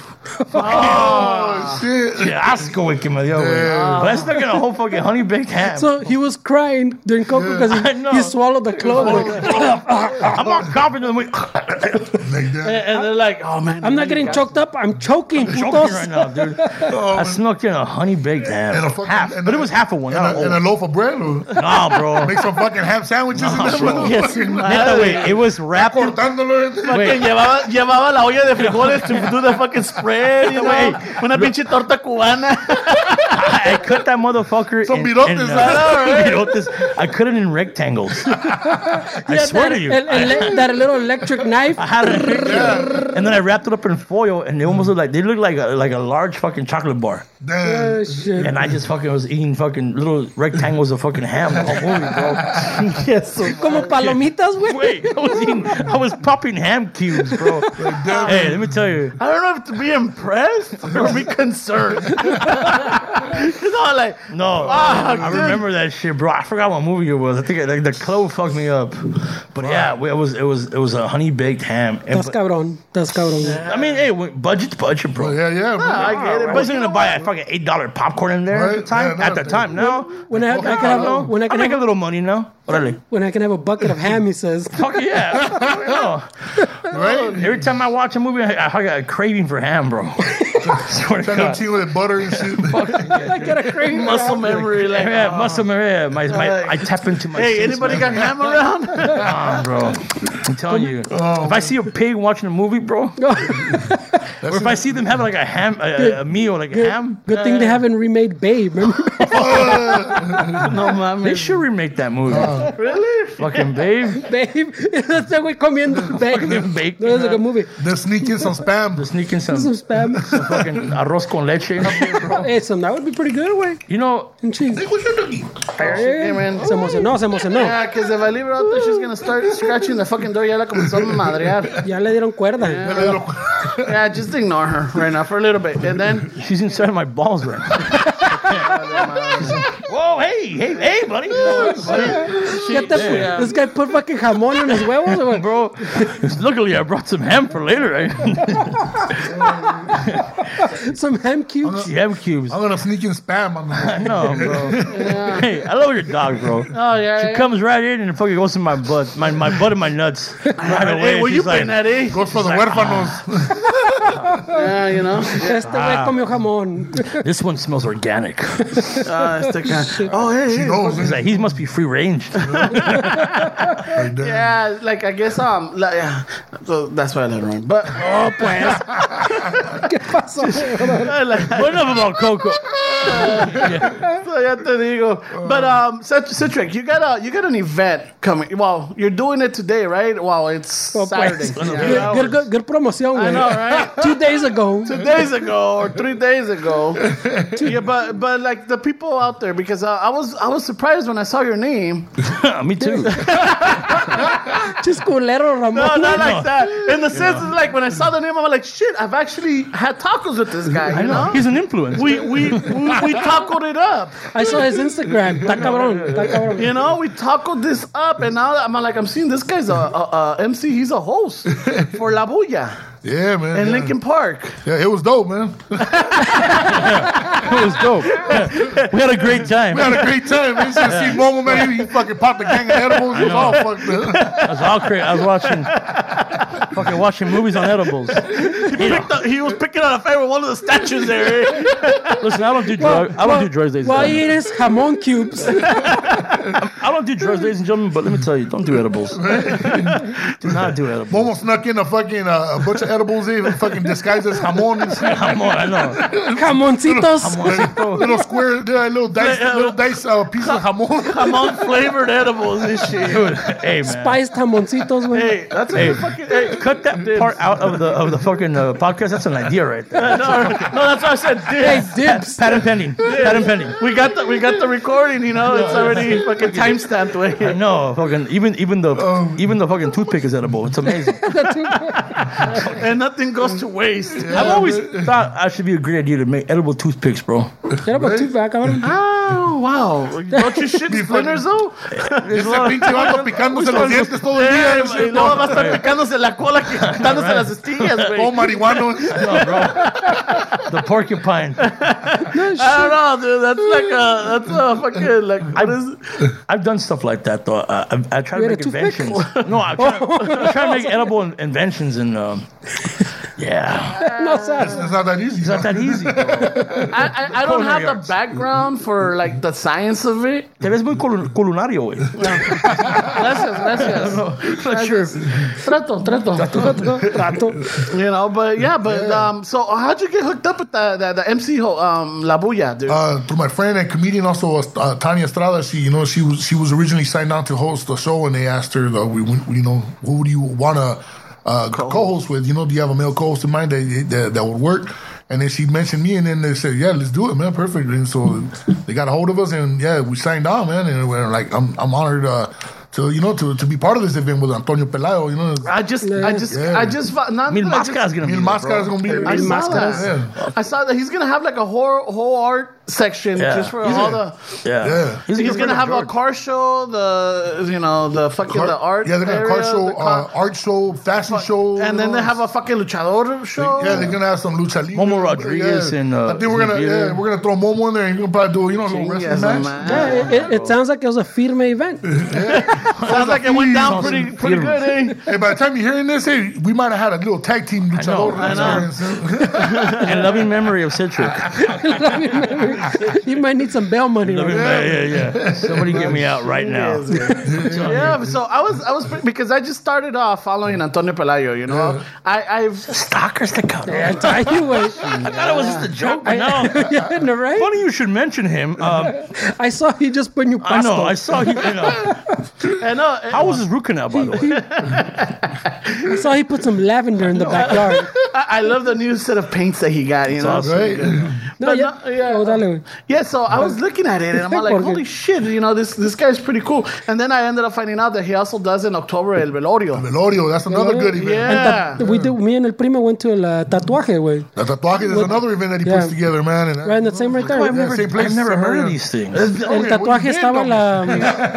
Speaker 3: Oh, shit.
Speaker 4: Yeah, *laughs* asco it que me dio. güey. But I stuck in a whole fucking honey baked half.
Speaker 2: So he was crying during Coco because
Speaker 4: *laughs* I
Speaker 2: he,
Speaker 4: know.
Speaker 2: he swallowed the clove. Like,
Speaker 4: I'm not confident. *laughs* I'm
Speaker 3: Like
Speaker 4: Eh,
Speaker 3: that.
Speaker 5: And they're like, oh man.
Speaker 2: I'm not getting choked up. I'm choking. putos.
Speaker 4: choking right now, dude.
Speaker 3: *laughs* Oh,
Speaker 4: I snuck in a honey baked half,
Speaker 3: And a fucking-
Speaker 4: half,
Speaker 3: and
Speaker 4: but
Speaker 3: a-
Speaker 4: it was half of one.
Speaker 3: And
Speaker 4: Not
Speaker 3: a, and a
Speaker 4: a
Speaker 3: loaf of bread, or
Speaker 4: whole. Nah,
Speaker 3: *laughs*
Speaker 4: bro.
Speaker 3: make some
Speaker 4: *laughs*
Speaker 3: fucking ham sandwiches in that
Speaker 4: bro.
Speaker 3: *laughs* motherfucker. *laughs*
Speaker 4: Neta, wait, it was wrapped. in-
Speaker 3: Cortándolo.
Speaker 4: Wait.
Speaker 5: Llevaba, llevaba dejaba la olla de frijoles to do the fucking spread, you know? Una pinche torta *laughs* cubana.
Speaker 4: I cut that motherfucker.
Speaker 3: Some
Speaker 4: in,
Speaker 3: birotes,
Speaker 4: in,
Speaker 3: I
Speaker 4: *laughs* birotes. I cut it in rectangles. I swear
Speaker 2: that,
Speaker 4: to you.
Speaker 2: el-
Speaker 4: *laughs*
Speaker 2: ele- that little electric knife.
Speaker 4: I had a picture. And then I wrapped it up in foil, and they almost looked like they looked like a, like a large fucking chocolate bar.
Speaker 3: Damn.
Speaker 2: Oh, shit.
Speaker 4: And I just fucking was eating fucking little rectangles of fucking ham. Oh, holy, bro. *laughs*
Speaker 2: Como palomitas, güey.
Speaker 4: Wait, I was eating, I was popping ham cubes, bro. hey, let me tell you.
Speaker 5: I don't know if to be impressed or be concerned. Because I'm like,
Speaker 4: No, I
Speaker 5: dude.
Speaker 4: remember that shit, bro. I forgot what movie it was. I think it, like, the clove fucked me up. But yeah, we- it was it was it was a honey baked ham. And,
Speaker 2: That's cabrón. That's cabrón. güey.
Speaker 4: I mean, hey, when- budget's budget, bro.
Speaker 3: Yeah, yeah.
Speaker 5: I get it.
Speaker 4: I
Speaker 5: But
Speaker 4: wasn't gonna buy a fucking eight dollar popcorn in there at the
Speaker 3: Right,
Speaker 4: time.
Speaker 3: yeah,
Speaker 4: at the
Speaker 3: no,
Speaker 4: time, now
Speaker 2: When I, I can have
Speaker 3: no.
Speaker 2: when I
Speaker 4: I
Speaker 2: can
Speaker 4: make a
Speaker 2: have,
Speaker 4: little money now. Really?
Speaker 2: when I can have a bucket of ham, he says.
Speaker 4: *laughs*
Speaker 2: *laughs*
Speaker 4: Fuck yeah!
Speaker 3: Right?
Speaker 4: Every time I watch a movie, I, I got a craving for ham, bro. *laughs* Swear to God.
Speaker 3: Fettuccine with butter
Speaker 4: *laughs*
Speaker 3: and shit.
Speaker 2: I got a crazy
Speaker 5: muscle memory, like,
Speaker 4: Yeah, muscle memory. Yeah, my, my, I tap into my.
Speaker 5: hey,
Speaker 4: sense
Speaker 5: anybody
Speaker 4: memory.
Speaker 5: got ham around?
Speaker 4: on, bro? I'm telling you. if I see a pig watching a movie, bro,
Speaker 2: Oh.
Speaker 4: or if I see them having like a ham, a, a meal, like a ham,
Speaker 2: *laughs* Good thing they haven't remade Babe. Remember? *laughs*
Speaker 5: no, mami.
Speaker 4: they should remake that movie.
Speaker 5: *laughs* Really?
Speaker 2: *laughs*
Speaker 4: Fucking babe,
Speaker 2: Babe. That's güey comiendo
Speaker 4: Fucking
Speaker 2: Babe.
Speaker 4: bacon,
Speaker 2: No, that's a
Speaker 4: huh?
Speaker 2: good movie.
Speaker 3: They're sneaking some spam.
Speaker 4: sneaking
Speaker 2: Some
Speaker 4: some
Speaker 2: spam. *laughs*
Speaker 4: fucking arroz con leche. up there, bro.
Speaker 2: Hey, some that would be pretty good, güey.
Speaker 4: You know,
Speaker 2: And cheese.
Speaker 5: Yeah, man.
Speaker 2: Se emocionó, se emocionó.
Speaker 5: Yeah, que se va a librar, she's gonna start scratching the fucking door. Ya la comenzó a madrear.
Speaker 2: Ya le dieron cuerda.
Speaker 5: Yeah, just ignore her right now for a little bit. And then,
Speaker 4: she's inside my balls right now. Whoa, hey, hey, hey, buddy.
Speaker 2: Get the- This guy put fucking jamón en los huevos, güey.
Speaker 4: Bro, *laughs* luckily I brought some ham for later. *laughs* eh?
Speaker 2: Some ham cubes.
Speaker 4: ham cubes.
Speaker 5: Oh,
Speaker 3: I'm gonna sneak in spam on the
Speaker 4: *laughs* No, bro. Hey, I love your dog, bro.
Speaker 5: oh, yeah.
Speaker 4: She
Speaker 5: yeah.
Speaker 4: comes right in and fucking goes to my butt, my my butt and my
Speaker 5: *laughs*
Speaker 4: nuts. Right away,
Speaker 5: Hey, were
Speaker 4: she's
Speaker 5: you
Speaker 4: like,
Speaker 5: paying that, eh?
Speaker 3: Goes for the huérfanos.
Speaker 5: Yeah, you know.
Speaker 2: Este
Speaker 4: Ah.
Speaker 2: güey comió jamón.
Speaker 5: eh?
Speaker 4: This one smells organic.
Speaker 5: Ah, este ca- Oh, hey, hey.
Speaker 3: Goes,
Speaker 4: He's
Speaker 3: eh?
Speaker 4: like, he must be free range.
Speaker 3: Like that.
Speaker 5: Yeah, uh, like I guess um, like, yeah. so that's why I let her run. But *laughs* oh,
Speaker 4: *laughs*
Speaker 5: pues,
Speaker 4: But enough about Coco. *laughs*
Speaker 5: so ya te digo. But um, Cit- Citric, you got a you got an event coming. Well, you're doing it today, right? Well, it's
Speaker 2: Oh, pues.
Speaker 5: Saturday. Yeah.
Speaker 2: Good, good, good, good promoción, güey.
Speaker 5: I know, right?
Speaker 2: *laughs* Two days ago.
Speaker 5: *laughs* Two days ago or three days ago. *laughs* yeah, but but like the people out there, because uh, I was I was surprised when I saw your name.
Speaker 4: Me too.
Speaker 2: Just culero, Ramón.
Speaker 5: No, not like that. In the sense of like when I saw the name, I'm like, shit, I've actually had tacos with this guy. You know,
Speaker 4: He's an influence. *laughs*
Speaker 5: we we we, we tackled it up.
Speaker 2: I saw his Instagram.
Speaker 5: *laughs*
Speaker 2: Está cabrón, está cabrón.
Speaker 5: You know, we tackled this up, and now I'm like, I'm seeing this guy's a, a, a MC. He's a host for La Bulla
Speaker 3: Yeah, man.
Speaker 5: in
Speaker 3: yeah.
Speaker 5: Lincoln Park.
Speaker 3: Yeah, it was dope, man.
Speaker 4: It was
Speaker 5: *laughs*
Speaker 4: dope. we had a great time.
Speaker 3: We had a great time. Man. You should have seen Momo, man. He, he fucking popped a gang of edibles. He was all fucked up.
Speaker 4: I was all cra- I was *laughs* watching, fucking watching movies on edibles.
Speaker 5: Picked up- he was picking out a fight with one of the statues there. eh?
Speaker 4: *laughs* Listen, I don't do drugs. I don't do drugs, ladies. and
Speaker 2: Why
Speaker 4: gentlemen.
Speaker 2: eat his jamón cubes?
Speaker 4: I don't do drugs, ladies and gentlemen. But let me tell you, don't do *laughs* edibles. do not do edibles.
Speaker 3: Momo snuck in a fucking uh, a bunch of edibles in, fucking disguised as jamon and shit.
Speaker 4: *laughs* Come on, I know.
Speaker 2: Jamoncitos.
Speaker 3: Little, *laughs* little square, uh, little dice, little dice uh, piece of
Speaker 4: *laughs*
Speaker 3: jamon.
Speaker 5: I'm on flavored edibles and shit.
Speaker 4: Dude, hey man.
Speaker 2: Spiced jamoncitos, güey.
Speaker 5: Hey, that's a
Speaker 4: Hey,
Speaker 5: good fucking.
Speaker 4: hey, cut that part out of the of the fucking uh, podcast. That's an idea right there.
Speaker 5: No, no, that's what I said.
Speaker 2: Hey,
Speaker 5: Dibs.
Speaker 2: dibs.
Speaker 4: Patent pending. Patent pending.
Speaker 5: We got the we got the recording. You know, it's already fucking
Speaker 1: *laughs*
Speaker 5: timestamped. Way.
Speaker 4: No, fucking even even the even the fucking toothpick is edible. It's amazing.
Speaker 5: and nothing goes to waste.
Speaker 4: I've always thought I should be a great idea to make edible toothpicks, bro.
Speaker 2: Era para tu, va, cabrón.
Speaker 5: Oh wow! Don't you shit splinters though?
Speaker 1: *laughs*
Speaker 3: Ese pinche vato
Speaker 4: *laughs*
Speaker 3: picándose los dientes todo el día. and
Speaker 5: Y
Speaker 3: shit.
Speaker 5: luego va a estar picándose la
Speaker 1: *laughs*
Speaker 5: cola, quitándose las estillas, güey.
Speaker 3: Todo marihuano.
Speaker 4: *laughs* No, bro. The porcupine.
Speaker 5: I don't know, dude. That's like a that's a fucking like what is it?
Speaker 4: I've done stuff like that though. Uh, I, I try
Speaker 2: You
Speaker 4: to
Speaker 2: had
Speaker 4: make
Speaker 2: a toothpick?
Speaker 4: inventions. No, I try, I try to make edible in- inventions and um, Yeah,
Speaker 2: no, sad.
Speaker 3: It's not that easy.
Speaker 4: it's not that easy. bro.
Speaker 1: I, I, I don't have
Speaker 4: Culinary
Speaker 1: the
Speaker 4: arts.
Speaker 1: background for like the science of it.
Speaker 4: Te ves muy cul- culinario, güey.
Speaker 1: Gracias, gracias.
Speaker 4: Not sure.
Speaker 1: Trato, trato.
Speaker 2: Trato.
Speaker 1: You know, but yeah, but um, so how'd you get hooked up with the the, the MC ho- um La Bulla, dude?
Speaker 3: uh, through my friend and comedian also uh, Tanya Estrada. She, you know, she was she was originally signed on to host the show, and they asked her, uh, we, we, you know, who do you want to uh, co-host with? You know, do you have a male co-host in mind that that, that would work? And then she mentioned me, and then they said, "Yeah, let's do it, man, perfect." And so they got a hold of us, and yeah, we signed on, man. And we're like, I'm I'm honored uh, to you know to, to be part of this event with Antonio Pelayo. You know,
Speaker 1: I just, I just,
Speaker 3: Yeah.
Speaker 1: I just, fo- not
Speaker 4: Mil
Speaker 1: that I, just-
Speaker 4: máscaras gonna be.
Speaker 3: Mil
Speaker 4: there, bro.
Speaker 3: Mascaras is gonna be there.
Speaker 1: I
Speaker 3: man.
Speaker 1: saw that.
Speaker 3: Yeah.
Speaker 1: I saw that he's gonna have like a whole whole art section
Speaker 4: Yeah.
Speaker 1: just for all the.
Speaker 4: Yeah.
Speaker 3: Yeah.
Speaker 4: He's,
Speaker 1: He's gonna have a
Speaker 4: George.
Speaker 1: car show, the you know the fucking
Speaker 3: Car-
Speaker 1: the art.
Speaker 3: Yeah, they're gonna have car
Speaker 1: area,
Speaker 3: show,
Speaker 1: the car-
Speaker 3: uh, art show, fashion show,
Speaker 1: and then
Speaker 3: you know.
Speaker 1: they have a fucking luchador show.
Speaker 3: Yeah, they're gonna have some lucha libre.
Speaker 4: Momo Rodriguez
Speaker 3: yeah.
Speaker 4: and, uh,
Speaker 3: I think we're gonna
Speaker 4: Xavier.
Speaker 3: yeah, we're gonna throw Momo in there and you can probably do you know a little
Speaker 1: Yes,
Speaker 3: wrestling match.
Speaker 1: man.
Speaker 5: Ah.
Speaker 2: Yeah, Eh, it, it, it sounds like it was a firme event. *laughs*
Speaker 1: Sounds like it went down pretty pretty good, eh?
Speaker 3: Hey, by the time you're hearing this, hey, we might have had a little tag team luchador
Speaker 4: I know. *laughs*
Speaker 3: experience.
Speaker 4: *laughs* And loving memory of Citric. yeah,
Speaker 2: you might need some bail money. right now.
Speaker 4: yeah, yeah. Somebody get me out right now.
Speaker 1: Yeah, so I was I was pretty, because I just started off following Antonio Pelayo, you know. I I've
Speaker 4: Stalkers to come.
Speaker 2: I *laughs* tell you what.
Speaker 4: I thought it was just a joke. but no.
Speaker 2: yeah, no, right?
Speaker 4: Funny you should mention him. Um,
Speaker 2: I saw he just put new
Speaker 4: I
Speaker 2: pasta.
Speaker 4: know.
Speaker 2: *laughs*
Speaker 4: I saw he. You know,
Speaker 1: I know I,
Speaker 4: how was his root canal, by the way?
Speaker 2: I saw he put some lavender in the backyard.
Speaker 1: I love the new set of paints that he got, you know.
Speaker 4: awesome.
Speaker 3: right?
Speaker 2: No,
Speaker 1: But
Speaker 2: yeah.
Speaker 1: no- yeah.
Speaker 2: Oh, dale, güey.
Speaker 1: Yeah, so I was looking at it and I'm like,
Speaker 2: Porque-
Speaker 1: holy shit, you know, this this guy's pretty cool. And then I ended up finding out that he also does in October El Velorio.
Speaker 3: Velorio, that's another good event.
Speaker 1: Yeah.
Speaker 2: And the- we did, me and El Primo went to La Tatuaje, güey.
Speaker 3: The Tatuaje is another event that he
Speaker 2: Yeah.
Speaker 3: puts together, man. And that-
Speaker 2: Right, in that same right there.
Speaker 3: Yeah, same place,
Speaker 4: I've never
Speaker 3: same
Speaker 4: heard of
Speaker 3: area.
Speaker 4: these
Speaker 3: *laughs*
Speaker 4: things.
Speaker 1: Oh,
Speaker 2: El tatuaje estaba la...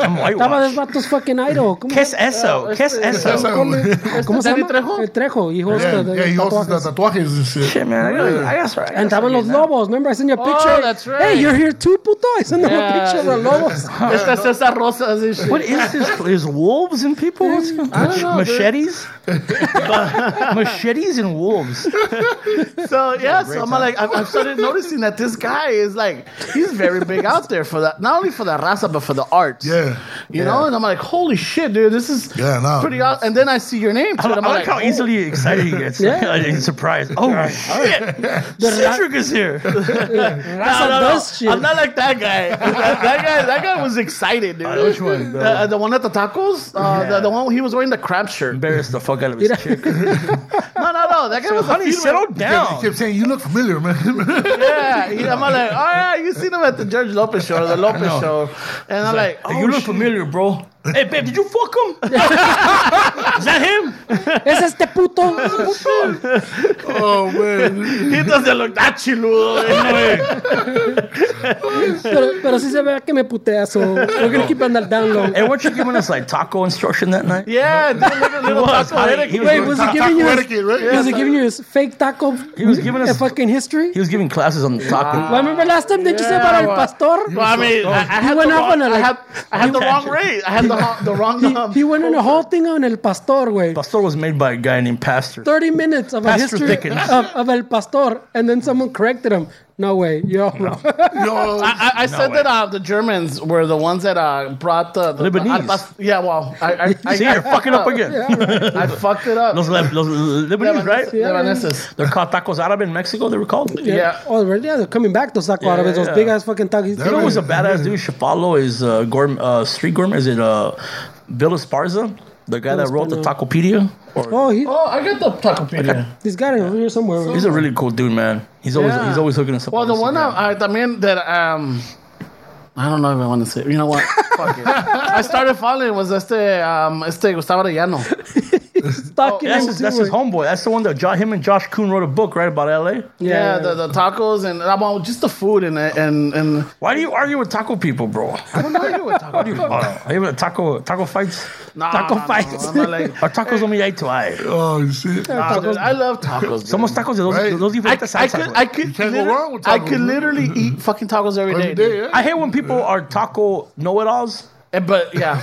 Speaker 4: I'm
Speaker 2: *laughs* Estaba del
Speaker 4: whitewashed.
Speaker 2: vatos fucking idol. ¿Cómo?
Speaker 4: ¿Qué es eso? ¿Qué es
Speaker 3: That's
Speaker 4: eso?
Speaker 3: how-
Speaker 2: ¿Cómo se
Speaker 1: Danny
Speaker 2: llama?
Speaker 1: Trejo?
Speaker 2: El Trejo. He hosts
Speaker 3: yeah,
Speaker 2: the, the
Speaker 3: yeah, he hosts the
Speaker 2: tatuajes.
Speaker 3: tatuajes and shit.
Speaker 4: Shit, man. I gotta, I gotta start. I gotta
Speaker 2: And
Speaker 4: start
Speaker 2: estaban los
Speaker 4: getting that.
Speaker 2: lobos. Remember, I sent you a picture.
Speaker 1: Oh, that's right.
Speaker 2: Hey, you're here too, puto. I sent them a
Speaker 1: Yeah.
Speaker 2: picture of the lobos.
Speaker 1: Esta Cesar Rosas and shit.
Speaker 4: What is this? Is wolves and people? What's Machetes? Machetes and wolves.
Speaker 1: So yeah, so I'm like, I've, I've started noticing that this guy is like, he's very big out there for that, not only for the raza but for the arts.
Speaker 3: Yeah.
Speaker 1: you know. And I'm like, holy shit, dude, this is
Speaker 3: Yeah, no.
Speaker 1: pretty. Awesome. And then I see your name.
Speaker 4: I
Speaker 1: Too,
Speaker 4: like,
Speaker 1: and I'm
Speaker 4: I like "Oh."
Speaker 1: like,
Speaker 4: how easily excited he gets.
Speaker 2: Yeah.
Speaker 4: and surprised. Oh *laughs* shit!
Speaker 1: *laughs*
Speaker 4: Citric is here.
Speaker 2: Raza does shit.
Speaker 1: I'm not like that guy. *laughs* that, that guy, that guy was excited, dude.
Speaker 4: Which one?
Speaker 1: The, uh, the one at the tacos, uh, the, the one he was wearing the crab shirt.
Speaker 4: Embarrassed the fuck out of his chick.
Speaker 1: No, no, no, that guy was
Speaker 4: *laughs* Honey,
Speaker 1: a female.
Speaker 4: settle
Speaker 3: Yeah, he
Speaker 4: down.
Speaker 3: kept saying, "You look familiar, man."
Speaker 1: *laughs*
Speaker 3: *laughs*
Speaker 1: Yeah, he, I'm like, all right, you seen him at the George Lopez show, *laughs* the Lopez show, and I'm like, oh,
Speaker 4: you look
Speaker 1: shit.
Speaker 4: familiar, bro. Hey, babe, did you fuck him? Is that him?
Speaker 2: Es este puto. Es puto.
Speaker 3: oh *laughs* man,
Speaker 1: he doesn't look that chiludo. eh.
Speaker 2: Pero, pero sí se ve que me putea, so we're gonna keep on that down low.
Speaker 4: And weren't you giving us like taco instruction that night?
Speaker 1: "Oh, *laughs* Yeah, dude, look at little
Speaker 4: was,
Speaker 1: taco
Speaker 4: honey.
Speaker 1: etiquette.
Speaker 4: He was
Speaker 2: Wait, was he giving you his,
Speaker 3: etiquette, right?
Speaker 2: was he giving you his fake taco? He
Speaker 4: was giving us-
Speaker 2: fucking history.
Speaker 4: He was giving classes on taco.
Speaker 2: Well, remember last time? Did you say about
Speaker 1: Yeah,
Speaker 2: El
Speaker 1: well-
Speaker 2: Pastor?
Speaker 1: Well, I mean, I, I had
Speaker 2: went
Speaker 1: the
Speaker 2: up
Speaker 1: wrong,
Speaker 2: on a,
Speaker 1: I
Speaker 2: like-
Speaker 1: had, I had the wrong rate. I had the, ho- the
Speaker 4: *laughs*
Speaker 1: wrong. um,
Speaker 2: He, he went on a whole thing on El Pastor, güey.
Speaker 4: Pastor was made by a guy named Pastor.
Speaker 2: 30 minutes of a
Speaker 4: Pastor
Speaker 2: history
Speaker 4: Dickens.
Speaker 2: of, of El Pastor, and then someone corrected him. No way, yo.
Speaker 3: yo,
Speaker 1: I, I, I said that uh, the Germans were the ones that uh, brought the, the the-
Speaker 4: Lebanese.
Speaker 1: I- yeah, well, I, I, *laughs* I
Speaker 4: *laughs* See, you're fucking up again.
Speaker 1: I fucked
Speaker 4: *laughs*
Speaker 1: it up.
Speaker 4: Los, Le- los Lebanese, right?
Speaker 1: Lebaneses.
Speaker 4: They're called tacos árabe in Mexico. They were called.
Speaker 1: Yeah.
Speaker 2: *laughs* Oh, right, yeah, they're coming back, those taco árabes,
Speaker 4: yeah.
Speaker 2: those big ass fucking Oh, tacos.
Speaker 4: You know who's a badass dude? you should follow is uh, gourm, uh, street gourmet. Is it uh, Bill Esparza, the guy that wrote the Tacopedia? Or,
Speaker 2: Oh, he,
Speaker 1: Oh, I got the Tacopedia.
Speaker 2: he's got it over here somewhere.
Speaker 4: he's a really cool dude, man. He's always
Speaker 1: Yeah.
Speaker 4: he's always hooking us up.
Speaker 1: Well, the
Speaker 4: on
Speaker 1: one
Speaker 4: Instagram.
Speaker 1: I, I mean that um, I don't know if I want to say. You know
Speaker 5: *laughs*
Speaker 1: what? Fuck it. I started following was este um este Gustavo *laughs* Arellano.
Speaker 2: Talking
Speaker 4: oh, that's his, that's his homeboy. That's the one that jo- him and Josh Kuhn wrote a book right about L.A.
Speaker 1: Yeah, the, the tacos and I want just the food and and and
Speaker 4: Why do you argue with taco people, bro?
Speaker 1: I don't know how you would taco.
Speaker 4: Why do you, oh, are you with taco taco fights?
Speaker 1: Nah,
Speaker 4: taco
Speaker 1: nah, nah,
Speaker 4: fights.
Speaker 1: I'm not like-
Speaker 4: Or tacos only eye to eye.
Speaker 3: oh shit.
Speaker 1: Nah, dude, I love tacos. dude.
Speaker 4: Somos tacos de dos,
Speaker 3: Right.
Speaker 4: dos
Speaker 1: I,
Speaker 4: diferentes
Speaker 1: I
Speaker 4: salsas,
Speaker 1: could
Speaker 4: güey.
Speaker 1: I could
Speaker 3: can't go
Speaker 1: literally-
Speaker 3: wrong with
Speaker 1: I
Speaker 3: tacos,
Speaker 1: could
Speaker 3: dude.
Speaker 1: *laughs* literally eat fucking tacos every day.
Speaker 3: Every
Speaker 1: dude.
Speaker 3: day, yeah.
Speaker 4: I hate when people are taco know-it-alls
Speaker 1: Eh, But yeah,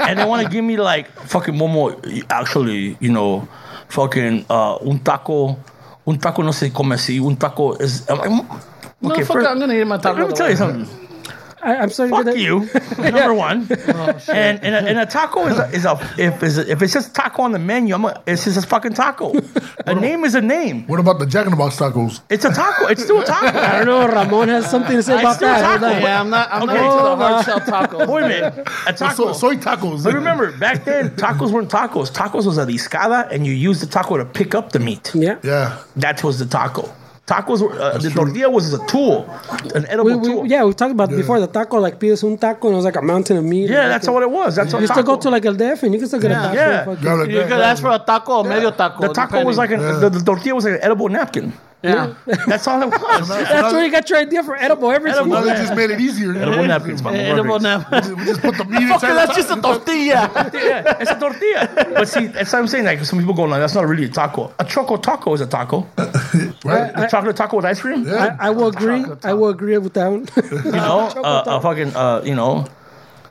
Speaker 4: *laughs* and they want to give me like fucking Momo. Actually, you know, fucking uh, un taco, un taco no se come así. Un taco is. I'm like, mm.
Speaker 5: No,
Speaker 4: okay,
Speaker 5: fuck
Speaker 4: first-
Speaker 5: it, I'm gonna eat my taco.
Speaker 4: let me
Speaker 5: the
Speaker 4: tell you
Speaker 5: way.
Speaker 4: something.
Speaker 2: I, I'm sorry.
Speaker 4: Fuck
Speaker 2: that,
Speaker 4: *laughs* you, number one. and and a, and a taco is a, is a if is a, if it's just taco on the menu, I'm a, it's just a
Speaker 2: *laughs*
Speaker 4: fucking taco. A name is a name.
Speaker 3: What about the Jack in the Box tacos?
Speaker 4: It's a taco. It's still a
Speaker 2: *laughs*
Speaker 4: taco.
Speaker 2: I don't know. Ramon has something to say
Speaker 4: I
Speaker 2: about
Speaker 4: still
Speaker 2: that.
Speaker 4: talk
Speaker 2: Hold on.
Speaker 4: to
Speaker 5: Yeah, I'm not. I'm
Speaker 4: Okay.
Speaker 5: not into the
Speaker 1: Oh
Speaker 4: Hold
Speaker 5: hard shell taco.
Speaker 4: Wait a minute, a
Speaker 3: So,
Speaker 4: taco.
Speaker 3: soy tacos.
Speaker 4: but remember, back then tacos weren't tacos. Tacos was a discada, and you used the taco to pick up the meat.
Speaker 2: Yeah.
Speaker 3: Yeah.
Speaker 4: That was the taco. Tacos were uh, the tortilla was a tool, an edible
Speaker 2: We, we,
Speaker 4: tool.
Speaker 2: yeah, we talked about before the taco, like pides un taco and it was like a mountain of meat.
Speaker 4: Yeah,
Speaker 2: and
Speaker 4: that's
Speaker 2: everything.
Speaker 4: what it was. That's what
Speaker 2: You still go
Speaker 4: taco-
Speaker 2: to like El Def and you can still get a taco.
Speaker 4: Yeah.
Speaker 2: fucking-
Speaker 3: Got it.
Speaker 5: You could ask for a taco or medio taco.
Speaker 4: the taco was
Speaker 5: depending.
Speaker 4: like an, the, the tortilla was like an edible napkin.
Speaker 5: yeah.
Speaker 4: That's all it was.
Speaker 2: That's where you got your idea for edible everything.
Speaker 3: Well, they just made it easier.
Speaker 4: Edible napkins, my
Speaker 1: Eh,
Speaker 5: Edible now.
Speaker 3: We
Speaker 4: *laughs*
Speaker 3: just put the meat inside.
Speaker 5: Fucker,
Speaker 3: the
Speaker 5: that's
Speaker 3: taco.
Speaker 5: just a tortilla.
Speaker 4: yeah, it's a tortilla. But see, that's what I'm saying. Like some people go, no, that's not really a taco. A choco taco is a taco.
Speaker 3: Right?
Speaker 4: *laughs* A chocolate taco with ice cream.
Speaker 2: I, I will agree. I will agree with that one. *laughs*
Speaker 4: You know, uh, a fucking, uh, you know,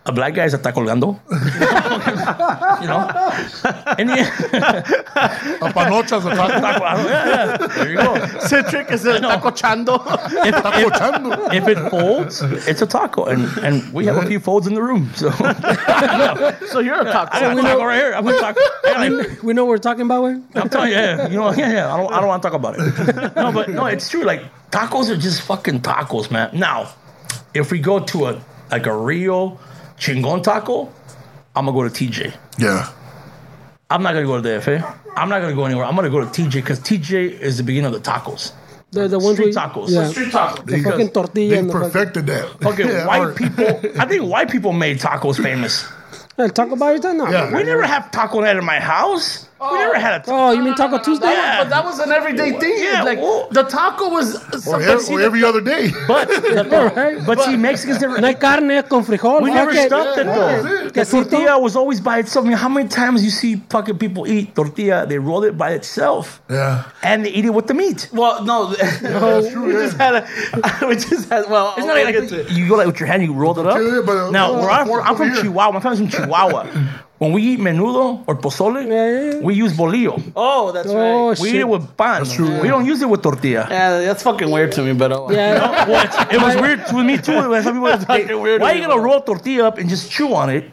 Speaker 4: a black guy is a tacolgando. you know, and yeah,
Speaker 3: A panocha's a taco.
Speaker 4: taco, I don't- yeah, yeah. there you go.
Speaker 5: Citric is *laughs* a taco chando.
Speaker 4: If,
Speaker 3: Taco
Speaker 4: if, *laughs*
Speaker 3: chando.
Speaker 4: if it folds, it's a taco, and and we have a few folds in the room. So
Speaker 5: So you're a taco.
Speaker 4: I got a taco right here. I'm a taco. I got a-
Speaker 2: we know what we're talking about. Wayne?
Speaker 4: I'm telling you, yeah, you know, yeah, yeah. I don't, I don't want to talk about
Speaker 3: *laughs*
Speaker 4: it. No, but no, it's true. Like tacos are just fucking tacos, man. Now, if we go to a like a real chingon taco, I'm gonna go to TJ.
Speaker 3: Yeah.
Speaker 4: I'm not gonna go to DFA. I'm not gonna go anywhere. I'm gonna go to TJ because TJ is the beginning of the tacos.
Speaker 2: The, the ones
Speaker 4: Street
Speaker 2: where-
Speaker 4: tacos.
Speaker 2: Yeah.
Speaker 4: Street tacos.
Speaker 2: The fucking tortilla
Speaker 3: They
Speaker 2: and the fucking,
Speaker 3: perfected that.
Speaker 4: Fucking
Speaker 3: *laughs* Yeah,
Speaker 4: white
Speaker 3: or-
Speaker 4: people. I think white people made tacos famous.
Speaker 2: Yeah, taco bar is that now?
Speaker 3: Yeah.
Speaker 4: We never have taco night at my house. We never had a taco.
Speaker 2: Oh, you mean Taco Tuesday?
Speaker 4: Yeah.
Speaker 5: But that was an everyday thing.
Speaker 4: Yeah,
Speaker 5: like
Speaker 4: well-
Speaker 5: the taco was
Speaker 3: Or,
Speaker 5: something.
Speaker 3: every, or every other
Speaker 4: *laughs*
Speaker 3: day. *laughs*
Speaker 4: But
Speaker 2: All right.
Speaker 4: but see, Mexicans never.
Speaker 2: No hay carne con frijol.
Speaker 4: We never
Speaker 2: fuck it.
Speaker 4: stopped it though. The
Speaker 2: That's it.
Speaker 4: tortilla was always by itself. I mean, how many times you see fucking people eat tortilla? They roll it by itself
Speaker 3: Yeah.
Speaker 4: and they eat it with the meat.
Speaker 5: well, no, *laughs* we just had a, *laughs* we just had. Well,
Speaker 4: It's not like, like you go like with your hand, you rolled it up.
Speaker 3: Yeah, but, uh,
Speaker 4: now,
Speaker 3: well,
Speaker 4: where I'm,
Speaker 3: fork
Speaker 4: I'm
Speaker 3: over
Speaker 4: from
Speaker 3: here.
Speaker 4: Chihuahua. My family's from
Speaker 3: *laughs*
Speaker 4: Chihuahua. when we eat menudo or pozole,
Speaker 2: yeah, yeah.
Speaker 4: we use bolillo.
Speaker 5: oh, that's
Speaker 2: Oh,
Speaker 5: right.
Speaker 4: we eat
Speaker 2: shit.
Speaker 4: it with pan. We don't use it with tortilla.
Speaker 5: *laughs* Yeah, that's fucking weird to me, but oh, well.
Speaker 2: Yeah.
Speaker 4: Well, it's- it was weird with me too. When some
Speaker 5: *laughs*
Speaker 4: people would say,
Speaker 5: Fucking weird
Speaker 4: why
Speaker 5: to
Speaker 4: you
Speaker 5: me,
Speaker 4: gonna
Speaker 5: bro."
Speaker 4: roll tortilla up and just chew on it?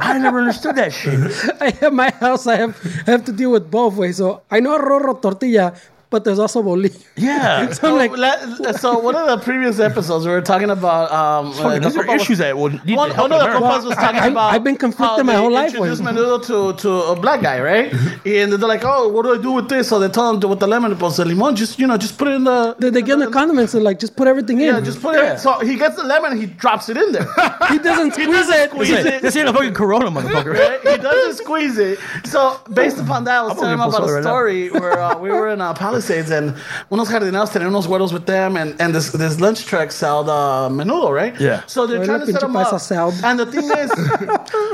Speaker 4: I never understood that shit.
Speaker 2: *laughs*
Speaker 5: *laughs*
Speaker 2: I, at my house, I have have to deal with both ways. So I know rorro tortilla, but there's also bolillo. *laughs*
Speaker 4: Yeah.
Speaker 2: So I'm like,
Speaker 5: Let- so one of the previous episodes we were talking about um uh,
Speaker 4: Fucking, these
Speaker 5: the
Speaker 4: are
Speaker 5: Copa was-
Speaker 4: issues that would need
Speaker 5: one,
Speaker 4: to help
Speaker 5: one of the
Speaker 4: America.
Speaker 5: compas was talking
Speaker 2: I- I'm-
Speaker 5: about
Speaker 2: I've been conflicted
Speaker 5: how
Speaker 2: my
Speaker 5: they
Speaker 2: whole life
Speaker 5: introduced
Speaker 2: with-
Speaker 5: menudo to, to a black guy right and they're like oh what do I do with this so they tell him to, with the lemon pulse the limon just you know just put it in the
Speaker 2: they, they give him the condiments and like just put everything in.
Speaker 5: yeah just put it so he gets the lemon he drops it in there
Speaker 2: he
Speaker 4: *laughs*
Speaker 2: doesn't squeeze it.
Speaker 5: squeeze it.
Speaker 4: This ain't a fucking Corona,
Speaker 5: *laughs*
Speaker 4: motherfucker.
Speaker 5: right? He doesn't squeeze it. So based upon that, I was telling him
Speaker 4: gonna
Speaker 5: about
Speaker 4: pull
Speaker 5: a
Speaker 4: soda
Speaker 5: story where uh, we were in uh, Palisades and unos jardineros tenían unos huevos with them, and, and this this lunch truck sell the menudo, right?
Speaker 4: Yeah.
Speaker 5: So they're
Speaker 2: Bueno,
Speaker 5: trying to set
Speaker 2: pinche
Speaker 5: them up.
Speaker 2: paisa salad.
Speaker 5: And the thing is,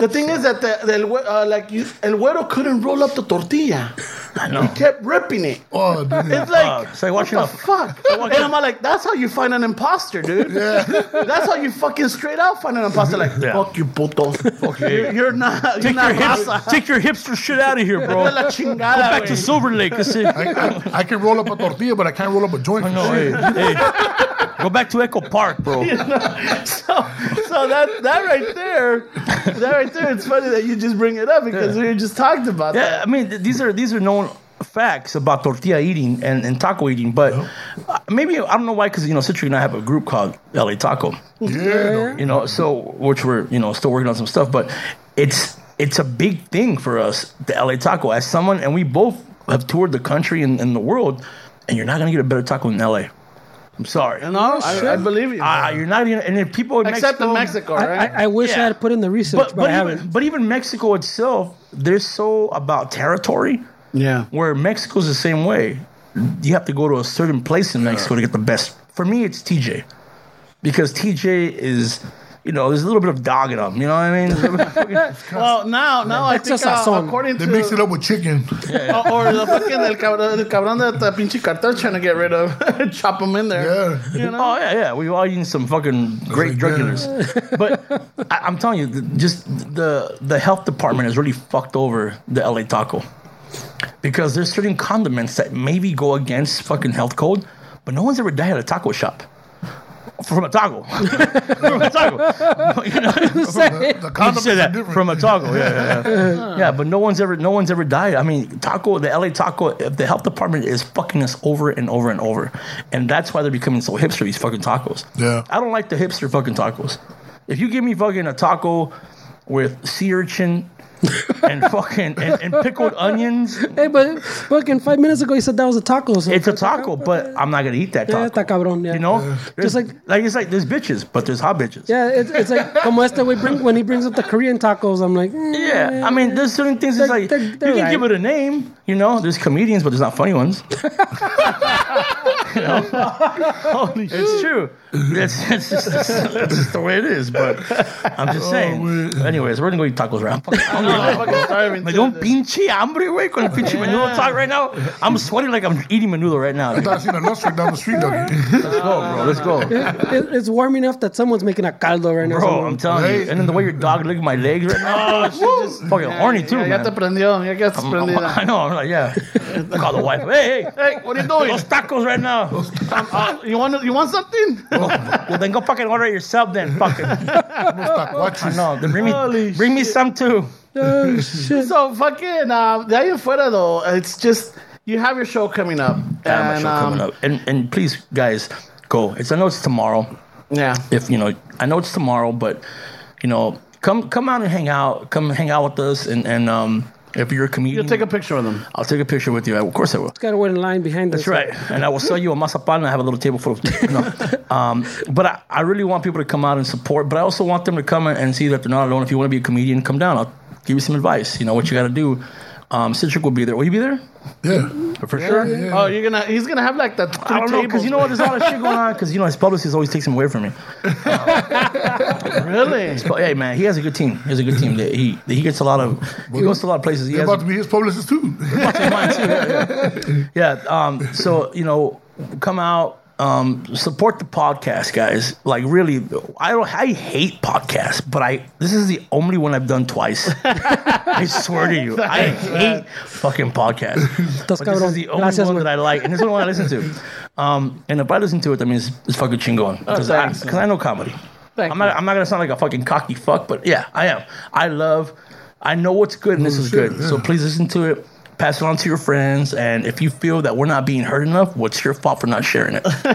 Speaker 5: the thing is that the, the el hue- uh, like you, el güero couldn't roll up the tortilla. He kept ripping it.
Speaker 3: Oh, dude.
Speaker 5: It's like.
Speaker 4: Uh, so watching
Speaker 5: what
Speaker 4: up.
Speaker 5: the
Speaker 4: *laughs*
Speaker 5: fuck? And I'm like, that's how you find an imposter, dude. *laughs* That's how you fucking straight out find an imposter. Like,
Speaker 4: Yeah.
Speaker 5: fuck you,
Speaker 4: *laughs*
Speaker 5: puto. Fuck you. You're not.
Speaker 4: Take
Speaker 5: You're
Speaker 4: your,
Speaker 5: not
Speaker 4: hipster,
Speaker 5: raza.
Speaker 4: take your hipster shit out of here,
Speaker 5: *laughs*
Speaker 4: bro.
Speaker 5: De la
Speaker 4: Go
Speaker 5: chingada,
Speaker 4: back to
Speaker 5: *laughs* güey.
Speaker 4: Silver Lake. That's it.
Speaker 3: I, I, I can roll up a tortilla, but I can't roll up a joint.
Speaker 5: Oh,
Speaker 4: No, hey, hey. Go back to Echo Park, bro.
Speaker 5: so, so that that right there, that right there, it's funny that you just bring it up because we just talked about
Speaker 4: Yeah,
Speaker 5: that.
Speaker 4: I mean, th- these are these are known facts about tortilla eating and, and taco eating, but uh, maybe I don't know why because you know Citric and I have a group called LA Taco,
Speaker 3: Yeah.
Speaker 4: you know, so which we're you know still working on some stuff, but it's it's a big thing for us the LA Taco as someone, and we both have toured the country and, and the world, and you're not gonna get a better taco in LA. I'm sorry,
Speaker 5: No, I, I believe you.
Speaker 4: uh, you're not gonna. And if people in
Speaker 5: Except
Speaker 4: Mexico,
Speaker 5: in Mexico,
Speaker 2: I,
Speaker 5: right?
Speaker 2: I, I wish I
Speaker 4: Yeah.
Speaker 2: had put in the research,
Speaker 4: but
Speaker 2: but, I
Speaker 4: but
Speaker 2: haven't.
Speaker 4: even, but even Mexico itself, they're so about territory.
Speaker 5: yeah.
Speaker 4: where Mexico's the same way. You have to go to a certain place in Mexico to get the best. For me, it's TJ because TJ is, you know, there's a little bit of dog in them. You know what I mean? There's a little bit of fucking-
Speaker 5: Well, now, now I
Speaker 2: It's a
Speaker 5: think uh,
Speaker 2: sazón.
Speaker 5: according
Speaker 3: They
Speaker 5: to
Speaker 3: mix it up with chicken.
Speaker 5: or, or the fucking el cabrón, el cabrón that the pinche cartel trying to get rid of, *laughs* chop them in there.
Speaker 3: Yeah.
Speaker 5: You know?
Speaker 4: oh yeah, yeah. We've all eaten some fucking great
Speaker 3: like
Speaker 4: drug
Speaker 3: dinner.
Speaker 4: dealers, but I, I'm telling you, the, just the the health department has really fucked over the LA taco. because there's certain condiments that maybe go against fucking health code, but no one's ever died at a taco shop. From a taco, *laughs* from a taco, *laughs* you know,
Speaker 3: The
Speaker 4: I *laughs*
Speaker 3: condoms
Speaker 4: said
Speaker 3: are
Speaker 4: that
Speaker 3: different.
Speaker 4: from a taco. Yeah, yeah,
Speaker 2: *laughs*
Speaker 4: yeah. yeah, but no one's ever no one's ever died. I mean, taco, the LA taco, if the health department is fucking us over and over and over, and that's why they're becoming so hipster. These fucking tacos.
Speaker 3: Yeah.
Speaker 4: I don't like the hipster fucking tacos. If you give me fucking a taco with sea urchin and fucking and, and pickled onions,
Speaker 2: Hey, but fucking five minutes ago, you said that was a taco. So
Speaker 4: it's a taco. But I'm not gonna eat that
Speaker 2: Yeah,
Speaker 4: taco.
Speaker 2: está cabrón. Yeah.
Speaker 4: You know,
Speaker 2: Just
Speaker 4: just
Speaker 2: like-
Speaker 4: like like it's like there's bitches, but there's hot bitches.
Speaker 2: Yeah, it's, it's like como este we bring when he brings up the Korean tacos. I'm like, mm,
Speaker 4: Yeah, I mean, there's certain things.
Speaker 2: They're-
Speaker 4: it's like
Speaker 2: they're- they're
Speaker 4: you can
Speaker 2: right.
Speaker 4: give it a name. You know, there's comedians, but there's not funny
Speaker 2: *laughs*
Speaker 4: ones. you know? Holy shit! It's true. It's, it's, just, it's, just the way it is. But I'm just saying. Anyways, we're gonna go eat tacos around. Like, don't pinche hambre, güey, con el pinche menudo talk right now. I'm sweating like I'm eating menudo right now.
Speaker 3: I thought *laughs* I seen a luster down the
Speaker 4: *laughs*
Speaker 3: street, dog.
Speaker 4: Let's go, bro. Let's go.
Speaker 2: it, it's warm enough that someone's making a caldo right now.
Speaker 4: Bro, I'm telling you. And then the way your dog licked my legs right now, she's Oh, just fucking horny too,
Speaker 5: Ya, ya
Speaker 4: man.
Speaker 5: te prendió, ya quedaste
Speaker 4: I'm-
Speaker 5: prendida.
Speaker 4: I know. I'm like, yeah. Call the wife. Hey, hey,
Speaker 5: Hey, what are you doing?
Speaker 4: those tacos right now. *laughs*
Speaker 5: Uh, you want you want something? *laughs*
Speaker 4: well, then go fucking order it yourself. Then fucking
Speaker 3: Watch this.
Speaker 4: no. Then bring me, bring me some too.
Speaker 2: Oh, shit.
Speaker 5: So fucking um, de ahí en fuera though, it's just you have your show coming up.
Speaker 4: I have my
Speaker 5: and,
Speaker 4: show coming
Speaker 5: um,
Speaker 4: up. And and please, guys, go. It's I know it's tomorrow.
Speaker 5: Yeah.
Speaker 4: If you know, I know it's tomorrow, but you know, come come out and hang out. Come hang out with us. And and um, if you're a comedian,
Speaker 5: You'll take a picture of them.
Speaker 4: I'll take a picture with you. Of course, I will.
Speaker 2: Gotta wait in line behind us.
Speaker 4: That's right. And I will sell you a masapan and I have a little table full of. No. Um, but I, I really want people to come out and support, but I also want them to come and- and see that they're not alone. If you want to be a comedian, come down. I'll give you some advice. You know what you got to do. Um, Citric will be there. Will you be there?
Speaker 3: Yeah.
Speaker 4: For sure.
Speaker 5: Oh, you're gonna he's gonna have like that.
Speaker 4: I don't know because you know what? There's a lot of shit going on because you know his publicist always takes him away from me.
Speaker 5: really.
Speaker 4: But hey, man, he has a good team. He has a good team. That he that he gets a lot of he goes to a lot of places. He
Speaker 3: They're
Speaker 4: has
Speaker 3: about to be his
Speaker 4: *laughs*
Speaker 3: publicist too.
Speaker 4: Yeah. Um, so you know, come out, um, support the podcast, guys. Like really, I don't. I hate podcasts, but I this is the only one I've done twice. I swear to you, I hate fucking podcasts.
Speaker 2: Estás
Speaker 4: But this
Speaker 2: cabrón.
Speaker 4: is the only
Speaker 2: Gracias,
Speaker 4: one
Speaker 2: güey.
Speaker 4: that I like, and this is the one I listen to. Um, and if I listen to it, that means it's fucking chingon because I,
Speaker 5: Oh, thanks.
Speaker 4: 'cause I know comedy.
Speaker 5: Thank
Speaker 4: I'm not.
Speaker 5: you.
Speaker 4: I'm not gonna sound like a fucking cocky fuck, but yeah, I am. I love. I know what's good, and this is
Speaker 3: shit,
Speaker 4: good.
Speaker 3: yeah.
Speaker 4: So please listen to it. Pass it on to your friends, and if you feel that we're not being heard enough, what's your fault for not sharing it?
Speaker 2: No,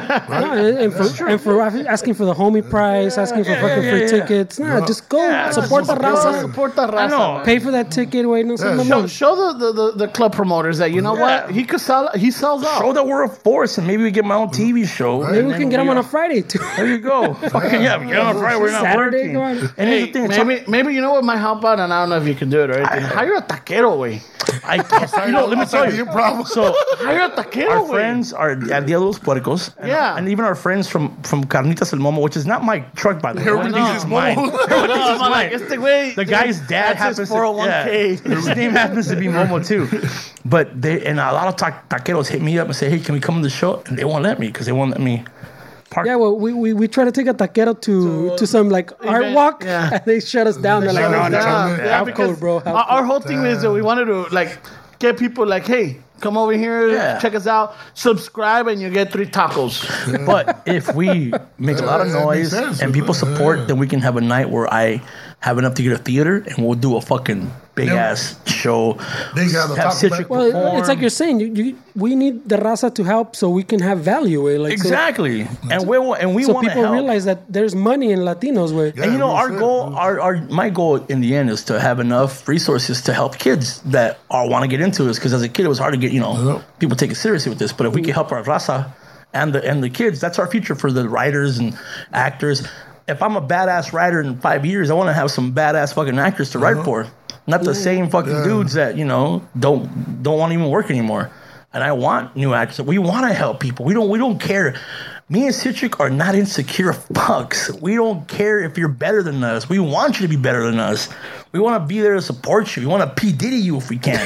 Speaker 2: and, and for, and for asking for the homie price, asking for fucking free
Speaker 4: yeah, yeah.
Speaker 2: tickets. Nah, just go. support the
Speaker 5: Raza,
Speaker 2: raza.
Speaker 5: support the raza.
Speaker 4: know.
Speaker 2: Pay for that ticket. Wait, no,
Speaker 3: Yeah.
Speaker 2: yeah,
Speaker 5: Show, show the, the, the, the club promoters that you know
Speaker 4: Yeah.
Speaker 5: what he could sell. He sells out.
Speaker 4: Show that we're a force, and maybe we get my own TV show.
Speaker 2: Maybe we can get them on a Friday, too.
Speaker 4: There you go. Fucking yeah, get on a Friday. *laughs* We're not
Speaker 2: Saturday,
Speaker 4: Saturday,
Speaker 2: go on.
Speaker 4: working. And here's the thing,
Speaker 5: maybe maybe you know what might help out, and I don't know if you can do it or anything. Hire a taquero, way.
Speaker 4: I, you know, let me tell you.
Speaker 3: Problem.
Speaker 4: So
Speaker 5: Hire a taquero,
Speaker 4: our
Speaker 5: güey.
Speaker 4: friends are at the Los Puercos. And,
Speaker 5: Yeah.
Speaker 4: And even our friends from, from Carnitas El Momo, which is not my truck, by the way.
Speaker 3: Everyone
Speaker 4: Everything
Speaker 3: thinks
Speaker 4: is
Speaker 3: it's
Speaker 4: mine. *laughs*
Speaker 3: Momo.
Speaker 5: No, I'm like, este güey-
Speaker 4: The guy's dad
Speaker 5: that's
Speaker 4: happens
Speaker 5: his 401k.
Speaker 4: to yeah, his name happens to be Momo too, but they and a lot of ta- taqueros hit me up and say, "Hey, can we come to the show?" And they won't let me because they won't let me park.
Speaker 2: Yeah, well, we, we, we try to take a taquero to, to some like art
Speaker 5: event,
Speaker 2: walk,
Speaker 5: yeah.
Speaker 2: *laughs* and they shut us down. They're like,
Speaker 3: shut
Speaker 2: no,
Speaker 3: us
Speaker 2: no,
Speaker 3: down.
Speaker 2: no,
Speaker 3: Yeah,
Speaker 2: half
Speaker 5: Ah, because
Speaker 2: cold, bro. half
Speaker 5: Our, our whole thing is that we wanted to like get people like, hey, come over here,
Speaker 4: Yeah.
Speaker 5: check us out, subscribe, and you get three tacos.
Speaker 4: But if we make a lot of
Speaker 3: Yeah, that
Speaker 4: noise
Speaker 3: makes sense. uh,
Speaker 4: and people support, then we can have a night where I have enough to get a theater and we'll do a fucking big ass show.
Speaker 3: They got the
Speaker 4: have
Speaker 3: taco
Speaker 4: Citric
Speaker 3: back.
Speaker 2: Well, it- it's like
Speaker 4: perform.
Speaker 2: you're saying, you, you, we need the raza to help so we can have value. eh, Like, so-
Speaker 4: Exactly, and we will- and we
Speaker 2: so,
Speaker 4: want to
Speaker 2: people
Speaker 4: help.
Speaker 2: realize that there's money in Latinos. Where
Speaker 4: and you know,
Speaker 3: Yeah,
Speaker 4: our
Speaker 3: that's it.
Speaker 4: goal, our, our my goal in the end is to have enough resources to help kids that are want to get into this. Because as a kid, it was hard to get you know
Speaker 3: Yep.
Speaker 4: people take it seriously with this. But if we can help our raza and the and the kids, that's our future for the writers and actors. If I'm a badass writer in five years, I want to have some badass fucking actors to write for, not the same fucking dudes that you know don't don't want to even work anymore. And I want new actors. We want to help people. We don't. We don't care. Me and Citric are not insecure fucks. We don't care if you're better than us. We want you to be better than us. We want to be there to support you. We want to p diddy you if we can.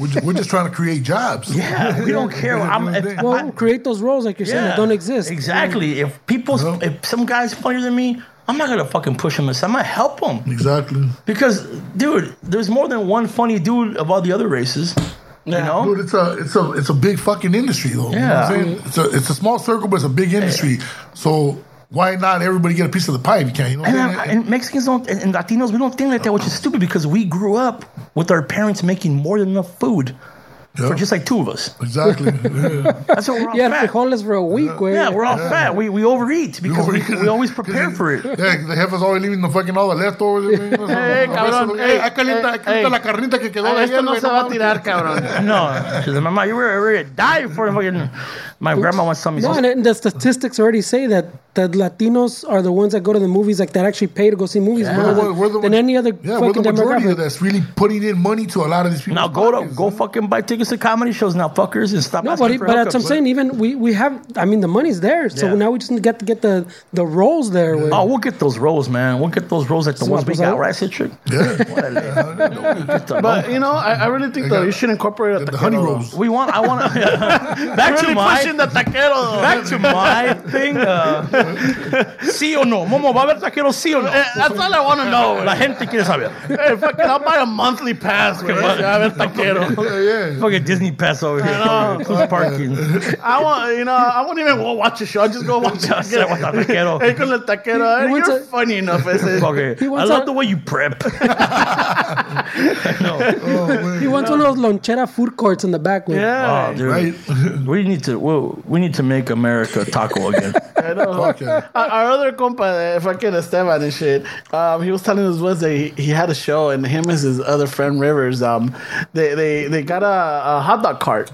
Speaker 3: We're ju- we're just trying to create jobs.
Speaker 4: yeah, we don't care. I'm, if,
Speaker 3: Well,
Speaker 2: well,
Speaker 4: I-
Speaker 2: create those roles like you're saying that don't exist. Mm.
Speaker 4: Exactly. If people, if some guy's funnier than me, I'm not gonna fucking push him. aside. I'm gonna help him
Speaker 3: Exactly.
Speaker 4: because, dude, there's more than one funny dude of all the other races. You know,
Speaker 3: Dude, it's a it's a it's a big fucking industry though. You know what I'm
Speaker 4: Yeah.
Speaker 3: saying? It's a it's a small circle, but it's a big industry. So why not everybody get a piece of the pie if you can? You know what
Speaker 4: And,
Speaker 3: I'm
Speaker 4: I,
Speaker 3: saying?
Speaker 4: and Mexicans don't, and, and Latinos, we don't think like that, which is stupid because we grew up with our parents making more than enough food
Speaker 3: Yeah.
Speaker 4: for just like two of us. *laughs*
Speaker 3: exactly. Yeah.
Speaker 4: That's what we're all
Speaker 2: Yeah,
Speaker 4: fat.
Speaker 2: frijoles for a week, güey.
Speaker 4: yeah, we're all fat. We, we overeat *laughs* because we,
Speaker 3: overeat.
Speaker 4: we always prepare for it.
Speaker 3: Yeah, *laughs* 'cause the jefes always leaving the fucking all the leftovers. hey,
Speaker 4: *laughs*
Speaker 5: cabrón, hey,
Speaker 3: acá calienta,
Speaker 5: hey,
Speaker 3: acá está
Speaker 5: hey.
Speaker 3: la carnita que
Speaker 4: Ah,
Speaker 3: quedó de ayer,
Speaker 5: Esto no
Speaker 3: güey,
Speaker 5: se
Speaker 3: no
Speaker 5: va a
Speaker 3: mames.
Speaker 5: tirar, cabrón.
Speaker 4: No, because my mom, you were already die for fucking. My grandma once told me,
Speaker 2: No,
Speaker 4: so-
Speaker 2: and, and the statistics already say that the Latinos are the ones that go to the movies, like that actually pay to go see movies more
Speaker 3: We're the-
Speaker 2: than,
Speaker 3: we're the-
Speaker 2: than any other
Speaker 3: Yeah, we're the
Speaker 2: fucking
Speaker 3: majority
Speaker 2: demographic.
Speaker 3: of that's really putting in money to a lot of these people.
Speaker 4: now go to go fucking buy tickets to comedy shows now, fuckers, and stop.
Speaker 2: No,
Speaker 4: asking
Speaker 2: but,
Speaker 4: for
Speaker 2: but that's what I'm
Speaker 4: hookups.
Speaker 2: saying. Even we, we have, I mean, the money's there. So
Speaker 4: Yeah.
Speaker 2: now we just get to get the, the roles there. güey.
Speaker 4: Oh, we'll get those rolls, man. We'll get those rolls like the ones we
Speaker 2: pues,
Speaker 4: got,
Speaker 2: ahí-
Speaker 4: right, Citric? *laughs*
Speaker 5: But you know, I, I really think that you should incorporate a
Speaker 3: The honey
Speaker 5: taquero.
Speaker 3: rolls.
Speaker 4: *laughs* We want. I
Speaker 5: *laughs*
Speaker 4: want to. back to my.
Speaker 5: Pushing the taquero. though.
Speaker 4: Back to my thing.
Speaker 5: *laughs*
Speaker 4: Uh, sí o no, Momo, va a haber taquero sí o no.
Speaker 5: Eh, That's all I want to know.
Speaker 4: La gente quiere saber.
Speaker 5: Hey, fucking, I'll buy a monthly pass. güey. A ver, taquero.
Speaker 4: Fucking Disney pass over here. Who's
Speaker 5: *laughs*
Speaker 4: parking?
Speaker 5: I want, you know, I won't even wa- watch a show. I'll just go watch *laughs* a
Speaker 4: Just say, "What the taquero?"
Speaker 5: Hey, con el taquero.
Speaker 2: He-
Speaker 5: eh,
Speaker 2: he wants
Speaker 5: You're
Speaker 2: a-
Speaker 5: funny enough. ese.
Speaker 4: Okay. I
Speaker 2: wants
Speaker 4: love
Speaker 2: a-
Speaker 4: the way you prep. *laughs*
Speaker 3: Oh,
Speaker 2: He wants one of those lonchera food courts in the back. güey.
Speaker 4: Oh, dude. *laughs*
Speaker 3: Right?
Speaker 4: We need to. We'll, we need to make America taco again.
Speaker 3: Fuck yeah.
Speaker 5: Our- Our other compa, uh, fucking Esteban and shit, um, he was telling us was that he, he had a show and *laughs* him and his other friend Rivers, um, they they, they got a, a hot dog cart,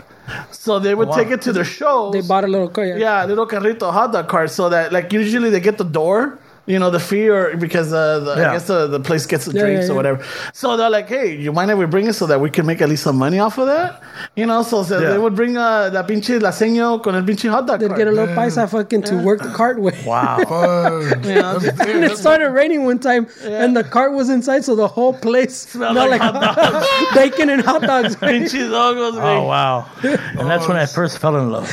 Speaker 5: so they would take it to their shows.
Speaker 2: They bought a little car. Yeah.
Speaker 5: yeah, little carrito hot dog cart, so that like usually they get the door. You know the fee, or because uh, the,
Speaker 4: Yeah.
Speaker 5: I guess the, the place gets the
Speaker 2: Yeah,
Speaker 5: drinks
Speaker 2: yeah,
Speaker 5: or
Speaker 2: yeah.
Speaker 5: whatever. So they're like, "Hey, you mind if we bring it so that we can make at least some money off of that?" You know, so, so
Speaker 4: Yeah.
Speaker 5: they would bring uh, la pinche laseño con el pinche hot dog.
Speaker 2: They'd
Speaker 5: cart.
Speaker 2: get a little paisa fucking to work the cart with.
Speaker 4: *laughs* *laughs* Wow.
Speaker 3: Fuck. That's-
Speaker 2: *laughs* And
Speaker 3: hey,
Speaker 2: it
Speaker 3: that's-
Speaker 2: started raining one time, and the cart was inside, so the whole place smelled like, *laughs* bacon and hot *laughs* dogs. güey.
Speaker 5: pinche dogos, güey.
Speaker 4: Oh wow. And that's when I first fell in love.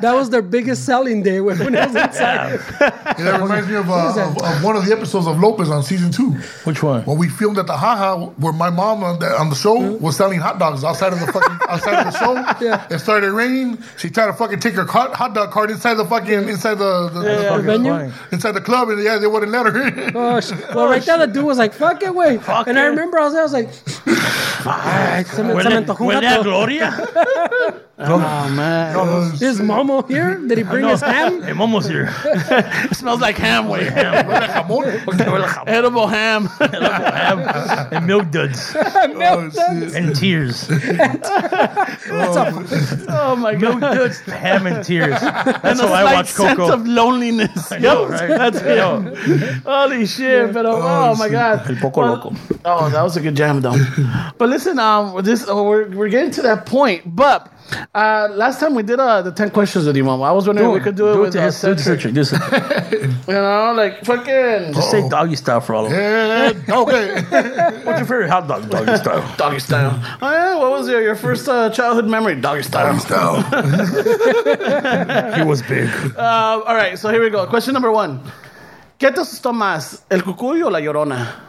Speaker 2: that was their biggest selling day when, when it was inside.
Speaker 3: Yeah, that reminds me of, uh, of, of one of the episodes of Lopez on season two.
Speaker 4: Which one?
Speaker 3: When we filmed at the Haha, where my mom on the, on the show was selling hot dogs outside of
Speaker 2: *laughs*
Speaker 3: the fucking outside of the show,
Speaker 2: Hmm? Yeah.
Speaker 3: it started raining. She tried to fucking take her cart, hot dog cart inside the fucking inside the, the, the
Speaker 2: The
Speaker 3: fucking-
Speaker 2: venue?
Speaker 4: funny.
Speaker 3: inside the club, and yeah, they wouldn't let her in. *laughs*
Speaker 2: Oh, sh- well, right there, the dude was like, fuck it, wait. and I remember I was there, I was like, *laughs* "Ay, se me- se me antojó un
Speaker 4: Huele a
Speaker 2: gato."
Speaker 4: Gloria?
Speaker 2: Is Momo here? Did he bring his ham? *laughs*
Speaker 4: Hey, Momo's here.
Speaker 5: It *laughs* smells like ham,
Speaker 2: *laughs*
Speaker 5: way
Speaker 3: Jamon.
Speaker 4: Huele a jabón,
Speaker 5: edible ham.
Speaker 4: ham, and milk duds
Speaker 3: Oh, shit.
Speaker 4: and tears.
Speaker 2: That's a
Speaker 5: oh my
Speaker 4: Milk
Speaker 5: god.
Speaker 4: duds, ham, and
Speaker 5: *laughs*
Speaker 4: tears. That's how
Speaker 5: a
Speaker 4: I
Speaker 5: slight
Speaker 4: watch
Speaker 5: sense
Speaker 4: Coco.
Speaker 5: of loneliness.
Speaker 4: I know,
Speaker 5: Yo,
Speaker 4: right?
Speaker 5: that's
Speaker 4: I know.
Speaker 5: him. Holy shit! But oh, oh, my god,
Speaker 4: El Poco
Speaker 5: Well,
Speaker 4: Loco.
Speaker 5: Oh, that was a good jam though. but listen, um, this oh, we're we're getting to that point. But uh, last time we did uh the ten questions with you, Mama. I was wondering if we could do it
Speaker 4: Do it
Speaker 5: with
Speaker 4: to
Speaker 5: uh,
Speaker 4: his do it to
Speaker 5: Cedric.
Speaker 4: Citric. Listen,
Speaker 5: You know, like fucking
Speaker 4: just say doggy style for all of them.
Speaker 3: Yeah, Eh, *laughs* okay.
Speaker 4: What's your favorite hot dog? Doggy
Speaker 5: *laughs*
Speaker 4: style.
Speaker 5: doggy style. Oh, yeah, what was your your first uh, childhood memory? Doggy style.
Speaker 3: Style.
Speaker 4: He was
Speaker 5: *laughs*
Speaker 4: big.
Speaker 5: Um, all right, so here we go. Question number one. ¿Qué te asustó más, el cucuy o la llorona?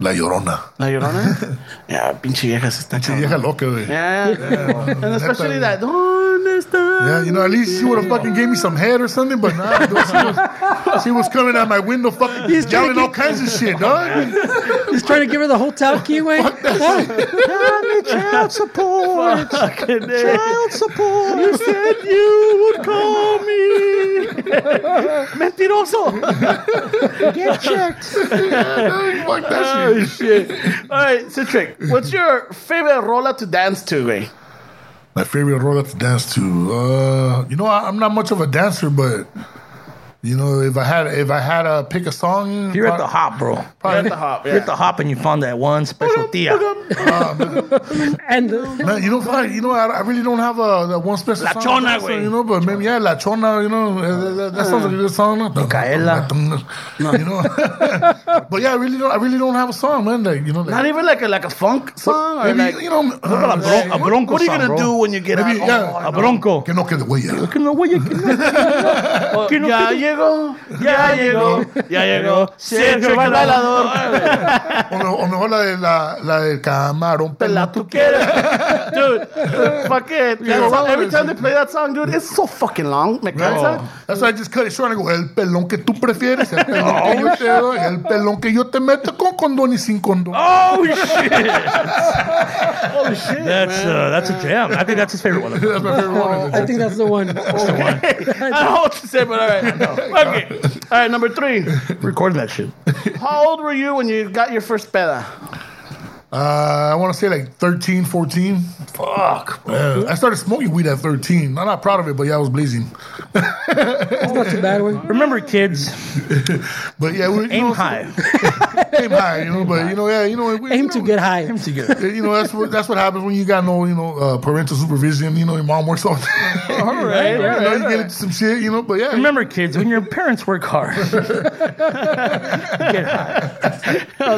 Speaker 3: La Llorona.
Speaker 5: ¿La llorona? *laughs* yeah, pinche vieja se está
Speaker 3: She
Speaker 5: chingando.
Speaker 3: vieja loca, güey. Yeah. eh.
Speaker 5: Yeah. *laughs* And especially that. ¿Dónde está?
Speaker 3: you know, at least she would have fucking gave me some head or something, but nah, dude, she, was, *laughs* she was coming out my window fucking yelling all kinds of shit,
Speaker 4: *laughs*
Speaker 3: dog.
Speaker 2: He's trying to give her the hotel key away.
Speaker 4: Child support.
Speaker 5: Fucking A.
Speaker 4: Child support.
Speaker 5: Said you would call me. Mentiroso.
Speaker 4: Get checked.
Speaker 3: Fuck that
Speaker 5: Oh,
Speaker 3: shit.
Speaker 5: shit. All right, Citric, what's your favorite rola to dance to, güey?
Speaker 3: My favorite roller to dance to. Uh, you know, I, I'm not much of a dancer, but you know, if I had if I had to pick a song,
Speaker 4: You're at the hop, bro.
Speaker 5: At the hop,
Speaker 4: You're at
Speaker 5: yeah.
Speaker 4: the hop and you found that one special tia.
Speaker 2: And
Speaker 3: Man, you know, fuck, you know, I, I really don't have a that one special La song.
Speaker 5: Chona,
Speaker 3: so,
Speaker 5: güey.
Speaker 3: You know, but maybe yeah, La Chona. You know, uh, that, that- that sounds like a good song. *laughs*
Speaker 4: Micaela.
Speaker 3: You know, *laughs* but yeah, I really don't. I really don't have a song, man. Like you know, like,
Speaker 5: Not even like a, like a funk song or
Speaker 3: maybe,
Speaker 5: like.
Speaker 3: you know, uh,
Speaker 4: A, bron- a bronco
Speaker 5: What are you
Speaker 4: song,
Speaker 5: gonna
Speaker 4: bro.
Speaker 5: do when you get
Speaker 3: maybe
Speaker 5: out?
Speaker 3: yeah.
Speaker 4: A bronco.
Speaker 3: Que no quede huella.
Speaker 4: Que no, güey, que no- que no quede
Speaker 5: Ya llegó, ya llegó, ya llegó. Sergio el bailador.
Speaker 3: O, me- o mejor la de la, la de camarón
Speaker 5: La
Speaker 3: pelado.
Speaker 5: tú quieres. *laughs* Dude, fuck it. That
Speaker 3: Yeah,
Speaker 5: song,
Speaker 3: what
Speaker 5: every
Speaker 3: was
Speaker 5: time
Speaker 3: it?
Speaker 5: they play that song, dude, it's so fucking long. Me cansa.
Speaker 1: Oh.
Speaker 3: That's why I just cut it short. I go, el pelón que tú prefieres, el pelón que yo te doy, el pelón que yo te meto con condón y sin condón.
Speaker 4: Oh shit! oh shit! That's uh, that's a jam. I think that's his favorite one.
Speaker 3: That's my favorite one.
Speaker 2: I think that's the one.
Speaker 5: *laughs* I don't know what to say, but all right.
Speaker 4: *laughs*
Speaker 5: Fuck it. All right, number three.
Speaker 4: Record that shit.
Speaker 5: How old were you when you got your first peda?
Speaker 3: Uh, I want to say like 13, 14. Fuck. man. *clears throat* I started smoking weed at 13. I'm not proud of it, but yeah, I was blazing.
Speaker 2: That's not too bad one.
Speaker 4: Remember, kids,
Speaker 3: But yeah, we you
Speaker 4: aim
Speaker 3: know,
Speaker 4: high.
Speaker 3: aim high, you know. But you know, yeah, you know, we, you
Speaker 2: Aim
Speaker 3: know,
Speaker 2: to get high.
Speaker 4: Aim to good.
Speaker 3: You know, that's what that's what happens when you got no, you know, uh, parental supervision. You know, your mom works on. *laughs* all right, you know, you get into some shit, you know. But yeah,
Speaker 4: Remember, kids, when your parents work hard.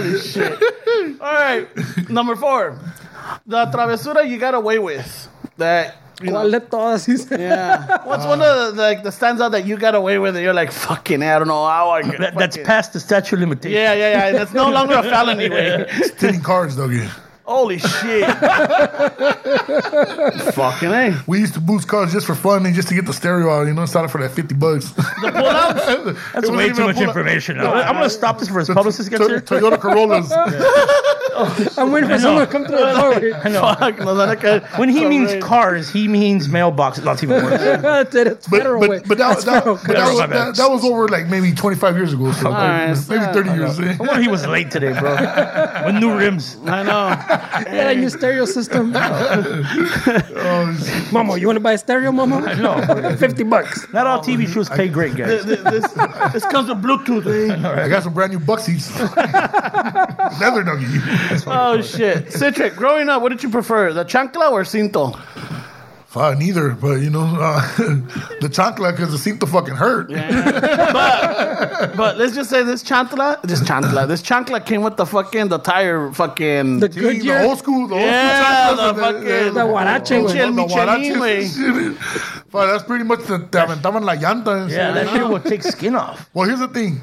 Speaker 5: All right, number four. The travesura you got away with. That, you know,
Speaker 2: Well, let todas, he *laughs* said.
Speaker 5: yeah. What's one of the, like, the stands out that you got away with and you're like, fucking, I don't know how I
Speaker 4: That, that's
Speaker 5: fucking-
Speaker 4: past the statute of limitation.
Speaker 5: Yeah, yeah, yeah. That's no longer a *laughs* felony, way.
Speaker 3: stealing cards, Dougie.
Speaker 5: Holy shit. *laughs* fucking eh.
Speaker 3: We used to boost cards just for fun and just to get the stereo out. You know, sell it for that fifty bucks.
Speaker 4: That's
Speaker 3: *laughs* It wasn't
Speaker 4: way
Speaker 3: even
Speaker 4: too
Speaker 3: a
Speaker 4: much
Speaker 3: pull-up.
Speaker 4: information. now. I'm gonna stop this before his publicist gets
Speaker 3: To-
Speaker 4: here.
Speaker 3: Toyota Corollas.
Speaker 2: I'm waiting for someone to come through the door.
Speaker 5: Fuck, nos van a caer.
Speaker 4: When he means
Speaker 5: Alright.
Speaker 4: cars, he means mailboxes. That's even
Speaker 2: *laughs*
Speaker 4: worse.
Speaker 2: That's it. It's
Speaker 3: *laughs* But,
Speaker 2: federal way.
Speaker 3: but, but, that,
Speaker 2: That's
Speaker 3: that,
Speaker 2: federal.
Speaker 3: but that, was,
Speaker 4: my bad.
Speaker 3: that, that was over like maybe 25 years ago. So
Speaker 5: right,
Speaker 3: like, maybe
Speaker 5: so-
Speaker 3: 30 years.
Speaker 4: I wonder he was late today, bro. With new rims.
Speaker 5: I know.
Speaker 2: Yeah, your stereo
Speaker 3: *laughs*
Speaker 2: system.
Speaker 3: Oh, shit.
Speaker 2: Mama, you want to buy a stereo, mama?
Speaker 4: No,
Speaker 2: 50 bucks.
Speaker 4: not all TV shows pay great, guys.
Speaker 5: Th- this, this comes with Bluetooth. eh?
Speaker 3: I got some brand new Bucksies. *laughs* Leather nugget.
Speaker 5: Oh, shit. Citric, growing up, what did you prefer? The chancla or cinto?
Speaker 3: Fuck, neither. But you know, uh, *laughs* the chancla because the seat to fucking hurt.
Speaker 5: But let's just say this chancla, this chancla, this chancla came with the fucking, the tire fucking.
Speaker 2: The
Speaker 3: Dude,
Speaker 2: good
Speaker 3: the
Speaker 2: year.
Speaker 3: old school, the old
Speaker 5: Yeah,
Speaker 3: school chanclas
Speaker 5: the
Speaker 3: and
Speaker 5: fucking-
Speaker 2: The guarache
Speaker 5: Pinche el
Speaker 2: one.
Speaker 3: the
Speaker 5: Michelin, güey.
Speaker 3: *laughs* guaraches. Fuck, that's pretty much the te aventaban la llanta. and shit.
Speaker 4: Yeah, that shit will take skin off.
Speaker 3: Well, here's the thing.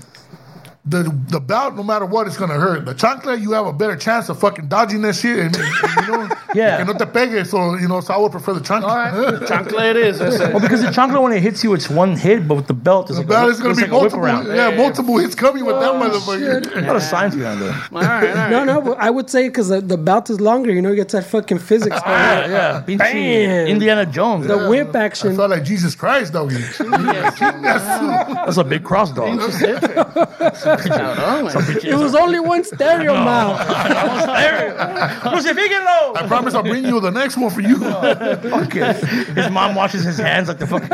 Speaker 3: The the bout, no matter what, it's gonna hurt. The chancla, you have a better chance of fucking dodging that shit, and, and, you know,
Speaker 4: Yeah.
Speaker 3: que no te pegue. So you know, so I would prefer the chancla.
Speaker 5: Chancla it is. I said.
Speaker 2: *laughs*
Speaker 4: Well, because the chancla when it hits you, it's one hit, but with the belt, it's
Speaker 3: the
Speaker 4: like
Speaker 3: bout
Speaker 4: a,
Speaker 3: is gonna
Speaker 4: it's
Speaker 3: be
Speaker 4: like a whip
Speaker 3: multiple,
Speaker 4: around.
Speaker 3: yeah, multiple hits coming with
Speaker 5: Oh,
Speaker 3: that motherfucker.
Speaker 4: A lot of science behind that.
Speaker 5: All right, all right.
Speaker 2: No, no, but I would say because the, the belt is longer, you know, you get that fucking physics. going on.
Speaker 4: Yeah, yeah.
Speaker 2: Bam.
Speaker 4: Indiana Jones.
Speaker 2: The whip action.
Speaker 3: *laughs* Ah, I felt like Jesus Christ, though.
Speaker 4: That's a big cross dog. *laughs*
Speaker 2: It was only one stereo, *laughs* mom.
Speaker 4: Crucifíquenlo.
Speaker 3: I promise I'll bring you the next one for
Speaker 4: *laughs*
Speaker 3: you. With
Speaker 4: Okay. His mom washes his hands like the fucking.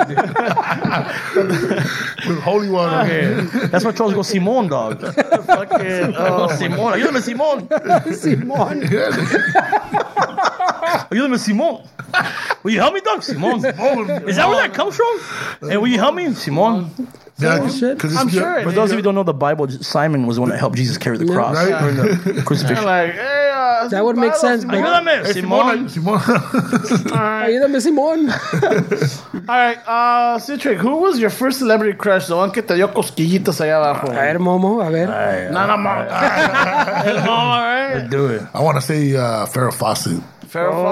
Speaker 3: holy water.
Speaker 4: Oh, That's why Charles goes Simon dog.
Speaker 5: Fucking, oh.
Speaker 4: Simon, ayúdame Simon,
Speaker 2: Simon.
Speaker 4: ayúdame Simon. Will you help me, dog? Simon.
Speaker 5: Oh,
Speaker 4: Is that where that comes from? Hey, will you help me, Simon?
Speaker 3: Yeah,
Speaker 2: Oh, shit.
Speaker 3: 'cause it's-
Speaker 5: I'm sure it
Speaker 4: For those of you who don't know the Bible, Simon was the one that helped Jesus carry the cross
Speaker 3: Right?
Speaker 4: during the *laughs* crucifixion.
Speaker 5: Like, hey, uh,
Speaker 2: That would make sense, bro.
Speaker 4: Ayúdame, Simon.
Speaker 3: Simona, Simona.
Speaker 2: Ayúdame, Simon.
Speaker 5: All right, uh, Citric, who was your first celebrity crush? The one que te dio cosquillitas allá abajo.
Speaker 2: A ver, Momo, a ver.
Speaker 5: Nada más. All right.
Speaker 4: Do it.
Speaker 3: *laughs* I want to say uh, Farrah Fawcett.
Speaker 5: Farrah
Speaker 2: Oh,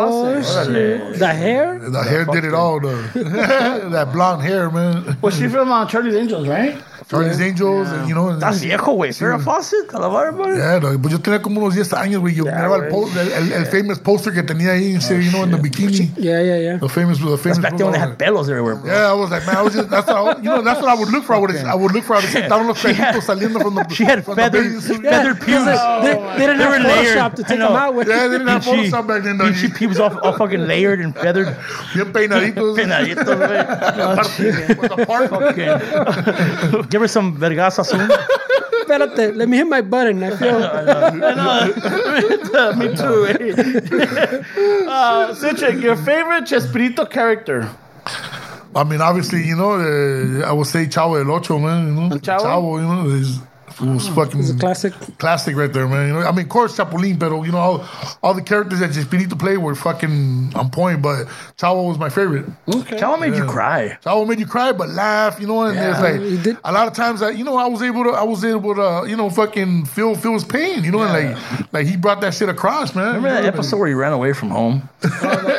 Speaker 5: Fawcett.
Speaker 2: shit. The hair?
Speaker 3: The hair did it all, though. *laughs* that blonde hair, man.
Speaker 5: Was she from uh, Charlie's Angels, right?
Speaker 3: Charlie's Angels, and you know. and-
Speaker 4: Estás viejo, güey. Farrah Fawcett, a la barba.
Speaker 3: Yeah, no, pues yo tenía como unos 10 años, güey. Yo miraba el, po- el, el, el famous poster que tenía ahí, en serio, you know, en the bikini.
Speaker 2: Yeah, yeah, yeah.
Speaker 3: The famous, the famous.
Speaker 4: Oh, Back then when they had pelos everywhere, bro.
Speaker 3: yeah, I was like, man, I was just, that's what I, you know, that's what I would look for. I would, I would look for, I would sit down los
Speaker 4: had-
Speaker 3: pelitos saliendo from the.
Speaker 4: She had
Speaker 3: from the
Speaker 4: feathered,
Speaker 3: bathing suit.
Speaker 2: Yeah,
Speaker 4: feathered
Speaker 2: 'cause
Speaker 4: pubes.
Speaker 2: They, they didn't
Speaker 4: They were
Speaker 2: have Photoshop
Speaker 4: layered.
Speaker 2: to
Speaker 4: I
Speaker 2: take
Speaker 4: know.
Speaker 2: them out with.
Speaker 3: Yeah, they didn't have
Speaker 4: Pinchy-
Speaker 3: Photoshop back then, though.
Speaker 4: Pinchy pubes all, all fucking layered and feathered.
Speaker 3: Bien peinaditos.
Speaker 4: Penadito, güey.
Speaker 3: With the part.
Speaker 4: *laughs* Okay. Give her some vergaza *laughs* soon.
Speaker 2: Espérate, let me hit my button. I feel.
Speaker 5: Me too.
Speaker 4: eh.
Speaker 5: uh, Citric, your favorite Chespirito character?
Speaker 3: eh, I mean, obviously, you know, uh, I would say Chavo el Ocho, man. You know,
Speaker 5: Chavo?
Speaker 3: you know, is Fool's fucking
Speaker 2: It's Ah, a classic.
Speaker 3: classic right there, man. You know, I mean, of course, Chapulín, pero you know, all, all the characters that Chespirito played were fucking on point. But Chavo was my favorite.
Speaker 4: Chavo made you cry.
Speaker 3: Chavo made you cry, but laugh. You know, and
Speaker 4: Yeah.
Speaker 2: He
Speaker 3: it's like
Speaker 2: did-
Speaker 3: a lot of times, I you know, I was able to, I was able to, you know, fucking feel feel his pain. You know, and like like he brought that shit across, man.
Speaker 4: Remember that
Speaker 3: You know,
Speaker 4: episode where he ran away from home?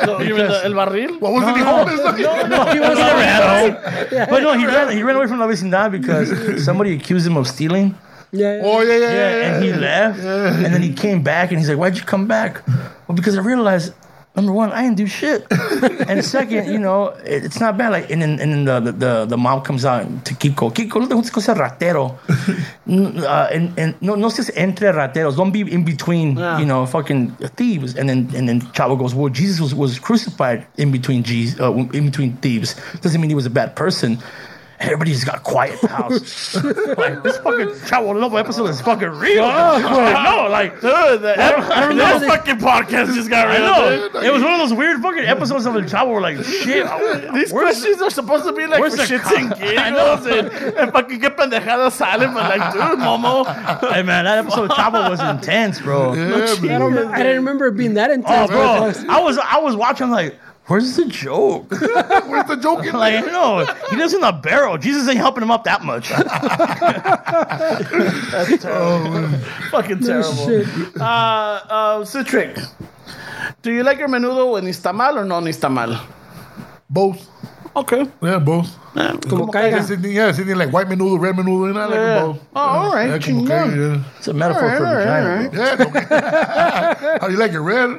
Speaker 5: No, you mean the, El Barril?
Speaker 3: What was it?
Speaker 4: *laughs*
Speaker 3: He
Speaker 4: No,
Speaker 3: hold this?
Speaker 4: no, no, he was never at *laughs* home. But no, he ran, he ran away from La Vecindad because somebody accused him of stealing.
Speaker 2: Yeah.
Speaker 3: Oh yeah, yeah, yeah. yeah.
Speaker 4: and he left. And then he came back and he's like, Why'd you come back? Well, because I realized. Number one, I didn't do shit, and second, you know, it, it's not bad. Like, and then, and then the, the the the mom comes out to Kiko. Kiko, no te juntes con ese ratero. N- uh, and and no no seas entre rateros. Don't be in between, you know, fucking thieves. And then and then Chavo goes, well, Jesus was, was crucified in between Jesus, uh, in between thieves. Doesn't mean he was a bad person. Everybody just got quiet in the house. like this fucking Chavo Lobo episode is fucking real. *laughs* I know, like
Speaker 5: *laughs* Dude, the,
Speaker 4: I remember
Speaker 5: that
Speaker 4: they-
Speaker 5: fucking podcast just got
Speaker 4: I
Speaker 5: rid
Speaker 4: know.
Speaker 5: of.
Speaker 4: It was one of those weird fucking episodes of the Chavo where like shit.
Speaker 5: These
Speaker 4: where's-
Speaker 5: questions are supposed to be like
Speaker 4: where's
Speaker 5: for
Speaker 4: the
Speaker 5: shits
Speaker 4: co-
Speaker 5: and
Speaker 4: *laughs*
Speaker 5: giggles and, and fucking get pendejadas silent, but like, dude, Momo,
Speaker 4: Hey man, that episode of Chavo was intense, bro.
Speaker 2: I don't. remember- I didn't remember it being that
Speaker 4: Oh,
Speaker 2: intense.
Speaker 4: bro, I was I was watching like. Where's the joke? *laughs*
Speaker 3: Where's the joke in
Speaker 4: Like, no, he lives in a barrel. Jesus ain't helping him up that much.
Speaker 5: fucking terrible.
Speaker 2: shit.
Speaker 5: Uh, uh, Citric, do you like your menudo when está mal or no está mal?
Speaker 3: Both.
Speaker 5: Okay.
Speaker 3: Yeah, both.
Speaker 2: Como
Speaker 3: Yeah,
Speaker 2: caiga.
Speaker 3: sitting, yeah, sitting like white menudo, red menudo, and I like
Speaker 5: Yeah.
Speaker 3: them both.
Speaker 5: Oh, all right,
Speaker 3: Yeah, como
Speaker 5: chingón.
Speaker 3: que, yeah.
Speaker 4: It's a *laughs* metaphor for
Speaker 5: Alright,
Speaker 4: vagina.
Speaker 5: alright,
Speaker 4: bro.
Speaker 3: Yeah. okay. *laughs* How you like it, red?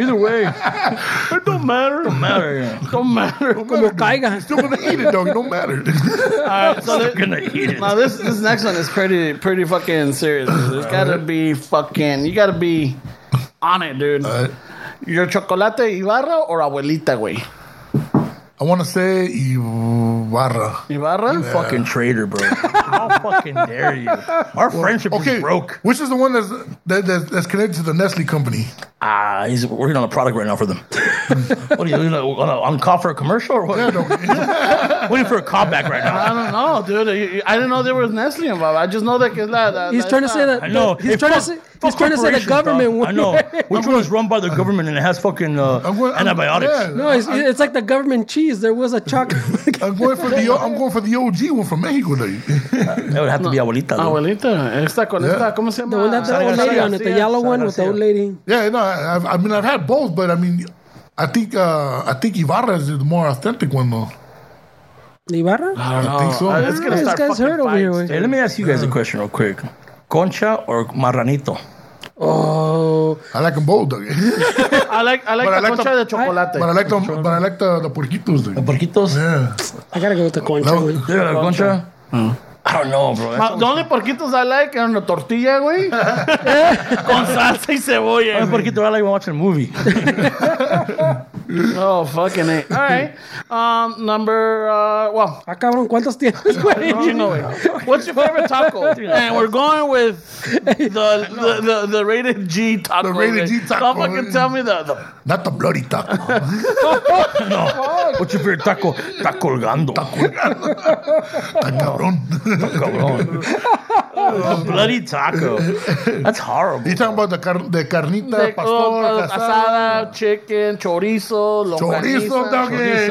Speaker 4: Either way, it
Speaker 5: It don't matter.
Speaker 4: don't matter. yeah.
Speaker 5: Don't matter.
Speaker 2: Como caiga.
Speaker 3: Still gonna eat it, dog. It don't matter.
Speaker 5: All right, so
Speaker 4: They're
Speaker 5: there-
Speaker 4: gonna eat it.
Speaker 5: Now this this next one is pretty pretty fucking serious. There's gotta be fucking you gotta be on it, dude.
Speaker 3: Alright.
Speaker 5: Your chocolate Ibarra or abuelita, güey.
Speaker 3: I want to say Ibarra.
Speaker 5: Ibarra.
Speaker 4: Fucking traitor, bro. How fucking dare you? Our friendship
Speaker 3: Okay,
Speaker 4: is broke.
Speaker 3: Which is the one that's that, that's, that's connected to the Nestle company? *laughs*
Speaker 4: Ah, he's working on a product right now for them. *laughs* what are you, you know, on, a, on call for a commercial or what? Waiting for a callback right
Speaker 5: I
Speaker 4: now.
Speaker 5: don't know, dude. You- you- I didn't know there was Nestle involved. I just know that it's la, la-
Speaker 2: He's
Speaker 5: la-
Speaker 2: trying to say that.
Speaker 4: I know.
Speaker 2: He's
Speaker 4: Hey,
Speaker 2: trying to
Speaker 4: fuck-
Speaker 2: say. He's
Speaker 4: fuck
Speaker 2: trying to say the
Speaker 4: corporations,
Speaker 2: government. won't-
Speaker 4: dog. I know. *laughs* Which one is run by the government and it has fucking uh,
Speaker 3: I'm going- I'm-
Speaker 4: antibiotics?
Speaker 3: yeah.
Speaker 2: *laughs* No, it's, it's like the government cheese. There was a *laughs*
Speaker 4: *laughs*
Speaker 2: chocolate.
Speaker 3: I'm going for the I'm going for the OG one from Mexico. Dude.
Speaker 4: That would have to be abuelita. though.
Speaker 5: Abuelita, esta con esta, ¿cómo se
Speaker 2: the
Speaker 5: llama?
Speaker 2: one
Speaker 4: Ah,
Speaker 2: that the old lady on it. The yellow one with the old lady.
Speaker 3: Yeah, no, I, I've- I mean I've had both, but I mean I think uh, I think Ibarra is the more authentic one though.
Speaker 4: Ah,
Speaker 2: Ibarra.
Speaker 3: I, think so.
Speaker 5: It's gonna
Speaker 2: This
Speaker 5: start
Speaker 2: guy's
Speaker 5: fucking
Speaker 2: hurt over here.
Speaker 5: fights.
Speaker 2: güey.
Speaker 4: Hey, let me ask you guys a question real quick. Concha or marranito?
Speaker 2: Oh,
Speaker 3: I like them both, though. *laughs*
Speaker 5: I like I like
Speaker 3: But I
Speaker 5: the
Speaker 3: like
Speaker 5: concha
Speaker 3: the-
Speaker 5: de chocolate.
Speaker 3: but I like them. But I like the the porquitos, dude.
Speaker 4: Porquitos?
Speaker 3: Yeah,
Speaker 2: I gotta go with the concha.
Speaker 3: No.
Speaker 2: güey.
Speaker 4: Yeah, concha. Mm. I don't know,
Speaker 2: *laughs*
Speaker 4: bro.
Speaker 5: Ma- the only porquitos I like are the tortilla, güey.
Speaker 3: *laughs*
Speaker 5: con salsa y
Speaker 2: eh.
Speaker 5: cebolla. güey.
Speaker 4: Porquito, I like watching a
Speaker 2: *laughs*
Speaker 4: movie.
Speaker 5: Oh, fucking it. All right. Um, number, uh, well,
Speaker 2: Ah, cabrón, ¿cuántos tienes, güey?
Speaker 5: what's your favorite taco? and we're going with *laughs* the the, the, the rated G taco.
Speaker 3: The rated G
Speaker 5: güey.
Speaker 3: taco,
Speaker 5: Don't fucking
Speaker 3: güey.
Speaker 5: tell me the, the
Speaker 3: not the bloody taco.
Speaker 4: What's your favorite taco? Taco colgando.
Speaker 3: Tan *laughs* cabrón.
Speaker 4: Cabrón. A bloody taco. That's
Speaker 2: *laughs*
Speaker 4: horrible.
Speaker 3: You talking about the car- the carnita
Speaker 5: the-
Speaker 3: pastor,
Speaker 5: oh,
Speaker 3: casada,
Speaker 5: asada, chicken, chorizo, longaniza,
Speaker 3: chorizo, dog? yeah.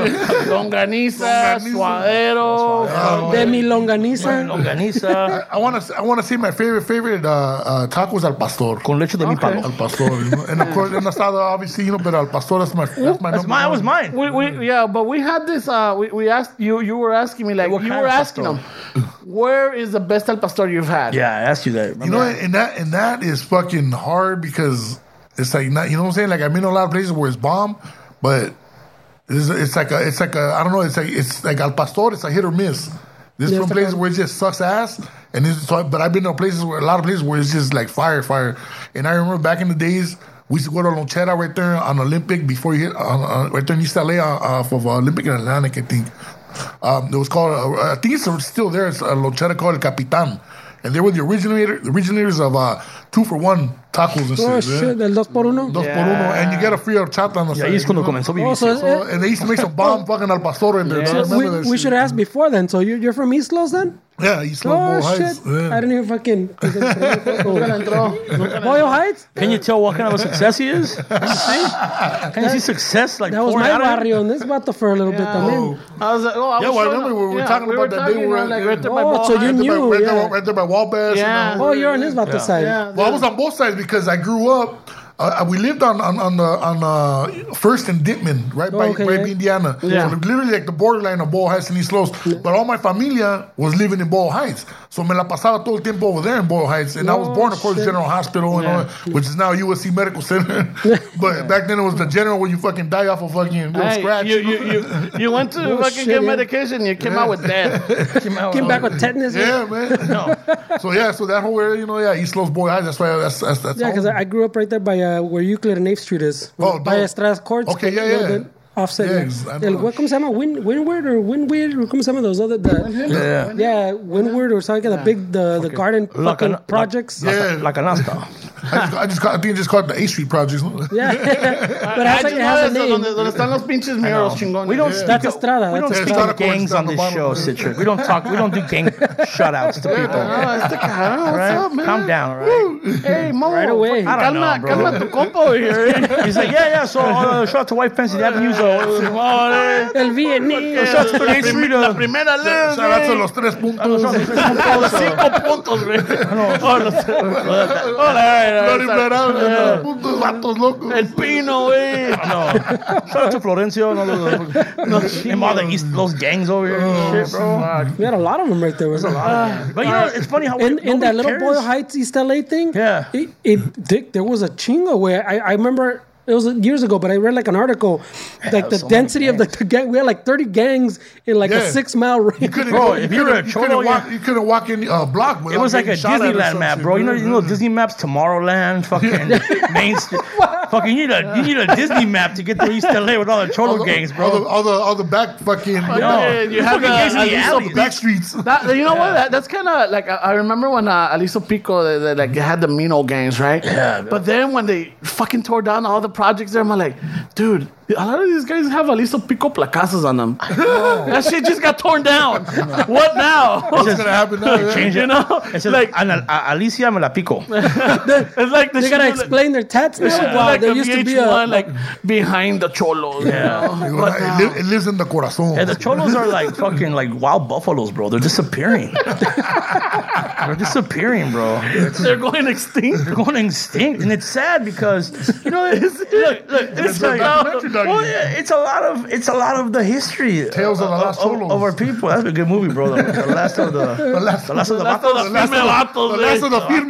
Speaker 5: longaniza,
Speaker 3: Longaniza.
Speaker 5: suadero.
Speaker 2: De mi longaniza.
Speaker 4: Longaniza
Speaker 3: *laughs* I want to I want to say my favorite favorite uh, uh, tacos al pastor.
Speaker 4: con leche de mi
Speaker 3: Al
Speaker 4: palo.
Speaker 3: pastor, you *laughs* know? and of course, and asada, obviously, you know, but al pastor, that's my, that's my
Speaker 4: That's
Speaker 3: number
Speaker 4: mine. That
Speaker 3: one.
Speaker 4: was mine.
Speaker 5: We, we, yeah, but we had this. Uh, we, we asked you. You were asking me like
Speaker 4: What
Speaker 5: you
Speaker 4: kind
Speaker 5: were
Speaker 4: of
Speaker 5: asking
Speaker 4: pastor?
Speaker 5: them, where is the best al pastor you've had?
Speaker 4: Yeah, I asked you that.
Speaker 3: You know, and that and that is fucking hard because it's like not, you know what I'm saying. Like I've been to a lot of places where it's bomb, but it's, it's like a, it's like a, I don't know. It's like it's like al pastor. It's a hit or miss. There's
Speaker 2: Yeah,
Speaker 3: some
Speaker 2: it's
Speaker 3: places
Speaker 2: like a-
Speaker 3: where it just sucks ass, and it's so, but I've been to places where a lot of places where it's just like fire, fire. And I remember back in the days. We used to go to Lonchera right there on Olympic before you hit on, on, right there in East LA uh, off of Olympic and Atlantic, I think. Um, it was called, uh, I think it's still there. It's a lonchera called El Capitan, and they were the originator, the originators of uh, two for one tacos and shit.
Speaker 2: Oh,
Speaker 3: man.
Speaker 2: shit, del dos por uno.
Speaker 3: Dos por uno, and you get a free horchata on the
Speaker 4: Yeah,
Speaker 3: side.
Speaker 4: ahí es cuando
Speaker 3: you know?
Speaker 4: comenzó
Speaker 2: Oh, so
Speaker 4: Vivicio.
Speaker 2: *laughs*
Speaker 3: So, and they used to make some bomb fucking al pastor in there. I
Speaker 2: So
Speaker 3: remember
Speaker 2: we,
Speaker 3: that
Speaker 2: we
Speaker 3: shit.
Speaker 2: should ask before then. So you're, you're from East Los then?
Speaker 3: Yeah, East Lobo
Speaker 2: Oh,
Speaker 3: Heights.
Speaker 2: shit.
Speaker 3: Yeah.
Speaker 2: I didn't even fucking.
Speaker 5: *laughs*
Speaker 2: Boyle Heights?
Speaker 4: Can you tell what kind of a success he is? Can you see? Can you see success like
Speaker 2: That was
Speaker 4: pouring
Speaker 2: my
Speaker 4: out of him?
Speaker 2: barrio, and this bato for a little bit. I
Speaker 3: Oh,
Speaker 2: mean,
Speaker 5: I was like, oh, I
Speaker 3: Yeah,
Speaker 5: was
Speaker 3: well, I
Speaker 5: showing
Speaker 3: remember
Speaker 5: him-
Speaker 3: we were talking about that day
Speaker 5: talking
Speaker 3: we were
Speaker 5: around,
Speaker 3: at-
Speaker 5: like
Speaker 3: yeah.
Speaker 5: right there by
Speaker 2: Oh,
Speaker 5: Ball
Speaker 2: so you
Speaker 3: right,
Speaker 5: High.
Speaker 3: there by,
Speaker 2: knew,
Speaker 3: right,
Speaker 2: yeah.
Speaker 3: there, right there by Wabash.
Speaker 5: Yeah.
Speaker 3: And, uh,
Speaker 2: oh, you're on his bato side.
Speaker 5: Yeah,
Speaker 3: well, I was on both sides because I grew up. Uh, we lived on on on, uh, on uh, First and Ditman, right by
Speaker 2: okay,
Speaker 3: right
Speaker 2: yeah.
Speaker 3: by Indiana.
Speaker 5: Yeah.
Speaker 3: So literally like the borderline of Ball Heights and East Los. But all my familia was living in Ball Heights, so me la pasaba todo el tiempo over there in Ball Heights. And I was
Speaker 2: Oh,
Speaker 3: born, of course,
Speaker 2: shit.
Speaker 3: General Hospital, and all that, which is now USC Medical Center.
Speaker 2: *laughs*
Speaker 3: *laughs* but back then it was the General where you fucking die off a fucking little
Speaker 5: Hey,
Speaker 3: *laughs* scratch.
Speaker 5: you, you, you, you
Speaker 3: *laughs*
Speaker 5: went to
Speaker 2: Oh,
Speaker 5: fucking
Speaker 2: shit,
Speaker 5: get
Speaker 2: yeah.
Speaker 5: medication, you came out with that.
Speaker 2: Came back with tetanus.
Speaker 4: *laughs*
Speaker 3: *laughs* Yeah, man. So yeah, so that whole area, you know, yeah, East Los Boy High. That's why that's that's that's.
Speaker 2: Yeah, because I, I grew up right there by uh, where Euclid and 8th Street is.
Speaker 3: Oh,
Speaker 2: by
Speaker 3: dope.
Speaker 2: Estrada's Courts.
Speaker 3: Okay, yeah,
Speaker 2: a little
Speaker 3: yeah.
Speaker 2: bit Offset.
Speaker 3: Yeah,
Speaker 2: Yeah,
Speaker 3: ex- I
Speaker 2: El,
Speaker 3: know.
Speaker 2: what comes out? Win, Winward or Winweird? Or comes some of those other? The,
Speaker 4: Yeah.
Speaker 2: yeah, Windward or something. The big the, the garden
Speaker 4: Like
Speaker 2: fucking
Speaker 4: an- like-
Speaker 2: projects.
Speaker 3: Yeah.
Speaker 4: Like a Nasta.
Speaker 3: I just, I just call, I think I just called it the A Street Projects. no?
Speaker 2: Yeah, *laughs* but I
Speaker 5: I
Speaker 2: think
Speaker 5: just
Speaker 2: it has a name.
Speaker 5: noticed that donde, donde están los pinches muros chingones.
Speaker 4: We don't.
Speaker 2: That's
Speaker 4: speak-
Speaker 2: Estrada,
Speaker 4: We
Speaker 2: that's
Speaker 4: don't speak
Speaker 3: Estrada.
Speaker 4: of gangs on this show, Citric. We don't talk. We don't do gang shutouts to people.
Speaker 5: Ah, este cabrón, what's
Speaker 4: Right?
Speaker 5: up, man?
Speaker 4: Calm down, right?
Speaker 5: Hey, Momo,
Speaker 1: Oh,
Speaker 2: Right away.
Speaker 5: fucking
Speaker 4: I don't know, bro.
Speaker 5: Calma, calma tu compa
Speaker 4: *laughs*
Speaker 5: over here.
Speaker 4: He's like, Oh, yeah, yeah. So uh, shout out to White Fence Avenue's. Uh,
Speaker 2: El Vietnam.
Speaker 4: shout out to 38th Street.
Speaker 5: La
Speaker 4: Uh,
Speaker 5: primera
Speaker 3: *laughs*
Speaker 5: ley.
Speaker 3: Shout out to los tres puntos.
Speaker 5: puntos,
Speaker 4: *laughs*
Speaker 5: güey. Oh, los- Hola,
Speaker 3: Bloody blood out, los puntos, vatos locos.
Speaker 5: El pino, eh.
Speaker 4: *laughs*
Speaker 5: güey.
Speaker 4: no. Shout out to Florencio and all
Speaker 5: *laughs*
Speaker 4: those, and all the East, those gangs over here.
Speaker 5: Oh,
Speaker 4: and shit, bro.
Speaker 2: We had a lot of them right there. wasn't there?
Speaker 5: Ah.
Speaker 4: But you know, it's funny how
Speaker 2: in, in that
Speaker 4: nobody
Speaker 2: little
Speaker 4: cares.
Speaker 2: Boyle Heights East LA thing,
Speaker 4: Yeah.
Speaker 2: it, it Dick, there was a chingo where I, I remember it was years ago, but I read like an article, like the
Speaker 4: so many
Speaker 2: density of the, the gang. We had like thirty gangs in like a
Speaker 3: Yeah.
Speaker 2: six mile
Speaker 3: You
Speaker 2: range.
Speaker 3: couldn't,
Speaker 4: Bro,
Speaker 3: go,
Speaker 4: if
Speaker 3: you,
Speaker 4: you were a
Speaker 3: couldn't, you,
Speaker 4: cholo,
Speaker 3: couldn't walk,
Speaker 4: yeah.
Speaker 3: you couldn't walk any uh, block.
Speaker 4: It was like a Disneyland map, bro. You know, you know Disney maps, Tomorrowland,
Speaker 5: *laughs*
Speaker 4: fucking Main Street. fucking, you need a you need a Disney map to get to East LA with all the cholo gangs, bro.
Speaker 3: All the, all the, all the back fucking
Speaker 4: Yo,
Speaker 5: Yeah, you
Speaker 4: you
Speaker 5: have
Speaker 4: fucking
Speaker 5: the-
Speaker 4: gangs in the
Speaker 5: at least
Speaker 4: alleys.
Speaker 3: back streets. *laughs*
Speaker 5: That, you know what? That, that's kind of like I, I remember when uh, Aliso Pico they, they, like had the Mino gangs, right? Yeah. But then when they fucking tore down all the projects there, I'm like, dude, a lot of these guys have Aliso Pico placasas on them. *laughs* that shit just got torn down. what now?
Speaker 3: What's gonna happen now?
Speaker 4: *laughs*
Speaker 3: yeah?
Speaker 4: Change
Speaker 5: you
Speaker 4: it.
Speaker 5: know,
Speaker 4: It's just
Speaker 5: like
Speaker 4: like Ana, a- Alicia me la pico.
Speaker 5: it's like
Speaker 2: They
Speaker 5: the shit
Speaker 2: gotta
Speaker 5: that-
Speaker 2: explain their tats now.
Speaker 5: the shit
Speaker 2: wow,
Speaker 5: like
Speaker 2: there
Speaker 5: the
Speaker 2: used to be
Speaker 5: VH1,
Speaker 2: a
Speaker 5: like behind the cholos. Yeah.
Speaker 3: You know, it, li- it lives in the corazon.
Speaker 4: And the cholos are like fucking like wild buffaloes, bro. They're
Speaker 3: *laughs*
Speaker 4: disappearing. They're disappearing, bro.
Speaker 5: They're going extinct.
Speaker 4: They're going extinct, and it's sad because you know, it's, look, look, it's like,
Speaker 3: documentary, doggy.
Speaker 4: well, yeah, it's a lot of it's a lot of the history.
Speaker 3: Tales of the Lost
Speaker 4: of,
Speaker 3: Cholos.
Speaker 4: of our people. That's a good movie, bro. The, the last of the,
Speaker 3: *laughs*
Speaker 4: the
Speaker 3: last-
Speaker 4: last of the,
Speaker 5: That's all the
Speaker 3: That's
Speaker 5: female
Speaker 3: the-
Speaker 5: vatos,
Speaker 3: that's
Speaker 5: eh?
Speaker 3: the firme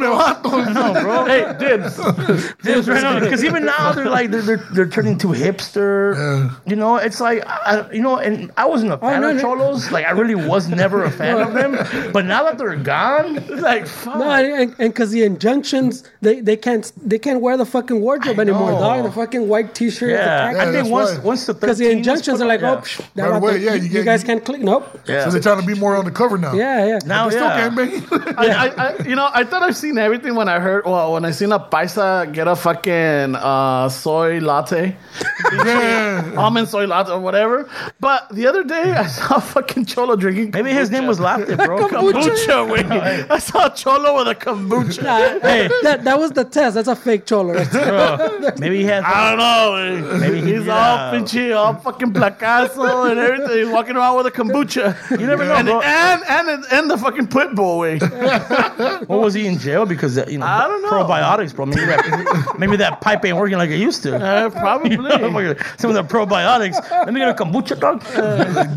Speaker 4: *laughs*
Speaker 3: vatos.
Speaker 4: bro.
Speaker 5: Hey, *laughs* dude,
Speaker 4: Because even now they're like they're they're, they're turning to hipster.
Speaker 3: Yeah.
Speaker 4: You know, it's like I, you know, and I wasn't a fan
Speaker 2: Oh, no,
Speaker 4: of
Speaker 2: no.
Speaker 4: cholos. Like I really was never a fan of
Speaker 2: *laughs*
Speaker 4: them. But now that they're gone, it's like fuck.
Speaker 2: no, and because the injunctions, they, they can't they can't wear the fucking wardrobe anymore,
Speaker 4: know.
Speaker 2: dog. The fucking white T-shirt.
Speaker 4: yeah, I
Speaker 3: that's
Speaker 4: think once
Speaker 3: right.
Speaker 4: once the
Speaker 2: Because the
Speaker 4: 13 was
Speaker 2: injunctions
Speaker 4: put
Speaker 2: are like, oh,
Speaker 4: up- yeah.
Speaker 2: psh, that
Speaker 3: Right
Speaker 2: about
Speaker 3: away,
Speaker 2: the-
Speaker 3: yeah,
Speaker 2: you,
Speaker 3: you get-
Speaker 2: guys can't click. Nope.
Speaker 4: yeah.
Speaker 3: So they're trying to be more on the cover now.
Speaker 2: Yeah, yeah.
Speaker 4: now,
Speaker 3: They still
Speaker 4: yeah.
Speaker 3: can't bang.
Speaker 5: I, I, I, you know, I thought I've seen everything when I heard, well, when I seen a paisa get a fucking uh, soy latte,
Speaker 3: *laughs* Yeah.
Speaker 5: almond soy latte or whatever. But the other day, I saw a fucking cholo drinking
Speaker 4: Maybe his name was Latte, bro. *laughs*
Speaker 5: kombucha. Wait, I saw a cholo with a kombucha.
Speaker 4: Hey.
Speaker 2: that that was the test. That's a fake cholo. Right there.
Speaker 4: Maybe he had.
Speaker 5: I don't know. eh.
Speaker 4: Maybe he-
Speaker 5: he's
Speaker 4: yeah.
Speaker 5: all pinchy, all fucking placazo and everything. He's walking around with a kombucha. You
Speaker 4: never know,
Speaker 5: and,
Speaker 4: bro.
Speaker 5: And, and and the fucking pit bull way.
Speaker 4: What was he in jail because that, you know
Speaker 5: I don't know.
Speaker 4: probiotics, bro? Maybe that, *laughs* maybe that pipe ain't working like it used to. *laughs*
Speaker 5: Uh, probably. *laughs*
Speaker 4: Some of the probiotics. Let me get a kombucha dog.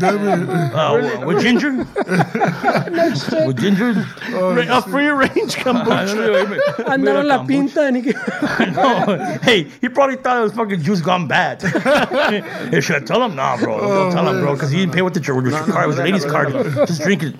Speaker 4: *laughs* Uh, with
Speaker 2: *laughs*
Speaker 4: ginger. with ginger.
Speaker 2: Oh,
Speaker 5: a free range
Speaker 2: *laughs*
Speaker 5: kombucha.
Speaker 2: Andaba en la pinta and he.
Speaker 4: *laughs* No. Hey, he probably thought it was fucking juice gone bad. *laughs* hey, should I tell him? Nah, bro.
Speaker 2: Oh,
Speaker 4: Don't tell him, bro, because he didn't pay with the, your, your card. It was a lady's card. Just drink it.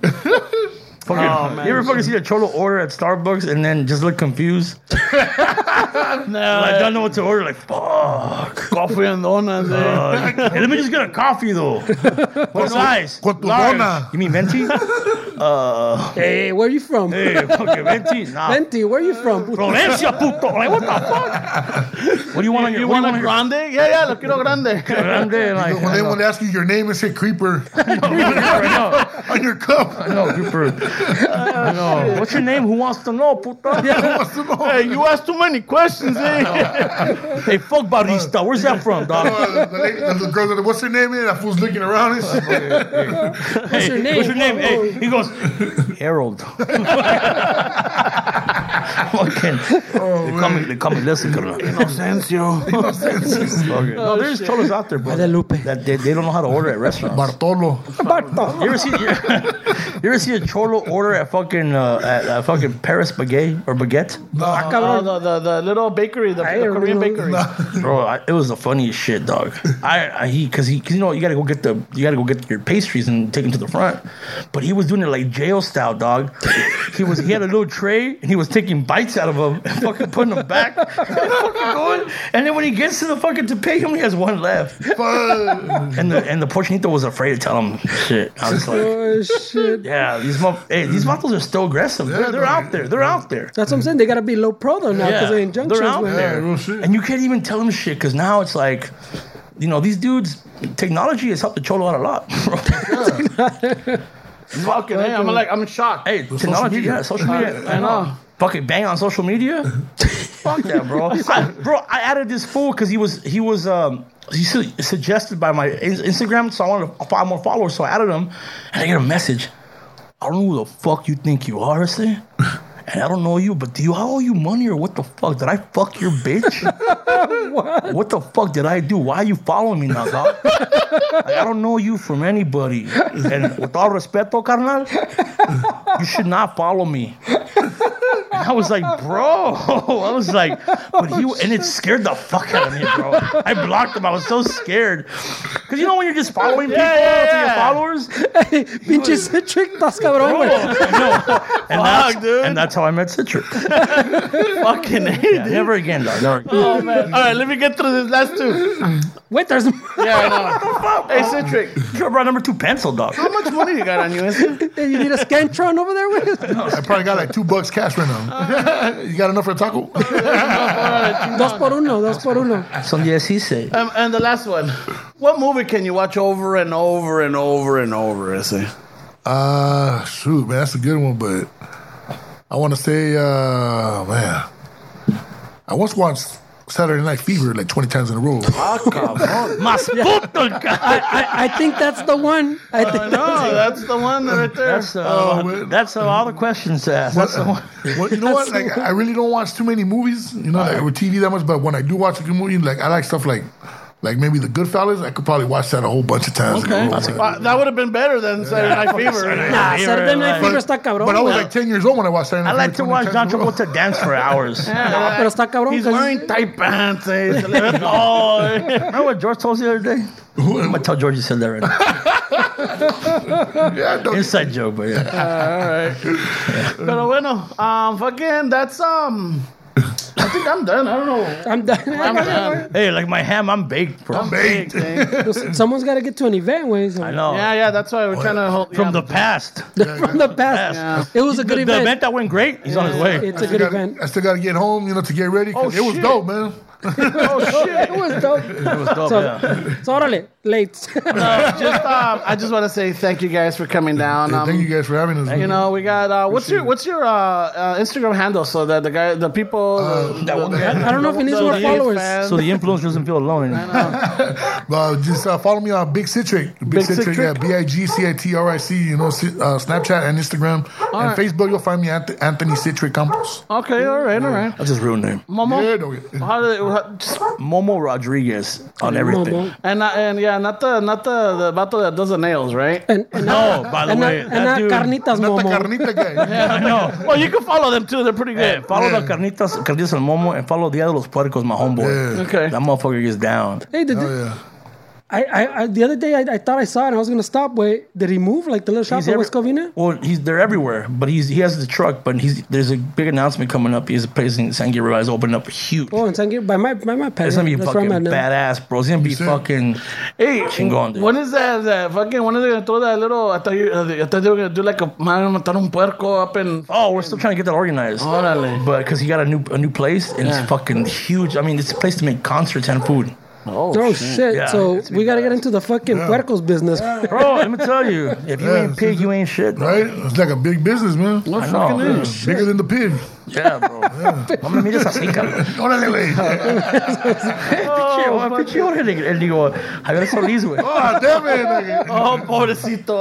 Speaker 4: Fucking,
Speaker 2: Oh,
Speaker 4: you ever fucking see a cholo order at Starbucks and then just look
Speaker 2: *laughs*
Speaker 4: confused? Like, I don't know what to order. Like, fuck.
Speaker 2: *laughs*
Speaker 5: Coffee and donuts. eh.
Speaker 4: Uh, hey, let me just get a coffee though. What size?
Speaker 3: Con tu
Speaker 4: Large.
Speaker 3: dona.
Speaker 4: You mean venti? *laughs* uh,
Speaker 2: Hey, where you from?
Speaker 4: hey, fucking Venti, nah.
Speaker 2: Venti, where you from?
Speaker 4: Florencia, puto. Like, what the fuck? What do you want on your?
Speaker 5: You
Speaker 4: what
Speaker 5: want
Speaker 4: do
Speaker 5: a
Speaker 4: you want
Speaker 5: grande? Yeah, yeah, lo quiero *laughs* grande.
Speaker 4: on your- Grande, like,
Speaker 3: *laughs*
Speaker 4: *laughs*
Speaker 3: When they want to ask you your name and say creeper *laughs*
Speaker 4: no,
Speaker 3: on your cup.
Speaker 4: no,
Speaker 3: *laughs*
Speaker 4: Cooper. No. What's your name? Who wants to know, puto?
Speaker 5: Hey, you asked too many questions, eh?
Speaker 4: *laughs* Hey, fuck barista. Where's that from, dog?
Speaker 3: Uh, the, lady- the, the girl, that- what's her name? And that fool's looking around. And *laughs* shit.
Speaker 2: What's your name?
Speaker 4: What's your name? Hey, he goes, Harold. *laughs* Fucking.
Speaker 3: Oh,
Speaker 4: they come, they come and listen, *laughs* carnal.
Speaker 5: Inocencio.
Speaker 4: no, there's cholos out there, bro.
Speaker 2: Guadalupe.
Speaker 4: That they, they don't know how to order at restaurants.
Speaker 3: Bartolo.
Speaker 4: You ever see you, ever see a cholo order at fucking uh, at, at fucking Paris baguette or baguette?
Speaker 5: Oh, the, the, the little bakery, the,
Speaker 2: I
Speaker 5: the
Speaker 2: don't
Speaker 5: Korean
Speaker 2: know.
Speaker 5: bakery.
Speaker 4: Bro, I, it was the funniest shit, dog. I, I he because he cause, you know you gotta go get the you gotta go get your pastries and take them to the front, but he was doing it like jail style, dog. he was he had a little tray and he was taking bites out of them, and fucking putting them back, *laughs* fucking going. And then when he gets to the fucking to pay him, he has one left. And the and the porchinito was afraid to tell him shit. I was like,
Speaker 2: Oh, shit.
Speaker 4: yeah, these mo- hey, these models are still aggressive. They're, they're out there. They're out there.
Speaker 2: That's what I'm saying. They gotta be low pro though now because
Speaker 4: Yeah,
Speaker 2: the injunctions
Speaker 4: they're out
Speaker 2: went.
Speaker 4: there.
Speaker 3: real shit.
Speaker 4: And you can't even tell them shit because now it's like, you know, these dudes, technology has helped the cholo out a lot. bro.
Speaker 5: Fucking, hey, I'm like, I'm in shock.
Speaker 4: hey, technology,
Speaker 3: media.
Speaker 4: yeah, social media.
Speaker 5: I
Speaker 4: I
Speaker 5: know.
Speaker 4: know. Fucking bang on social *laughs* media. Fuck that, bro. I, bro, I added this fool because he was he was um he su- suggested by my in- Instagram, so I wanted to find more followers, so I added him, and I get a message. I don't know who the fuck you think you are, say. And I don't know you, but do you I owe you money or what the fuck? Did I fuck your bitch? *laughs* what? the fuck did I do? Why are you following me now, dog? Like, I don't know you from anybody. And with all respeto, carnal, you should not follow me. And I was like, bro. I was like, but he and it scared the fuck out of me, bro. I blocked him. I was so scared. Cause you know when you're just following people
Speaker 5: yeah,
Speaker 4: to
Speaker 5: yeah.
Speaker 4: your followers?
Speaker 2: Pinche Citric, estás cabrón, güey.
Speaker 4: And, that's, and that's how I met Citric.
Speaker 5: Fucking, hey,
Speaker 4: Yeah, never again, dog. Never again.
Speaker 5: oh, man. All right, let me get through this last two.
Speaker 2: Wait, there's. *laughs*
Speaker 5: Yeah, I know. Hey, Citric,
Speaker 4: You brought number two pencil, dog.
Speaker 5: how much money you got on you, Winston?
Speaker 2: you need a Scantron over there, güey.
Speaker 3: I probably got like two bucks cash right now. *laughs* you got enough for a taco?
Speaker 2: Dos por uno, dos por uno.
Speaker 4: Some yes, he said.
Speaker 5: Um, and the last one. What movie can you watch over and over and over and over, Issy?
Speaker 3: Uh, shoot, man, that's a good one, but I want to say, uh, man, I once watched Saturday Night Fever like 20 times in a row.
Speaker 4: Mas puto,
Speaker 2: Oh,
Speaker 4: God.
Speaker 2: I, I think that's the one. I think
Speaker 5: No, that's the one right there.
Speaker 4: That's, uh, that's uh, all the questions to ask. That's the one.
Speaker 3: uh, Well, you know what? Like, I really don't watch too many movies, you know, like, with TV that much. But when I do watch a good movie, like I like stuff like, like maybe The Goodfellas. I could probably watch that a whole bunch of times. in a row, man.
Speaker 5: Wow, that would have been better than Saturday Night Fever.
Speaker 2: Nah, Saturday Night Fever está cabrón.
Speaker 3: but I was
Speaker 2: güey.
Speaker 3: like 10 years old when I watched Saturday Night
Speaker 4: I like to
Speaker 3: Fever 20
Speaker 4: watch John
Speaker 3: times in a row.
Speaker 4: Travolta dance for hours.
Speaker 2: Ah, pero está cabrón.
Speaker 5: He's
Speaker 2: 'cause
Speaker 5: wearing tight pants. eh?
Speaker 4: Oh, *laughs* remember what George told us the other day? I'm gonna tell George you said that right now.
Speaker 3: *laughs* Yeah, I don't-
Speaker 4: Inside joke, but *laughs* yeah.
Speaker 5: Pero bueno, um, fucking, that's um. I think I'm done. I don't know.
Speaker 2: I'm done.
Speaker 4: Hey, like my ham, I'm baked, bro.
Speaker 3: Mate.
Speaker 2: Someone's got to get to an event, güey. so-
Speaker 4: I know.
Speaker 5: Yeah, yeah, that's why we're trying to hold
Speaker 4: From
Speaker 5: yeah.
Speaker 4: the past.
Speaker 2: From the past. It was a
Speaker 4: The,
Speaker 2: good
Speaker 4: the
Speaker 2: event.
Speaker 4: event that went great. He's on his way.
Speaker 2: It's a good *laughs* event.
Speaker 3: I still got to get home, you know, to get ready. 'cause
Speaker 5: Oh,
Speaker 3: it was
Speaker 5: shit.
Speaker 3: dope, man.
Speaker 2: It was dope.
Speaker 4: It was dope,
Speaker 2: So,
Speaker 4: yeah.
Speaker 2: so órale, late. *laughs*
Speaker 5: just um, I just want to say thank you guys for coming down. Um,
Speaker 3: Thank you guys for having us.
Speaker 5: you
Speaker 3: man.
Speaker 5: know, we got uh, what's your what's your uh, uh, Instagram handle so that the guy the people
Speaker 3: Uh,
Speaker 5: the,
Speaker 4: That one
Speaker 5: the-
Speaker 4: guy.
Speaker 2: I don't know if he needs
Speaker 5: the
Speaker 2: more
Speaker 5: lead
Speaker 2: followers.
Speaker 4: *laughs*
Speaker 5: fans.
Speaker 4: So the influence doesn't feel alone anymore.
Speaker 3: Uh, just uh, follow me on Big Citric. Big, Citric,
Speaker 5: Citric?
Speaker 3: yeah, B I G C I T R I C. You know, ci- uh, Snapchat and Instagram and Facebook. You'll find me Anth- Anthony Citric Campos.
Speaker 5: okay, all right, all right.
Speaker 4: That's his real name.
Speaker 5: Momo,
Speaker 3: Yeah, don't get-
Speaker 5: how do they, how, just,
Speaker 4: Momo Rodriguez on everything.
Speaker 2: Momo.
Speaker 5: and not- and yeah, not the not the the vato that does the nails, right?
Speaker 2: And, and
Speaker 4: No, by the
Speaker 2: and
Speaker 4: way,
Speaker 2: not,
Speaker 4: that
Speaker 2: and not
Speaker 4: dude.
Speaker 2: carnitas,
Speaker 3: Not the
Speaker 2: momo.
Speaker 3: carnita *laughs* guy.
Speaker 4: I know.
Speaker 5: Well, you can follow them too. They're pretty
Speaker 4: Hey,
Speaker 5: good.
Speaker 4: follow the carnitas, carnitas and momo, and follow Dia de los Puercos, my homeboy.
Speaker 3: Yeah.
Speaker 5: Okay.
Speaker 4: That motherfucker gets down.
Speaker 2: Hey, did,
Speaker 3: Oh, yeah.
Speaker 2: I, I, I the other day I, I thought I saw it. and I was gonna stop. Wait, did he move? Like the little shop
Speaker 4: He's
Speaker 2: in
Speaker 4: every-
Speaker 2: West Covina?
Speaker 4: Well, he's they're everywhere, but he's he has the truck. But he's there's a big announcement coming up. He's placing San Gabriel is opening up huge.
Speaker 2: Oh, and San by my by my pad.
Speaker 4: it's gonna be
Speaker 2: That's where
Speaker 4: fucking
Speaker 2: I'm at now.
Speaker 4: badass, bro. It's gonna be
Speaker 3: said-
Speaker 4: fucking hey, chingón, dude.
Speaker 5: When is that? That fucking when are they gonna throw that little? I thought you, I thought they were gonna do like a man matar un puerco up in.
Speaker 4: Oh, we're still trying to get that organized.
Speaker 5: Órale.
Speaker 4: But because he got a new a new place and it's fucking huge. I mean, it's a place to make concerts and food.
Speaker 2: Oh shit!
Speaker 4: Yeah,
Speaker 2: so
Speaker 4: it's
Speaker 2: we gotta get into the fucking puercos business.
Speaker 4: Bro, let me tell you, if you
Speaker 3: Yeah,
Speaker 4: ain't pig, you ain't shit. bro.
Speaker 3: Right? It's like a big business, man.
Speaker 4: I know, dude.
Speaker 3: Bigger than the pig.
Speaker 4: Yeah, bro. I'm gonna meet this afica.
Speaker 3: *laughs* Órale.
Speaker 4: oh, El digo, Javier Solís,
Speaker 3: *laughs*
Speaker 4: güey.
Speaker 3: *laughs* oh, damn it. nigga.
Speaker 5: Oh, pobrecito!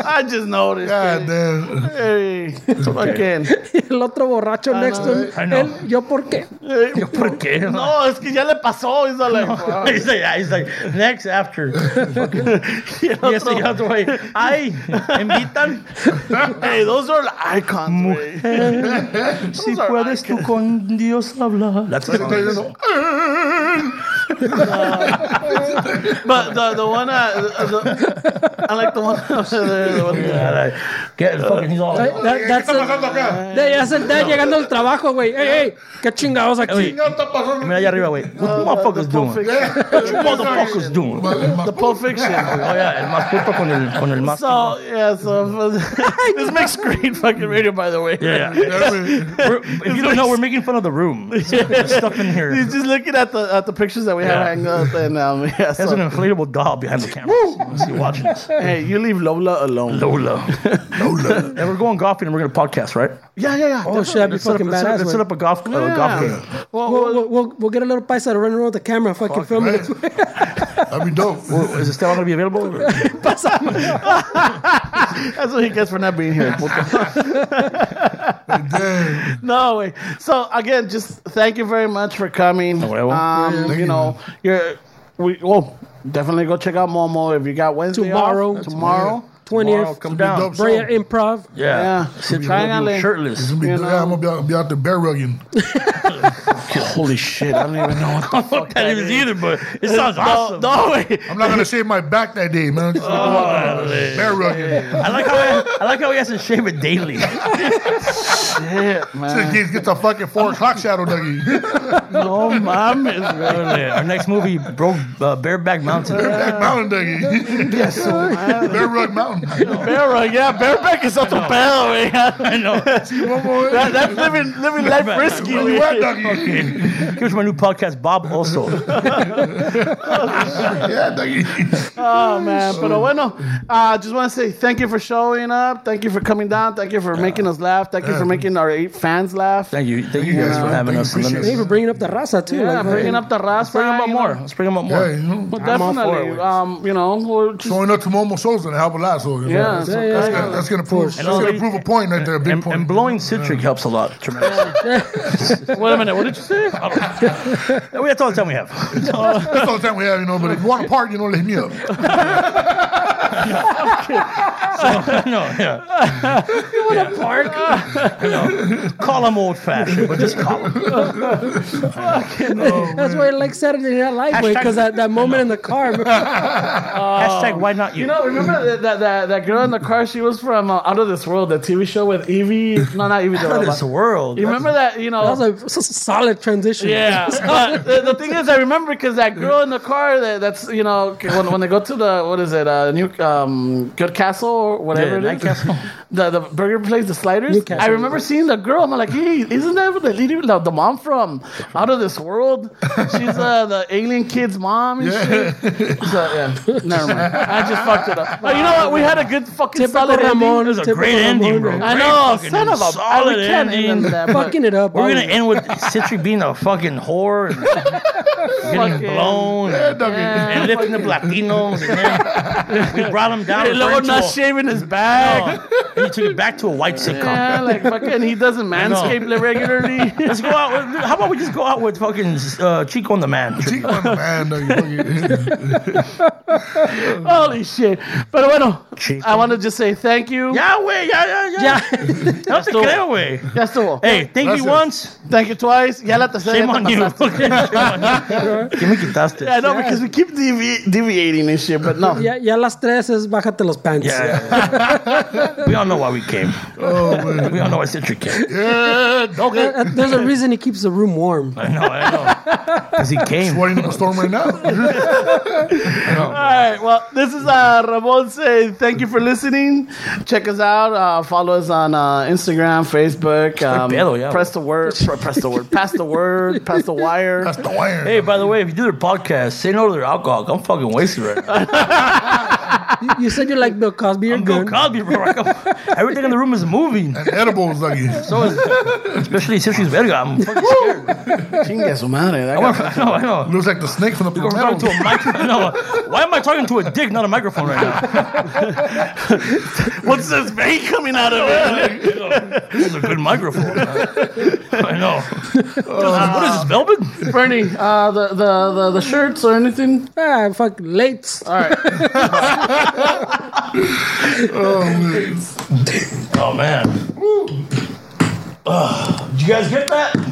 Speaker 5: *laughs* I just noticed. I just noticed.
Speaker 3: God damn.
Speaker 5: Hey, fucking.
Speaker 2: *laughs* El otro borracho next to him.
Speaker 4: I know.
Speaker 2: El, yo por qué?
Speaker 4: Yo, ¿por qué?
Speaker 5: No, es que ya le pasó. He's all like,
Speaker 4: *laughs*
Speaker 5: wow.
Speaker 4: he's like, yeah, he's like, next after. *laughs* yes, the other way. Ay, invitan.
Speaker 5: hey, those are icons. güey.
Speaker 4: Si puedes tú con Dios hablar. That's the song.
Speaker 5: But the the one I, the, I like the one. *laughs* the one-
Speaker 4: Yeah, like, Get fucking, he's all like,
Speaker 2: That- that- that's
Speaker 3: ¿Qué está
Speaker 2: a,
Speaker 3: pasando acá?
Speaker 2: de, ya se está llegando el trabajo, güey. Ey, ey, qué chingados aquí.
Speaker 3: ¿Qué está pasando?
Speaker 4: mira allá arriba, güey. What motherfuckers doing? What you motherfuckers doing? Oh,
Speaker 5: The Pulp Fiction. güey.
Speaker 4: yeah, el más puto con el, con el más.
Speaker 5: So yeah, so *laughs* this makes great fucking radio, by the way.
Speaker 4: Yeah, yeah.
Speaker 5: *laughs*
Speaker 4: We're- if you don't know, we're making fun of the room. There's stuff in here.
Speaker 5: He's just looking at the at the pictures that we have
Speaker 4: Yeah.
Speaker 5: hanging up, and um, yeah.
Speaker 4: There's an
Speaker 5: So,
Speaker 4: inflatable doll behind the camera. Let's see, watching this.
Speaker 5: hey, you leave Lola alone.
Speaker 4: Lola. Lola. And we're going golfing and we're going to podcast, right?
Speaker 5: Yeah, yeah, yeah.
Speaker 2: Oh shit, that'd be
Speaker 4: Let's set up,
Speaker 2: fucking
Speaker 4: let's set up-
Speaker 2: badass.
Speaker 4: let's set
Speaker 2: güey.
Speaker 4: up a golf, uh, golf
Speaker 5: Yeah.
Speaker 4: game.
Speaker 5: Well,
Speaker 2: We'll,
Speaker 5: well,
Speaker 2: we'll, we'll, we'll get a little paisa to run around with the camera, fucking filming it.
Speaker 3: That'd be dope.
Speaker 4: Well, is Esteban going to be *laughs* available?
Speaker 5: that's what he gets for not being *laughs* here.
Speaker 3: Damn.
Speaker 5: no way. So again, just thank you very much for coming.
Speaker 4: huevo.
Speaker 5: Um, you know, you're we well definitely go check out Momo if you got Wednesday
Speaker 2: Tomorrow.
Speaker 5: off. tomorrow. Uh,
Speaker 4: Tomorrow,
Speaker 2: 20th,
Speaker 4: come down.
Speaker 3: Dope show.
Speaker 2: Brea Improv.
Speaker 4: Yeah.
Speaker 5: Yeah.
Speaker 4: Sit
Speaker 5: Try
Speaker 4: down,
Speaker 5: it out.
Speaker 4: shirtless.
Speaker 3: Be-
Speaker 5: You
Speaker 3: yeah, I'm gonna be out, be out there bear rugging.
Speaker 5: *laughs* Holy shit! I don't even know
Speaker 4: *laughs*
Speaker 5: what the fuck
Speaker 4: That is either, but it sounds awesome.
Speaker 5: No, no way.
Speaker 3: I'm not gonna shave my back that day, man. Just gonna go out there bear rugging.
Speaker 4: I like how I, I like how he has to shave it daily.
Speaker 5: Shit, man.
Speaker 3: Just Get the fucking four o'clock shadow, Dougie.
Speaker 5: *laughs* No
Speaker 4: *laughs*
Speaker 5: mames, güey.
Speaker 4: Oh, Our next movie broke uh, Bareback
Speaker 5: *laughs*
Speaker 4: Mountain.
Speaker 3: Back mountain, Dougie. Yes, Bear rug
Speaker 5: Oh.
Speaker 3: mountain.
Speaker 5: Bearback, uh, yeah, bareback is otro pedo, güey.
Speaker 4: I know.
Speaker 3: One more.
Speaker 5: That- That's living, living life risky,
Speaker 3: Where you
Speaker 5: güey.
Speaker 3: at, Dougie?
Speaker 4: *laughs* Here's my new podcast, Bob also.
Speaker 3: *laughs* Yeah, Dougie.
Speaker 5: Oh man, pero bueno, I uh, just want to say thank you for showing up. Thank you for coming down. Thank you for making us laugh. Thank you for making our eight fans laugh.
Speaker 4: Thank you. Thank you guys for
Speaker 3: Yeah,
Speaker 4: having
Speaker 3: thank
Speaker 4: us.
Speaker 3: you.
Speaker 4: Let us-
Speaker 3: Appreciate
Speaker 2: Thank you for bringing up the raza, too.
Speaker 5: yeah,
Speaker 2: like,
Speaker 5: bringing
Speaker 2: *laughs*
Speaker 5: up the raza.
Speaker 4: Bring them up
Speaker 5: you
Speaker 4: more.
Speaker 5: know.
Speaker 4: Let's bring them up
Speaker 3: Yeah,
Speaker 4: more.
Speaker 3: you know,
Speaker 5: Well,
Speaker 2: I'm all for it,
Speaker 5: definitely.
Speaker 2: güey.
Speaker 5: Um, you know, we're just,
Speaker 3: showing up to Momo Souls and help a lot. So you know,
Speaker 5: yeah,
Speaker 3: that's,
Speaker 5: so
Speaker 2: yeah,
Speaker 5: that's
Speaker 2: yeah.
Speaker 5: kinda-
Speaker 3: that's gonna prove that's
Speaker 4: all
Speaker 3: gonna
Speaker 4: the-
Speaker 3: prove a point right there. A big
Speaker 4: And,
Speaker 3: point.
Speaker 4: and blowing citric helps a lot. Tremendously.
Speaker 5: *laughs* Wait a minute, what did
Speaker 4: *laughs*
Speaker 5: you say?
Speaker 4: we that's all the time we have.
Speaker 3: That's all the time we have, you know. But if you want to part, you know, hit
Speaker 4: *laughs*
Speaker 3: me up.
Speaker 4: no,
Speaker 5: *laughs*
Speaker 4: yeah. you want to park? *laughs* Call them old fashioned, but just call them.
Speaker 2: That's why I like Saturday Night Live, way, because that, *laughs* that moment in the
Speaker 4: *laughs*
Speaker 2: car. remember?
Speaker 4: Hashtag why not you?
Speaker 5: Um, You know, remember that that, that, that girl in the car? She was from uh, Out of This World, the TV show with Evie. No, not Evie.
Speaker 4: Out of this
Speaker 5: Development.
Speaker 4: world.
Speaker 5: You remember that? You know,
Speaker 2: That was a, s- s- solid transition.
Speaker 5: *laughs* Yeah, but the, the thing is, I remember because that girl in the car that, that's you know when, when they go to the what is it uh, new um good castle or whatever
Speaker 4: Yeah,
Speaker 5: it is
Speaker 4: Nightcastle.
Speaker 5: *laughs* the the burger place the sliders.
Speaker 2: Newcastle.
Speaker 5: I remember seeing the girl. I'm like, hey, isn't that the lady the, the mom from Out of This World? She's uh, the alien kid's mom. And
Speaker 3: Yeah.
Speaker 5: shit. So yeah, never mind. I just fucked
Speaker 2: *laughs*
Speaker 5: it up. But you know what? We had a good fucking
Speaker 2: Typical
Speaker 5: solid
Speaker 2: Ramon.
Speaker 5: ending.
Speaker 4: It was a
Speaker 2: Typical
Speaker 4: great ending,
Speaker 2: Ramon,
Speaker 4: bro.
Speaker 2: bro.
Speaker 5: I
Speaker 4: Great
Speaker 5: know,
Speaker 4: fucking
Speaker 5: son of a
Speaker 4: solid
Speaker 5: I can't
Speaker 4: ending.
Speaker 5: end that. but-
Speaker 2: Fucking it up.
Speaker 4: We're gonna
Speaker 2: always.
Speaker 4: end with Citric being a fucking whore,
Speaker 5: *laughs*
Speaker 4: and
Speaker 5: Fucking-
Speaker 4: getting blown,
Speaker 3: *laughs* Yeah, Dougie.
Speaker 4: and lifting up Latinos. And then we brought him down.
Speaker 5: Hey, *laughs* Lord,
Speaker 4: referring
Speaker 5: not
Speaker 4: to
Speaker 5: shaving his
Speaker 4: a-
Speaker 5: back.
Speaker 4: Oh, and he took it back to a white sitcom.
Speaker 5: Yeah, like fucking, he doesn't manscape
Speaker 4: *laughs*
Speaker 5: regularly. *laughs*
Speaker 4: Let's go out. With, how about we just go out with fucking uh, Chico and the Man?
Speaker 3: Cheek *laughs* on the man, Dougie. Fuck it.
Speaker 5: Holy shit. Pero bueno, I want to just say thank you.
Speaker 4: Yahweh, yeah, yeah, yeah.
Speaker 2: Yeah.
Speaker 4: No te creo, güey.
Speaker 5: Ya estuvo.
Speaker 4: Hey, thank you
Speaker 3: Gracias.
Speaker 4: once.
Speaker 5: Thank you twice. Ya la tercera.
Speaker 4: Shame
Speaker 5: ya te
Speaker 4: on you.
Speaker 5: pasaste.
Speaker 4: *laughs* ¿Qué me quitaste?
Speaker 5: I know because we keep devi- deviating and shit, but no.
Speaker 2: Ya, ya las tres es bájate los pants.
Speaker 4: Yeah. we all know why we came.
Speaker 3: Oh,
Speaker 4: we all know why Citric came.
Speaker 3: Yeah, okay.
Speaker 2: Uh, There's a reason he keeps the room warm.
Speaker 4: *laughs* I know, I know. Because he came.
Speaker 3: Running up a storm right now. *laughs*
Speaker 5: All right. Well, this is uh, Ramon saying thank you for listening. Check us out. Uh, follow us on uh, Instagram, Facebook. Um,
Speaker 4: pedo, yeah.
Speaker 5: Press the word. pr- press the word. Pass the word. Pass the wire.
Speaker 3: That's the wire.
Speaker 4: Hey, by the way, if you do their podcast, say no to their alcohol. I'm fucking wasted right now.
Speaker 2: You, you said you like Bill Cosby. You're
Speaker 4: I'm Bill
Speaker 2: good.
Speaker 4: Cosby, bro. I come- Everything in the room is moving.
Speaker 3: And edibles, Dougie.
Speaker 4: So is, especially Citric's verga. I'm *laughs* fucking scared.
Speaker 5: *laughs* Chingue su madre. That
Speaker 4: I
Speaker 5: guy-
Speaker 4: want- I know, I know.
Speaker 3: Looks like the snake from the
Speaker 4: We're talking to
Speaker 3: palmetto.
Speaker 4: a microphone. Why am I talking to a dick, not a microphone right now?
Speaker 5: *laughs* What's this vein coming out of it?
Speaker 4: *laughs* This is a good microphone. I know.
Speaker 5: Oh.
Speaker 4: what is this, velvet?
Speaker 5: Bernie, uh, the, the, the, the shirts or anything?
Speaker 2: Ah, fuck, late.
Speaker 4: Oh, man. Ugh. Did you guys get that?